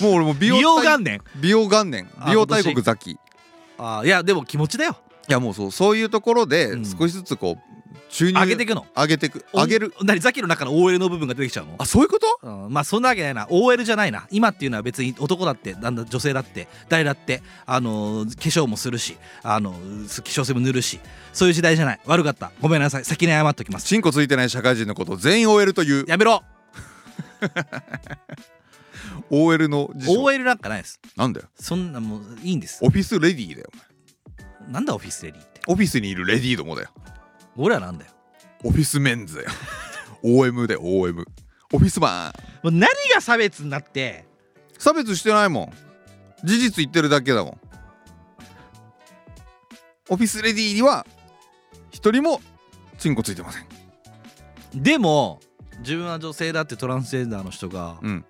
Speaker 2: もう俺も美
Speaker 1: 美
Speaker 2: 容
Speaker 1: 容元
Speaker 2: 大
Speaker 1: 年
Speaker 2: 美容元年
Speaker 1: あ
Speaker 2: 美容大
Speaker 1: 今
Speaker 2: 国ザキい
Speaker 1: あーいやでも気持ちだよ
Speaker 2: やもうそうそういうところで
Speaker 1: うん
Speaker 2: 少しずつこう注入
Speaker 1: 上げていくの
Speaker 2: 上げてく上げる
Speaker 1: お何ザキの中の OL の部分が出てきちゃうの
Speaker 2: あそういうこと
Speaker 1: うんまあそんなわけないな OL じゃないな今っていうのは別に男だってなんだ女性だって誰だって、あのー化粧もするし、あのー化粧水も塗るしそういう時代じゃない悪かったごめんなさい先に謝っときます
Speaker 2: チンコついてない社会人のことを全員 OL という
Speaker 1: やめろ
Speaker 2: OL の辞書
Speaker 1: OL なんかないです
Speaker 2: なんだよ
Speaker 1: そんなもういいんです
Speaker 2: オフィスレディーだよお前
Speaker 1: なんだオフィスレディって
Speaker 2: オフィスにいるレディーどもだよ
Speaker 1: 俺らなんだよ
Speaker 2: オフィスメンズだよ OM だよ OM オフィスマン
Speaker 1: もう何が差別になって
Speaker 2: 差別してないもん事実言ってるだけだもんオフィスレディーには一人もチンコついてません
Speaker 1: でも自分は女性だってトランスジェンダーの人が
Speaker 2: うん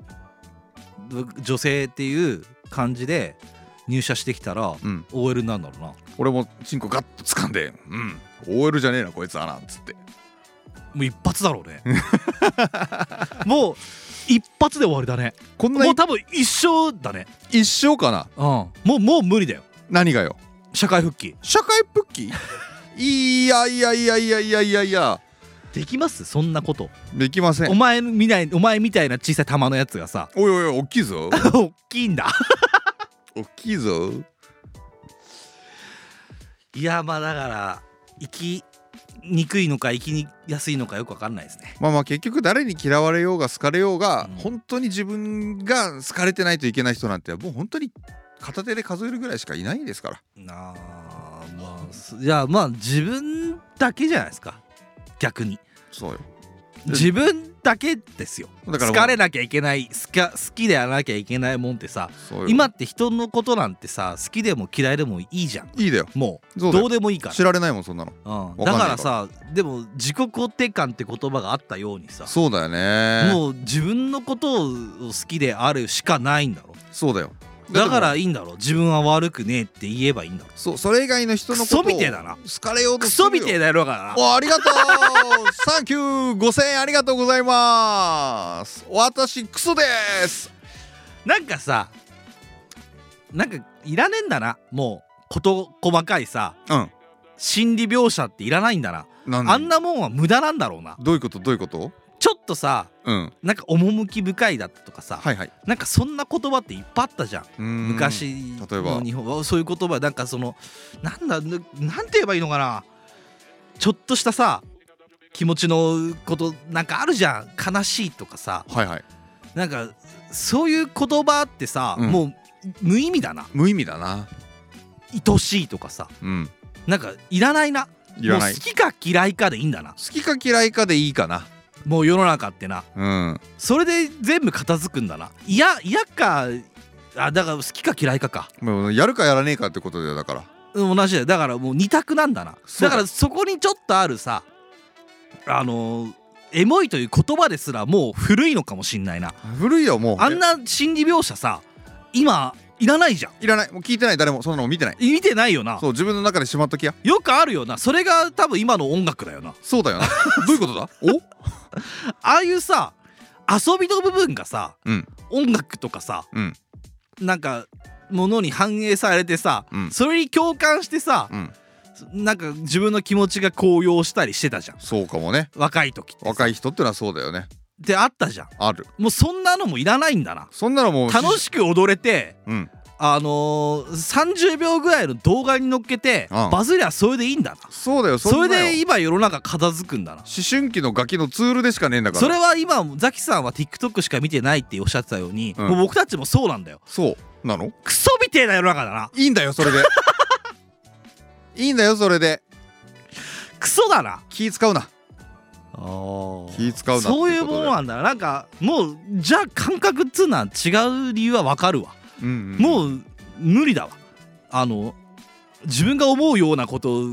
Speaker 1: 女性っていう感じで入社してきたら
Speaker 2: うん
Speaker 1: OL になるんだろうなも
Speaker 2: 俺もチンコガッと掴んで「うん OL じゃねえなこいつはな」っつって
Speaker 1: う一発だろうね もう一発で終わりだね
Speaker 2: こんな
Speaker 1: もう多分一生だね
Speaker 2: 一生かな
Speaker 1: うんもうもう無理だよ
Speaker 2: 何がよ
Speaker 1: 社会復帰
Speaker 2: 社会復帰 いやいやいやいやいやいやいや
Speaker 1: できますそんなこと
Speaker 2: できませ
Speaker 1: お
Speaker 2: ん
Speaker 1: 前みないお前みたいな小さい玉のやつがさ
Speaker 2: おいおいおい大きいぞ
Speaker 1: 大きいんだ
Speaker 2: 大きいぞ
Speaker 1: いやまあだから生きにくいのか生きにやすいのかよくわかんないですね
Speaker 2: まあまあ結局誰に嫌われようが好かれようが、
Speaker 1: うん
Speaker 2: 本当に自分が好かれてないといけない人なんてもう本当に片手で数えるぐらいしかいないんですから
Speaker 1: なあまあすいやまあ自分だけじゃないですか逆に
Speaker 2: そうよ
Speaker 1: 自分だけですよ
Speaker 2: だから
Speaker 1: 好かれなきゃいけない好か好きであらなきゃいけないもんってさ
Speaker 2: そうよ
Speaker 1: 今って人のことなんてさ好きでも嫌いでもいいじゃん
Speaker 2: いいだよ
Speaker 1: もう
Speaker 2: そうだよ
Speaker 1: どうでもいいから
Speaker 2: 知られないもんそんなの
Speaker 1: うん、だ
Speaker 2: わかんな
Speaker 1: から
Speaker 2: い
Speaker 1: さでも自己肯定感って言葉があったようにさ
Speaker 2: そうだよね
Speaker 1: もう自分のことを好きであるしかないんだろ
Speaker 2: そうだよ
Speaker 1: だか
Speaker 2: でも
Speaker 1: らいいんだろ自分は悪くねえって言えばいいんだろ
Speaker 2: そうそれ以外の人の
Speaker 1: ク
Speaker 2: こ
Speaker 1: ソ
Speaker 2: とを
Speaker 1: みてえだな
Speaker 2: 好かれようと
Speaker 1: ク
Speaker 2: する
Speaker 1: ソ
Speaker 2: よ
Speaker 1: みてえだろがな
Speaker 2: おありがとう サンキュー5000円ありがとうございます私クソです
Speaker 1: なんかさなんかいらねえんだなもう事細かいさ
Speaker 2: うん
Speaker 1: 心理描写っていらないんだな
Speaker 2: なん
Speaker 1: あんなもんは無駄なんだろうな
Speaker 2: どういうことどういうこと
Speaker 1: ちょっとさ
Speaker 2: うん
Speaker 1: なんか趣深いだとかさ、
Speaker 2: はいはい
Speaker 1: なんかそんな言葉っていっぱいあったじゃん
Speaker 2: うーん
Speaker 1: 昔
Speaker 2: 例えば
Speaker 1: の日本はそういう言葉なんかそのなんだぬなんて言えばいいのかなちょっとしたさ気持ちのことなんかあるじゃん悲しいとかさ
Speaker 2: はいはい
Speaker 1: なんかそういう言葉ってさ、
Speaker 2: うん
Speaker 1: もう無意味だな
Speaker 2: 無意味だな
Speaker 1: 愛しいとかさ
Speaker 2: うん
Speaker 1: なんかいらないない
Speaker 2: らない
Speaker 1: もう
Speaker 2: 好
Speaker 1: 好きか嫌いかでいいんだな
Speaker 2: きか嫌いかでいいかな
Speaker 1: もう世の中ってな
Speaker 2: うん
Speaker 1: それで全部片付くんだないや嫌かあだから好きか嫌いかか
Speaker 2: もうやるかやらねえかってことだよだから
Speaker 1: 同じだよだからもう二択なんだな
Speaker 2: そう
Speaker 1: だ
Speaker 2: だ
Speaker 1: からそこにちょっとあるさあのーエモいという言葉ですらもう古いのかもしんないな
Speaker 2: 古いよもう
Speaker 1: あんな心理描写さ今いらないじゃん
Speaker 2: いらないもう聞いてない誰もそんなの見てない
Speaker 1: 見てないよな
Speaker 2: そう自分の中でしまっときや
Speaker 1: よくあるよなそれが多分今の音楽だよな
Speaker 2: そうだよな どういうことだお
Speaker 1: ああいうさ遊びの部分がさ
Speaker 2: うん
Speaker 1: 音楽とかさ
Speaker 2: うん
Speaker 1: なんかものに反映されてさ、
Speaker 2: うん
Speaker 1: それに共感してさ
Speaker 2: うん
Speaker 1: なんか自分の気持ちが高揚したりしてたじゃん
Speaker 2: そうかもね
Speaker 1: 若い時って
Speaker 2: 若い人ってのはそうだよね
Speaker 1: ってあったじゃん
Speaker 2: ある
Speaker 1: もうそんなのもいらないんだな
Speaker 2: そんなのもう
Speaker 1: 楽しく踊れて
Speaker 2: うん
Speaker 1: あのー、30秒ぐらいの動画に乗っけて、
Speaker 2: うん
Speaker 1: バズりゃそれでいいんだな
Speaker 2: そうだよ
Speaker 1: そ
Speaker 2: んな
Speaker 1: れ
Speaker 2: よ
Speaker 1: で今世の中片付くんだな
Speaker 2: 思春期のガキのツールでしかねえんだから
Speaker 1: それは今ザキさんは TikTok しか見てないっておっしゃってたように、
Speaker 2: うん
Speaker 1: もう僕たちもそうなんだよ
Speaker 2: そうなの
Speaker 1: クソみてえな世の中だない
Speaker 2: いんだよそれで いいんだよそれで
Speaker 1: クソだな
Speaker 2: 気使うな気使うなっていうこと
Speaker 1: そ
Speaker 2: で
Speaker 1: ういうものなんだななんかもうじゃあ感覚っつうのは違う理由はわかるわ
Speaker 2: うんうん
Speaker 1: もう無理だわあの自分が思うようなこと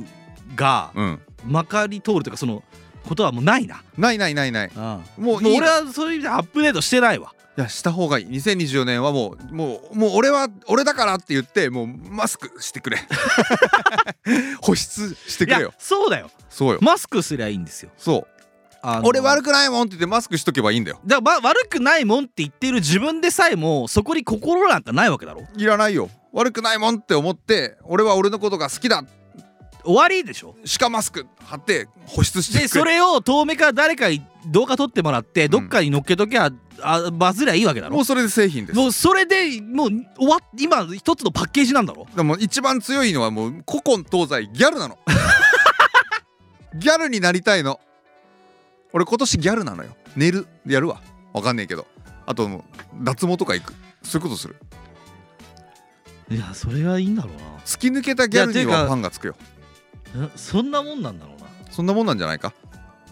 Speaker 1: が
Speaker 2: うん
Speaker 1: まかり通るというかそのことはもうないな、
Speaker 2: ないないないないも
Speaker 1: も
Speaker 2: う
Speaker 1: う
Speaker 2: いい
Speaker 1: 俺はそういう意味でアップデートしてないわ
Speaker 2: いやした方がいい2024年はもうもうもう俺は俺だからって言ってもうマスクし てくれ保湿して
Speaker 1: い
Speaker 2: くれ
Speaker 1: や
Speaker 2: よ
Speaker 1: そうだよ
Speaker 2: そうよ
Speaker 1: マスクすりゃいいんですよ
Speaker 2: そう
Speaker 1: あの
Speaker 2: 俺悪くないもんって言ってマスクしとけばいいんだよ
Speaker 1: だから、ま、悪くないもんって言ってる自分でさえもそこに心なんかないわけだろ
Speaker 2: いらないよ悪くないもんって思って俺は俺のことが好きだ
Speaker 1: 終わりでしょ
Speaker 2: しかマスク貼って保湿 してくれ
Speaker 1: でそれを遠目から誰かに動画撮ってもらってどっかに乗っけときゃ、あバズりゃいいわけだろ
Speaker 2: もうそれで製品です
Speaker 1: もうそれでもう終わっ今一つのパッケージなんだろ
Speaker 2: でも一番強いのはもう古今東西ギャル なのギャルになりたいの俺今年ギャルなのよ寝るやるわわかんねえけどあともう脱毛とか行くそういうことする
Speaker 1: いやそれがいいんだろう
Speaker 2: 突き抜けたギャルに
Speaker 1: いやて
Speaker 2: は
Speaker 1: か
Speaker 2: ファンがつくよ
Speaker 1: なえそんなもんなんだろう
Speaker 2: そんなもんなんじゃないか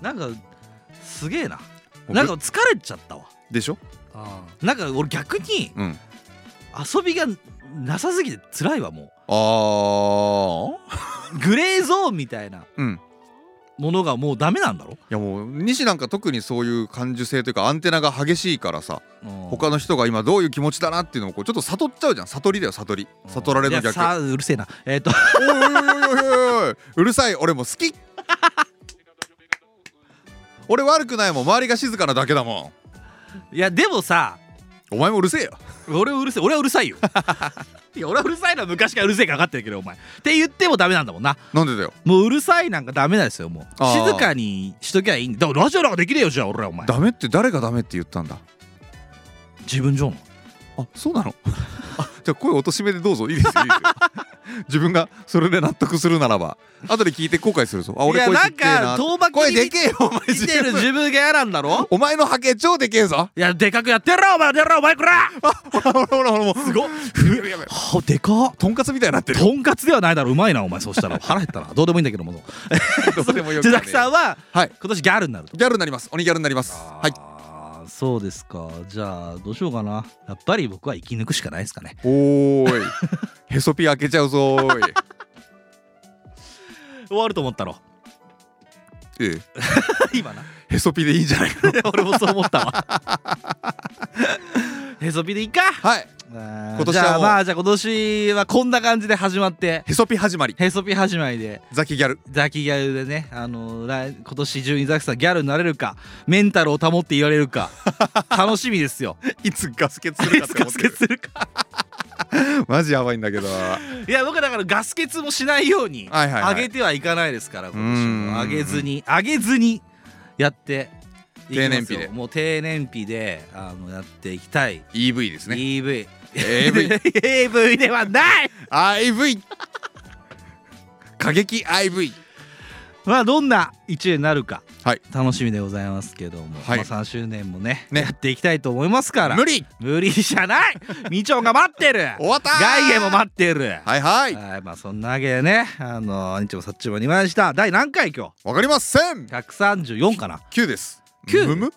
Speaker 1: ななんかすげえな
Speaker 2: 僕
Speaker 1: なんか疲れちゃったわ
Speaker 2: でしょ
Speaker 1: なんか俺逆に
Speaker 2: うん
Speaker 1: 遊びがなさすぎて辛いわも
Speaker 2: あー
Speaker 1: うグレーゾーンみたいな
Speaker 2: うん
Speaker 1: ものがもうダメなんだろ
Speaker 2: いやもう西なんか特にそういう感受性というかアンテナが激しいからさ他
Speaker 1: の
Speaker 2: の人が今どういう気持ちだなっていうのをこうちょっと悟っちゃうじゃん悟りだよ悟り悟られの
Speaker 1: いや
Speaker 2: 逆
Speaker 1: さあうるせえなえっ、と
Speaker 2: おいおいおいおいおいうるさい俺も好き俺悪くないもん周りが静かなだけだも
Speaker 1: いやでもさ
Speaker 2: んお前もうるせえよ
Speaker 1: 俺はうるせえ俺はうるさいよ いや俺はうるさいのは昔からうるせえかかってるけどお前って言ってもダメなんだもんな
Speaker 2: なんでだよ
Speaker 1: もううるさいなんかダメなんですよもう
Speaker 2: あー
Speaker 1: 静かにしときゃいいんだだからラジオなんかできねえよじゃあ俺らお前
Speaker 2: ダメって誰がダメって言ったんだ
Speaker 1: 自分上の
Speaker 2: あそうなのあじゃあ声おとしめでどうぞいいですよいいですよ自分がそれで納得するならば後で聞いて後悔するぞあ
Speaker 1: い
Speaker 2: 俺
Speaker 1: や
Speaker 2: 声
Speaker 1: な
Speaker 2: で
Speaker 1: ん
Speaker 2: けえ
Speaker 1: か
Speaker 2: な
Speaker 1: 遠巻き
Speaker 2: 声
Speaker 1: に
Speaker 2: で
Speaker 1: 見
Speaker 2: けえよお前
Speaker 1: 見てる自分が嫌なんだろ
Speaker 2: お前のハケ超でけえぞ
Speaker 1: いやでかくやってろお前出ろお前こら
Speaker 2: ほらほらほらもう
Speaker 1: すごっ
Speaker 2: やべやべ
Speaker 1: はでかっ
Speaker 2: とんかつみたいになってる
Speaker 1: とんかつではないだろうまいなお前そう したら腹減ったなどうでもいいんだけども
Speaker 2: どうでもよく
Speaker 1: ジ
Speaker 2: ね
Speaker 1: ダクさんは
Speaker 2: はい
Speaker 1: 今年ギャルになると
Speaker 2: ギャルになります鬼ギャルになりますはい
Speaker 1: あーそうですかじゃあどうしようかなやっぱり僕は生き抜くしかないですかね
Speaker 2: お ーいへそピ開けちゃうぞ ーい
Speaker 1: 終わると思 ったろ
Speaker 2: え
Speaker 1: 今な
Speaker 2: えへそピでいいんじゃないかな
Speaker 1: 俺もそう思ったわへそぴでいいか
Speaker 2: はい
Speaker 1: 今
Speaker 2: 今年はもう
Speaker 1: じゃあまあじゃあ今年はこんな感じで始まって
Speaker 2: へそピ始まり
Speaker 1: へそぴ始まりで
Speaker 2: ザキギャル
Speaker 1: ザキギャルでね、あの来今年中にザキさんギャルになれるかメンタルを保っていられる か楽しみですよ。
Speaker 2: いつガス欠する
Speaker 1: い
Speaker 2: かっ
Speaker 1: つ
Speaker 2: て
Speaker 1: ガ
Speaker 2: 思っ
Speaker 1: ス
Speaker 2: て
Speaker 1: 欠
Speaker 2: る
Speaker 1: するか
Speaker 2: マジやばいんだけどない
Speaker 1: や僕だからガス欠もしないように
Speaker 2: はいはいはい
Speaker 1: 上げてはいかないですから今年も
Speaker 2: うーん
Speaker 1: 上げずに上げずにやっていきますよ
Speaker 2: 低燃費で
Speaker 1: もう低燃費であのやっていきたい、
Speaker 2: EV ですね
Speaker 1: EV
Speaker 2: AV
Speaker 1: AV ではない
Speaker 2: IV 過激 IV
Speaker 1: まあどんな1年になるか、
Speaker 2: はい
Speaker 1: 楽しみでございますけども、
Speaker 2: はい
Speaker 1: まあ、3周年もね
Speaker 2: ね
Speaker 1: やっていきたいと思いますから
Speaker 2: 無理
Speaker 1: 無理じゃ ないみちょんが待ってる
Speaker 2: 終わったー
Speaker 1: 外へも待ってる
Speaker 2: はいはい
Speaker 1: はいまあそんなわけでねあの兄ちゃんもさっちもにました第何回今
Speaker 2: わかりません
Speaker 1: 日134かな
Speaker 2: 9です
Speaker 1: 九
Speaker 2: むむ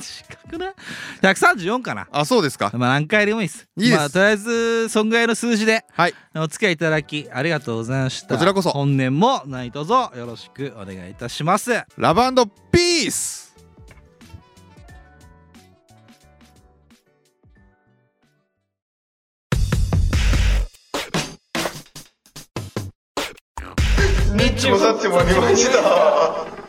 Speaker 1: 近くない ?134 かな
Speaker 2: あそうですか
Speaker 1: まあ何回でもいいです
Speaker 2: いいです
Speaker 1: まあ、とりあえずそんぐらいの数字で
Speaker 2: はい
Speaker 1: お付き合いいただきありがとうございました
Speaker 2: こちらこそ
Speaker 1: 本年も何卒よろしくお願いいたします
Speaker 2: ラブピース
Speaker 3: ニッチもサッチもありました。